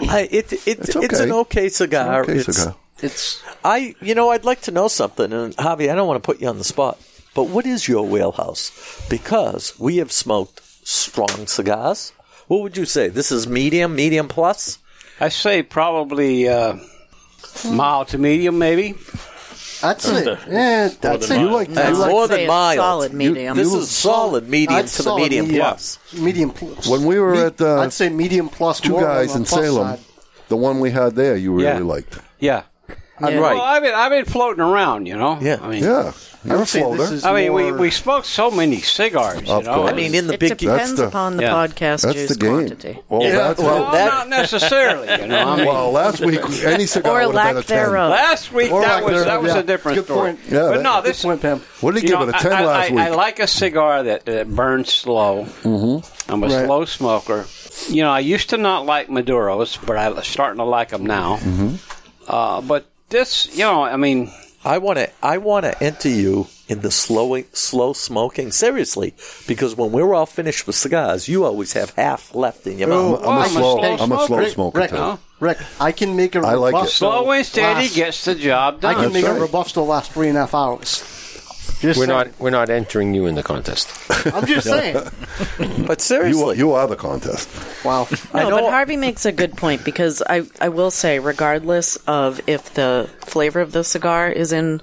Speaker 5: I, it, it, it's, an okay cigar.
Speaker 2: okay cigar.
Speaker 9: it's
Speaker 5: I, you know, I'd like to know something. And Javi, I don't want to put you on the spot, but what is your wheelhouse? Because we have smoked strong cigars. What would you say? This is medium, medium plus.
Speaker 1: I say probably uh, mild to medium, maybe.
Speaker 9: I'd say, yeah, I'd say you like
Speaker 5: That's
Speaker 9: you like-
Speaker 5: more
Speaker 7: say
Speaker 5: than
Speaker 7: it's
Speaker 5: mild.
Speaker 7: solid medium.
Speaker 5: This
Speaker 7: You-
Speaker 5: is solid medium
Speaker 9: I'd
Speaker 5: to the
Speaker 9: solid
Speaker 5: medium plus.
Speaker 9: Medium plus.
Speaker 2: When we were at uh,
Speaker 9: I'd say medium plus.
Speaker 2: Two
Speaker 9: more on
Speaker 2: Guys
Speaker 9: the
Speaker 2: in
Speaker 9: plus
Speaker 2: Salem,
Speaker 9: side.
Speaker 2: the one we had there you really
Speaker 1: Yeah.
Speaker 2: liked.
Speaker 1: Yeah. I'm
Speaker 5: right.
Speaker 1: Well, I've been, I've been floating around, you know. Yeah. I mean,
Speaker 2: yeah. You're a I'd say this floater. is
Speaker 1: I mean, we,
Speaker 2: more-
Speaker 1: we smoked so many cigars. You
Speaker 2: Of
Speaker 1: know?
Speaker 2: course. I mean, in the It big- depends That's the- upon the
Speaker 7: podcast
Speaker 2: that's the game. Well,
Speaker 1: Yeah,
Speaker 2: that's
Speaker 1: well,
Speaker 2: it.
Speaker 1: not necessarily. You know, I mean-
Speaker 2: well, last week any cigar
Speaker 1: Or
Speaker 2: would have been a
Speaker 1: lack
Speaker 2: ten.
Speaker 1: thereof. Last week,
Speaker 2: Or
Speaker 1: that
Speaker 2: lack
Speaker 1: was-
Speaker 2: thereof,
Speaker 1: that was
Speaker 2: yeah.
Speaker 1: a different
Speaker 2: Good
Speaker 1: story.
Speaker 2: Point. Yeah,
Speaker 1: But
Speaker 2: that-
Speaker 1: no,
Speaker 2: good
Speaker 1: this-
Speaker 2: point, Pam. What did he
Speaker 1: You
Speaker 2: give
Speaker 1: know,
Speaker 2: it? A ten
Speaker 1: I, I-
Speaker 2: last
Speaker 1: I-
Speaker 2: week.
Speaker 1: I like a cigar that, that burns slow. Mm-hmm. I'm a
Speaker 2: Right.
Speaker 1: slow smoker. You know, I used to not like Maduros, but I'm starting to like them now.
Speaker 2: Mm-hmm.
Speaker 1: Uh, but this, you know, I mean,
Speaker 5: I want to I want to enter you in the slow slow smoking seriously because when we're all finished with cigars, you always have half left in your
Speaker 2: Oh,
Speaker 5: mouth.
Speaker 2: I'm a I'm a slow- slow I'm a slow smoker. smoker,
Speaker 9: Rick,
Speaker 2: too.
Speaker 9: Rick, I can make a
Speaker 5: I like
Speaker 9: robusto
Speaker 5: it. Slow
Speaker 1: and steady
Speaker 9: last-
Speaker 1: gets the job
Speaker 9: I
Speaker 1: done.
Speaker 9: can make a robusto last three and a half hours. Just
Speaker 8: we're
Speaker 9: saying.
Speaker 8: not we're not entering you in the contest.
Speaker 9: I'm just saying.
Speaker 5: But seriously,
Speaker 2: you, are the contest.
Speaker 9: Wow.
Speaker 7: No, but Harvey makes a good point because I, I will say, regardless of if the flavor of the cigar is in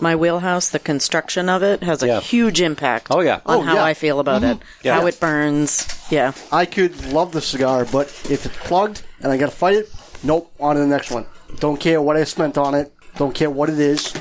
Speaker 7: my wheelhouse, the construction of it has a huge impact oh, yeah. on
Speaker 9: Oh,
Speaker 7: how
Speaker 9: yeah.
Speaker 7: I feel about
Speaker 9: Mhm.
Speaker 7: it,
Speaker 9: Yeah.
Speaker 7: how it burns. Yeah.
Speaker 9: I could love the cigar, but if it's plugged and I gotta fight it, nope, on to the next one. Don't care what I spent on it. Don't care what it is.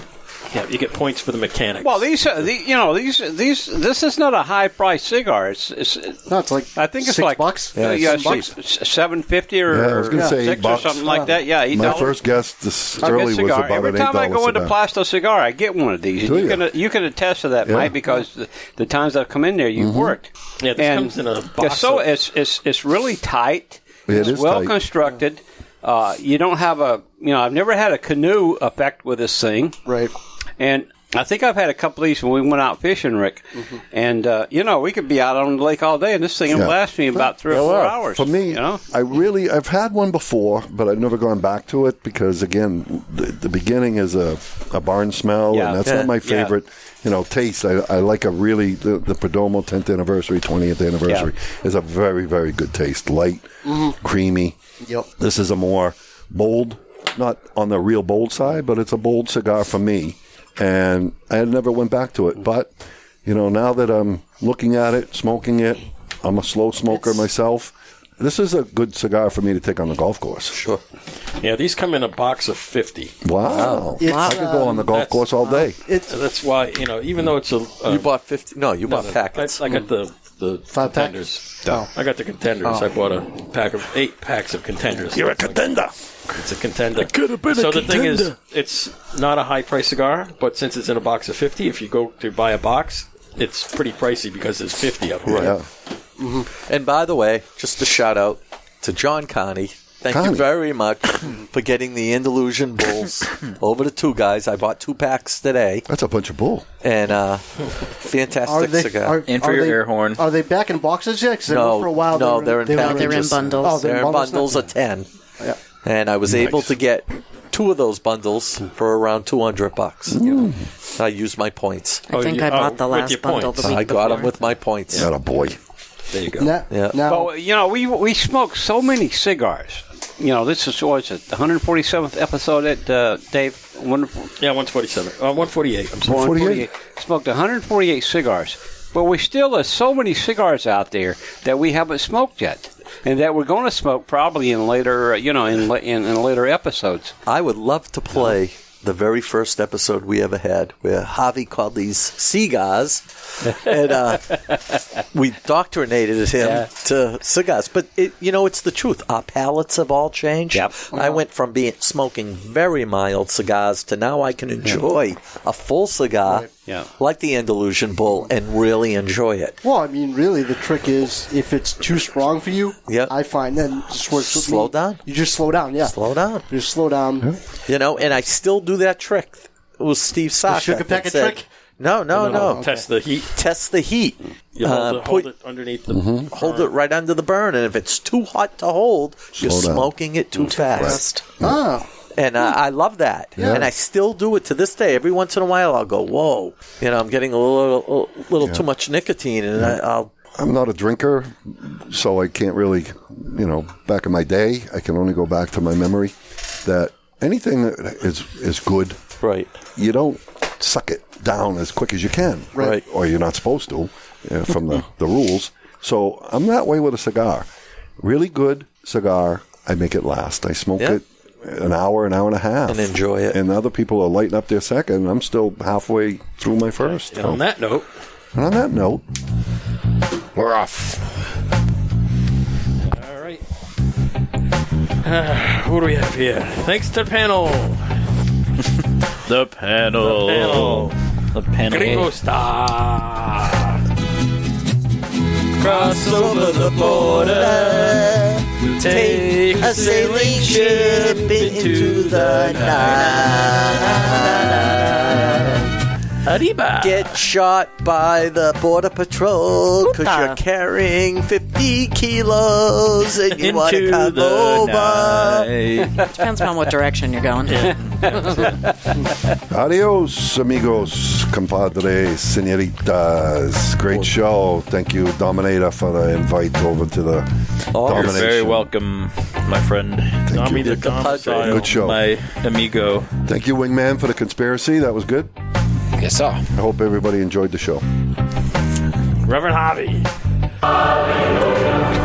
Speaker 3: Yeah, you get points for the mechanic.
Speaker 1: Well, these, are, the, you know, these, these, this is not a high price cigar. It's, it's
Speaker 9: no, it's like
Speaker 1: I think it's
Speaker 9: six
Speaker 1: like uh,
Speaker 9: bucks?
Speaker 1: yeah,
Speaker 9: Yeah, it's
Speaker 1: six- s- seven fifty or,
Speaker 2: Yeah, I was going to
Speaker 1: or
Speaker 2: say
Speaker 1: six
Speaker 2: eight bucks.
Speaker 1: or something like that. Yeah, eight
Speaker 2: My
Speaker 1: dollars.
Speaker 2: first guess this
Speaker 1: A good
Speaker 2: early was
Speaker 1: cigar.
Speaker 2: about
Speaker 1: Every
Speaker 2: an
Speaker 1: time I
Speaker 2: $8
Speaker 1: go into
Speaker 2: cigar.
Speaker 1: Plasto Cigar, I get one of these.
Speaker 2: Do
Speaker 1: you,
Speaker 2: ya?
Speaker 1: can you can attest to that,
Speaker 2: Yeah. Mm-hmm.
Speaker 1: Mike, because the, the times I've come in there, you've worked.
Speaker 3: Yeah, this
Speaker 1: and
Speaker 3: comes in a
Speaker 1: it's
Speaker 3: box
Speaker 1: so
Speaker 3: of-
Speaker 1: it's, it's it's really tight.
Speaker 2: It
Speaker 1: it's
Speaker 2: is
Speaker 1: well
Speaker 2: tight.
Speaker 1: constructed. Uh, you don't have a you know I've never had a canoe effect with this thing.
Speaker 9: Right.
Speaker 1: And I think I've had a couple of these when we went out fishing, Rick. And uh, you know we could be out on the lake all day, and this thing will
Speaker 2: Yeah.
Speaker 1: last me about three or four hours.
Speaker 2: For me, I really I've had one before, but I've never gone back to it because again, the, the beginning is a, a barn smell,
Speaker 11: Yeah.
Speaker 2: and that's
Speaker 11: Yeah.
Speaker 2: not my
Speaker 11: Yeah.
Speaker 2: favorite. You know, taste. I, I like a really the, the Perdomo 10th anniversary, 20th anniversary is a very very good taste, light,
Speaker 1: Mm-hmm.
Speaker 2: creamy.
Speaker 9: Yep.
Speaker 2: This is a more bold, not on the real bold side, but it's a bold cigar for me, and I never went back to it, but. You know, now that I'm looking at it, smoking it, I'm a slow smoker myself. This is a good cigar for me to take on the golf course. Sure.
Speaker 3: Yeah, these come in a box of fifty.
Speaker 2: Wow.
Speaker 3: It's,
Speaker 2: I could go on the golf
Speaker 3: um,
Speaker 2: course all day.
Speaker 3: that's why you know, even though it's a uh,
Speaker 5: You bought fifty? No, you
Speaker 3: No,
Speaker 5: bought
Speaker 3: no,
Speaker 5: packets.
Speaker 3: I, I got the the
Speaker 5: Five
Speaker 3: contenders.
Speaker 5: packets?
Speaker 3: I got the contenders.
Speaker 5: Oh.
Speaker 3: I bought a pack of eight packs of contenders.
Speaker 5: You're a
Speaker 3: contender. It's a contender.
Speaker 5: could have been a
Speaker 3: so the thing is,
Speaker 5: contender.
Speaker 3: it's not a high price cigar, but since it's in a box of fifty, if you go to buy a box, it's pretty pricey because there's fifty of them.
Speaker 5: And by the way, just a shout out to John Connie. Thank you
Speaker 3: Connie.
Speaker 5: very much for getting the Andalusian Bulls over to two guys. I bought two packs today.
Speaker 2: That's a bunch of bull.
Speaker 5: And uh, fantastic cigar.
Speaker 9: they, Are they back in boxes yet? 'Cause they
Speaker 5: no,
Speaker 9: were for a while.
Speaker 5: no,
Speaker 9: they were
Speaker 5: they're in packages.
Speaker 9: packages. Oh,
Speaker 5: they're, in bundles
Speaker 9: now.
Speaker 5: of ten. And I was able to get two of those bundles for around two hundred bucks. I used my points.
Speaker 7: I Oh, think you- I bought oh, the with last your bundle the points. week
Speaker 5: I got them
Speaker 7: before.
Speaker 5: with my points.
Speaker 2: Not a boy.
Speaker 3: There you go.
Speaker 5: yeah.
Speaker 1: But, you know, we we smoke so many cigars. You know, this is what's it, the 147th episode at uh, Dave. Wonderful.
Speaker 3: Yeah, 147. Uh, 148. I'm sorry.
Speaker 1: 148. Smoked 148 cigars. But we still there's so many cigars out there that we haven't smoked yet, and that we're going to smoke probably in later, uh, you know, in, la- in in later episodes.
Speaker 5: I would love to play the very first episode we ever had where Javi called these cigars and uh, we doctrinated him
Speaker 4: Yeah.
Speaker 5: to cigars. But, it, you know, it's the truth. Our palates have all changed. I went from being smoking very mild cigars to now I can enjoy a full cigar
Speaker 1: Yeah.
Speaker 5: like the Andalusian Bull and really enjoy it.
Speaker 9: Well, I mean, really, the trick is if it's too strong for you,
Speaker 5: Yep.
Speaker 9: I find then it just works. With
Speaker 5: Slow
Speaker 9: me.
Speaker 5: down.
Speaker 9: You just slow down. Yeah.
Speaker 5: Slow down.
Speaker 9: You just slow down.
Speaker 5: You know, and I still do that trick. It was Steve Saka.
Speaker 9: sugar
Speaker 5: that
Speaker 9: packet
Speaker 5: said-
Speaker 9: trick?
Speaker 5: No, no,
Speaker 3: No, no,
Speaker 5: no.
Speaker 3: no. Test the heat.
Speaker 5: Test the heat.
Speaker 3: You hold,
Speaker 5: Uh,
Speaker 3: it,
Speaker 5: put- Mm-hmm.
Speaker 3: hold it underneath the.
Speaker 5: Hold it right under the burn, and if it's too hot to hold, you're
Speaker 3: Slow down.
Speaker 5: smoking it too fast.
Speaker 9: Oh.
Speaker 5: And uh, I love that,
Speaker 3: Yeah.
Speaker 5: and I still do it to this day. Every once in a while, I'll go, "Whoa, you know, I'm getting a little, a little too much nicotine," and I, I'll
Speaker 2: I'm not a drinker, so I can't really, you know, back in my day, I can only go back to my memory that anything that is is good.
Speaker 5: Right.
Speaker 2: You don't suck it down as quick as you can.
Speaker 5: Right.
Speaker 2: Or you're not supposed to uh, from the, the rules. So I'm that way with a cigar. Really good cigar, I make it last. I smoke it an hour, an hour and a half,
Speaker 5: And enjoy it.
Speaker 2: And other people are lighting up their second. and I'm still halfway through my first.
Speaker 3: And on that note,
Speaker 2: And on that note,
Speaker 8: we're off.
Speaker 3: all right. Uh, who do we have here? Thanks to the panel.
Speaker 10: The panel.
Speaker 3: Panel.
Speaker 10: The
Speaker 5: Mm.
Speaker 10: panel.
Speaker 3: Gringo Star.
Speaker 4: Cross over the border. Take a sailing ship into the night.
Speaker 3: Arriba.
Speaker 5: Get shot by the Border Patrol because you're carrying 50 kilos and you want to
Speaker 7: Into
Speaker 5: come
Speaker 7: the
Speaker 5: over.
Speaker 7: Depends on what direction you're going.
Speaker 2: Adios, amigos, compadres, senoritas. Great show. Thank you, Dominator, for the invite over to the
Speaker 10: Oh, You're
Speaker 2: domination.
Speaker 10: very welcome, my friend. Tommy the domicile,
Speaker 2: Good show.
Speaker 10: My amigo.
Speaker 2: Thank you, Wingman, for the conspiracy. That was good.
Speaker 8: Yes, sir. I
Speaker 2: hope everybody enjoyed the show.
Speaker 3: Reverend Harvey.
Speaker 4: Hallelujah.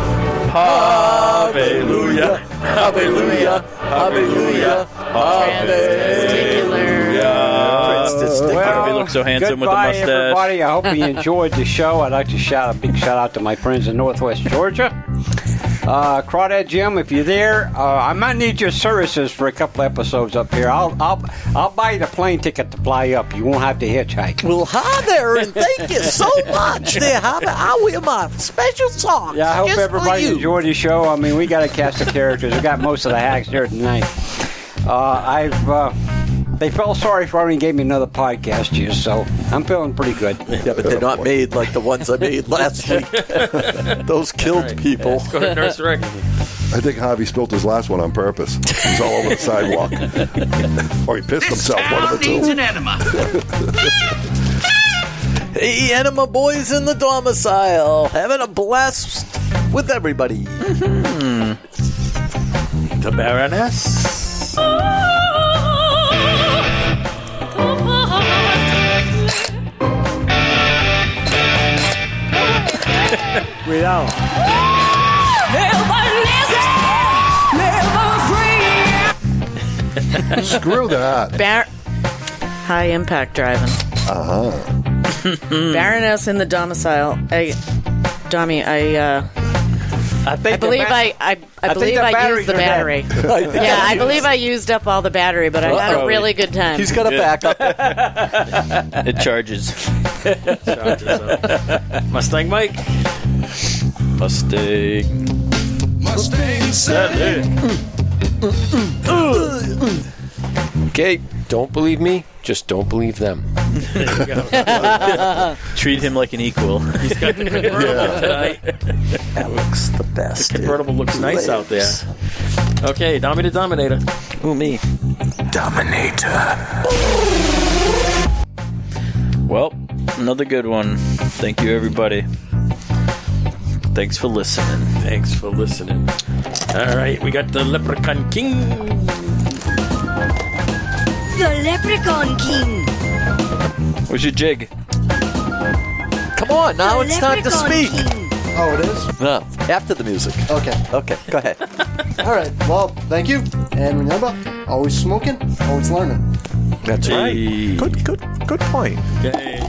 Speaker 4: Hallelujah. Hallelujah. Hallelujah.
Speaker 10: Harvey looks so handsome with the
Speaker 1: goodbye,
Speaker 10: mustache.
Speaker 1: everybody. I hope you enjoyed the show. I'd like to shout a big shout out to my friends in Northwest Georgia. Uh, Crawdad Jim, if you're there, uh, I might need your services for a couple episodes up here. I'll I'll I'll buy you the plane ticket to fly up. You won't have to hitchhike.
Speaker 5: Well, hi there, and thank you so much. There, Harvey. I wear my special socks.
Speaker 1: Yeah, I hope
Speaker 5: just for
Speaker 1: everybody
Speaker 5: you.
Speaker 1: enjoyed the show. I mean, we got a cast of characters. We got most of the hacks here tonight. Uh, I've uh, they felt sorry for me and gave me another podcast here, so I'm feeling pretty good.
Speaker 5: Yeah, but they're not made like the ones I made last week. Those killed people.
Speaker 3: Go to Nurse Rick.
Speaker 2: I think Javi spilt his last one on purpose. He's all over the sidewalk. or he pissed himself, one of the two.
Speaker 6: Needs an enema.
Speaker 5: Hey, Enema Boys in the Domicile, having a blast with everybody.
Speaker 3: The Baroness.
Speaker 4: Cuidado.
Speaker 2: Screw that.
Speaker 7: Bar- High impact driving.
Speaker 2: Uh huh.
Speaker 7: Uh-huh. Baroness in the domicile. I, Dommy, I. Uh,
Speaker 3: I, think
Speaker 7: believe
Speaker 5: the ba-
Speaker 7: I, I, I,
Speaker 5: I think
Speaker 7: believe
Speaker 5: the
Speaker 7: I
Speaker 5: batteries
Speaker 7: used the
Speaker 5: are dead.
Speaker 7: battery.
Speaker 5: I think
Speaker 7: yeah,
Speaker 5: I
Speaker 7: I
Speaker 5: used-
Speaker 7: believe I used up all the battery, but I had a
Speaker 10: Uh-oh.
Speaker 7: really good time.
Speaker 5: He's got a backup.
Speaker 10: It charges.
Speaker 3: Mustang Mike.
Speaker 10: Mustang.
Speaker 4: Mustang Sally.
Speaker 8: Okay, don't believe me, just don't believe them.
Speaker 10: Treat him like an equal. He's
Speaker 3: got the convertible tonight.
Speaker 5: That looks the best.
Speaker 3: Convertible looks nice out there. Okay, Dommy the Dominator.
Speaker 5: Who me?
Speaker 3: Dominator.
Speaker 10: Well, another good one. Thank you, everybody. Thanks for listening.
Speaker 3: Thanks for listening. All right, we got the Leprechaun King.
Speaker 12: The Leprechaun King.
Speaker 10: Where's your jig?
Speaker 5: Come on, now
Speaker 12: The
Speaker 5: it's time to
Speaker 12: Leprechaun
Speaker 5: speak.
Speaker 12: King.
Speaker 9: Oh, it is?
Speaker 5: No, after the music.
Speaker 9: Okay.
Speaker 5: Okay, go ahead.
Speaker 9: All right. Well, thank you. And remember, always smoking, always learning.
Speaker 5: That's
Speaker 10: right.
Speaker 5: Good, good, good point.
Speaker 3: Yay.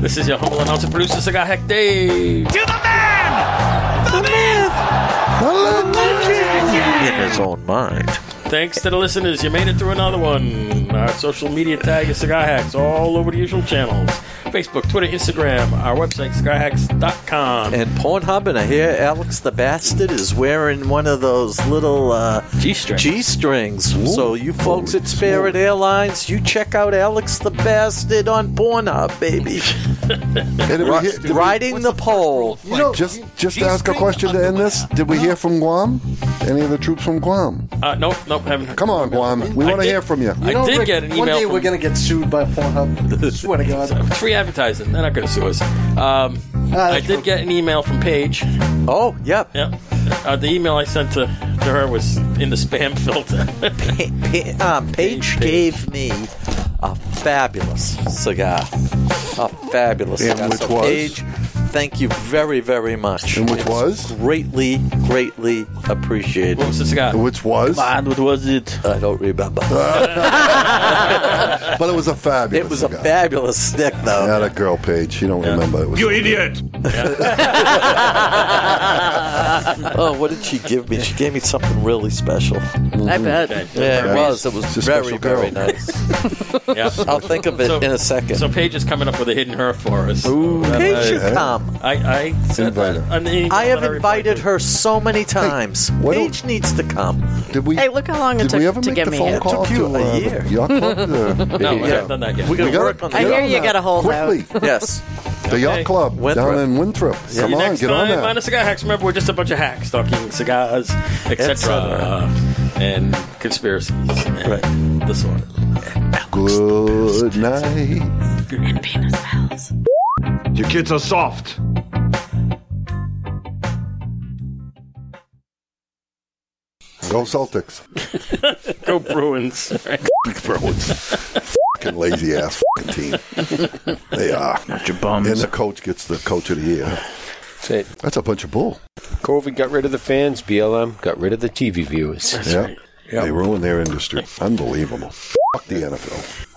Speaker 3: This is your humble announcer producer, Cigar Heck Dave. To the man! The
Speaker 5: In his own mind.
Speaker 3: Thanks to the listeners, you made it through another one. Our social media tag is Cigar Hacks all over the usual channels Facebook, Twitter, Instagram, our website, cigarhacks.com.
Speaker 5: And Pornhub, and I hear Alex the Bastard is wearing one of those little uh,
Speaker 10: G-strings.
Speaker 5: G-strings. So you folks at Spirit Airlines, you check out Alex the Bastard on Pornhub, baby.
Speaker 2: did we
Speaker 5: Ri-
Speaker 2: hear- did we-
Speaker 5: riding the pole.
Speaker 2: You know, just just to ask a question to end this. Did we hear from Guam? Any of the troops from Guam?
Speaker 3: Uh, nope, nope, haven't.
Speaker 2: Come on, Guam. We
Speaker 3: I
Speaker 2: want to
Speaker 3: did-
Speaker 2: hear from you.
Speaker 3: I did get an
Speaker 9: One
Speaker 3: email
Speaker 9: day
Speaker 3: from-
Speaker 9: we're gonna get sued by Pornhub. Swear to God.
Speaker 3: It's free advertising. They're not going to sue us. Um, I did get an email from Paige.
Speaker 5: Oh, yep.
Speaker 3: Yep. Uh, the email I sent to, to her was in the spam filter.
Speaker 5: Pa- um, Paige gave me a fabulous cigar. A fabulous
Speaker 2: And
Speaker 5: cigar.
Speaker 2: which
Speaker 5: so
Speaker 2: was?
Speaker 5: Paige, Thank you very, very much.
Speaker 2: And which was?
Speaker 5: Greatly, greatly appreciated. What
Speaker 3: was the cigar?
Speaker 2: Which was?
Speaker 5: God, what was it? I don't remember.
Speaker 2: but it was a fabulous.
Speaker 5: It was a fabulous stick, though.
Speaker 2: Not a girl page. She don't remember. It was
Speaker 6: You idiot!
Speaker 5: oh, what did she give me? She gave me something really special. I
Speaker 7: bet.
Speaker 5: Yeah, it
Speaker 3: Mm-hmm. Okay.
Speaker 5: was. It was
Speaker 3: It's a
Speaker 5: very,
Speaker 3: special girl.
Speaker 5: very nice. I'll think of it
Speaker 3: So-
Speaker 5: in a second.
Speaker 3: So Paige is coming up with a hidden her for us. Ooh,
Speaker 5: Paige should come.
Speaker 3: I, I said that. on the email
Speaker 5: I have
Speaker 3: that I
Speaker 5: invited her so many times. Paige needs to come.
Speaker 2: Did we?
Speaker 7: Hey, look how long it
Speaker 5: Did
Speaker 7: took
Speaker 5: we ever
Speaker 7: to
Speaker 5: make
Speaker 7: get
Speaker 5: the
Speaker 7: me
Speaker 5: phone
Speaker 7: here.
Speaker 5: call Took you to, a uh, year.
Speaker 2: Yacht Club?
Speaker 5: No, we haven't done that yet. We gotta work on
Speaker 7: I
Speaker 5: that.
Speaker 7: hear you got a hold
Speaker 2: Quickly.
Speaker 7: out.
Speaker 5: Yes.
Speaker 2: The Yacht Club down in Winthrop.
Speaker 3: See
Speaker 2: Come
Speaker 3: you
Speaker 2: on,
Speaker 3: next
Speaker 2: get
Speaker 3: time
Speaker 2: on that.
Speaker 3: on the cigar hacks. Remember, we're just a bunch of hacks talking cigars, etc., and conspiracies and the sort.
Speaker 2: Good night.
Speaker 6: And penis bells.
Speaker 11: Your kids are soft.
Speaker 2: Go Celtics.
Speaker 3: Go Bruins.
Speaker 2: Bruins. Fucking lazy ass fucking team. They are. Not your bums. And the coach gets the coach of the year. That's
Speaker 8: it.
Speaker 2: That's a bunch of bull.
Speaker 8: COVID got rid of the fans. BLM got rid of the TV viewers.
Speaker 2: yeah. They ruined their industry. Unbelievable. Fuck the NFL.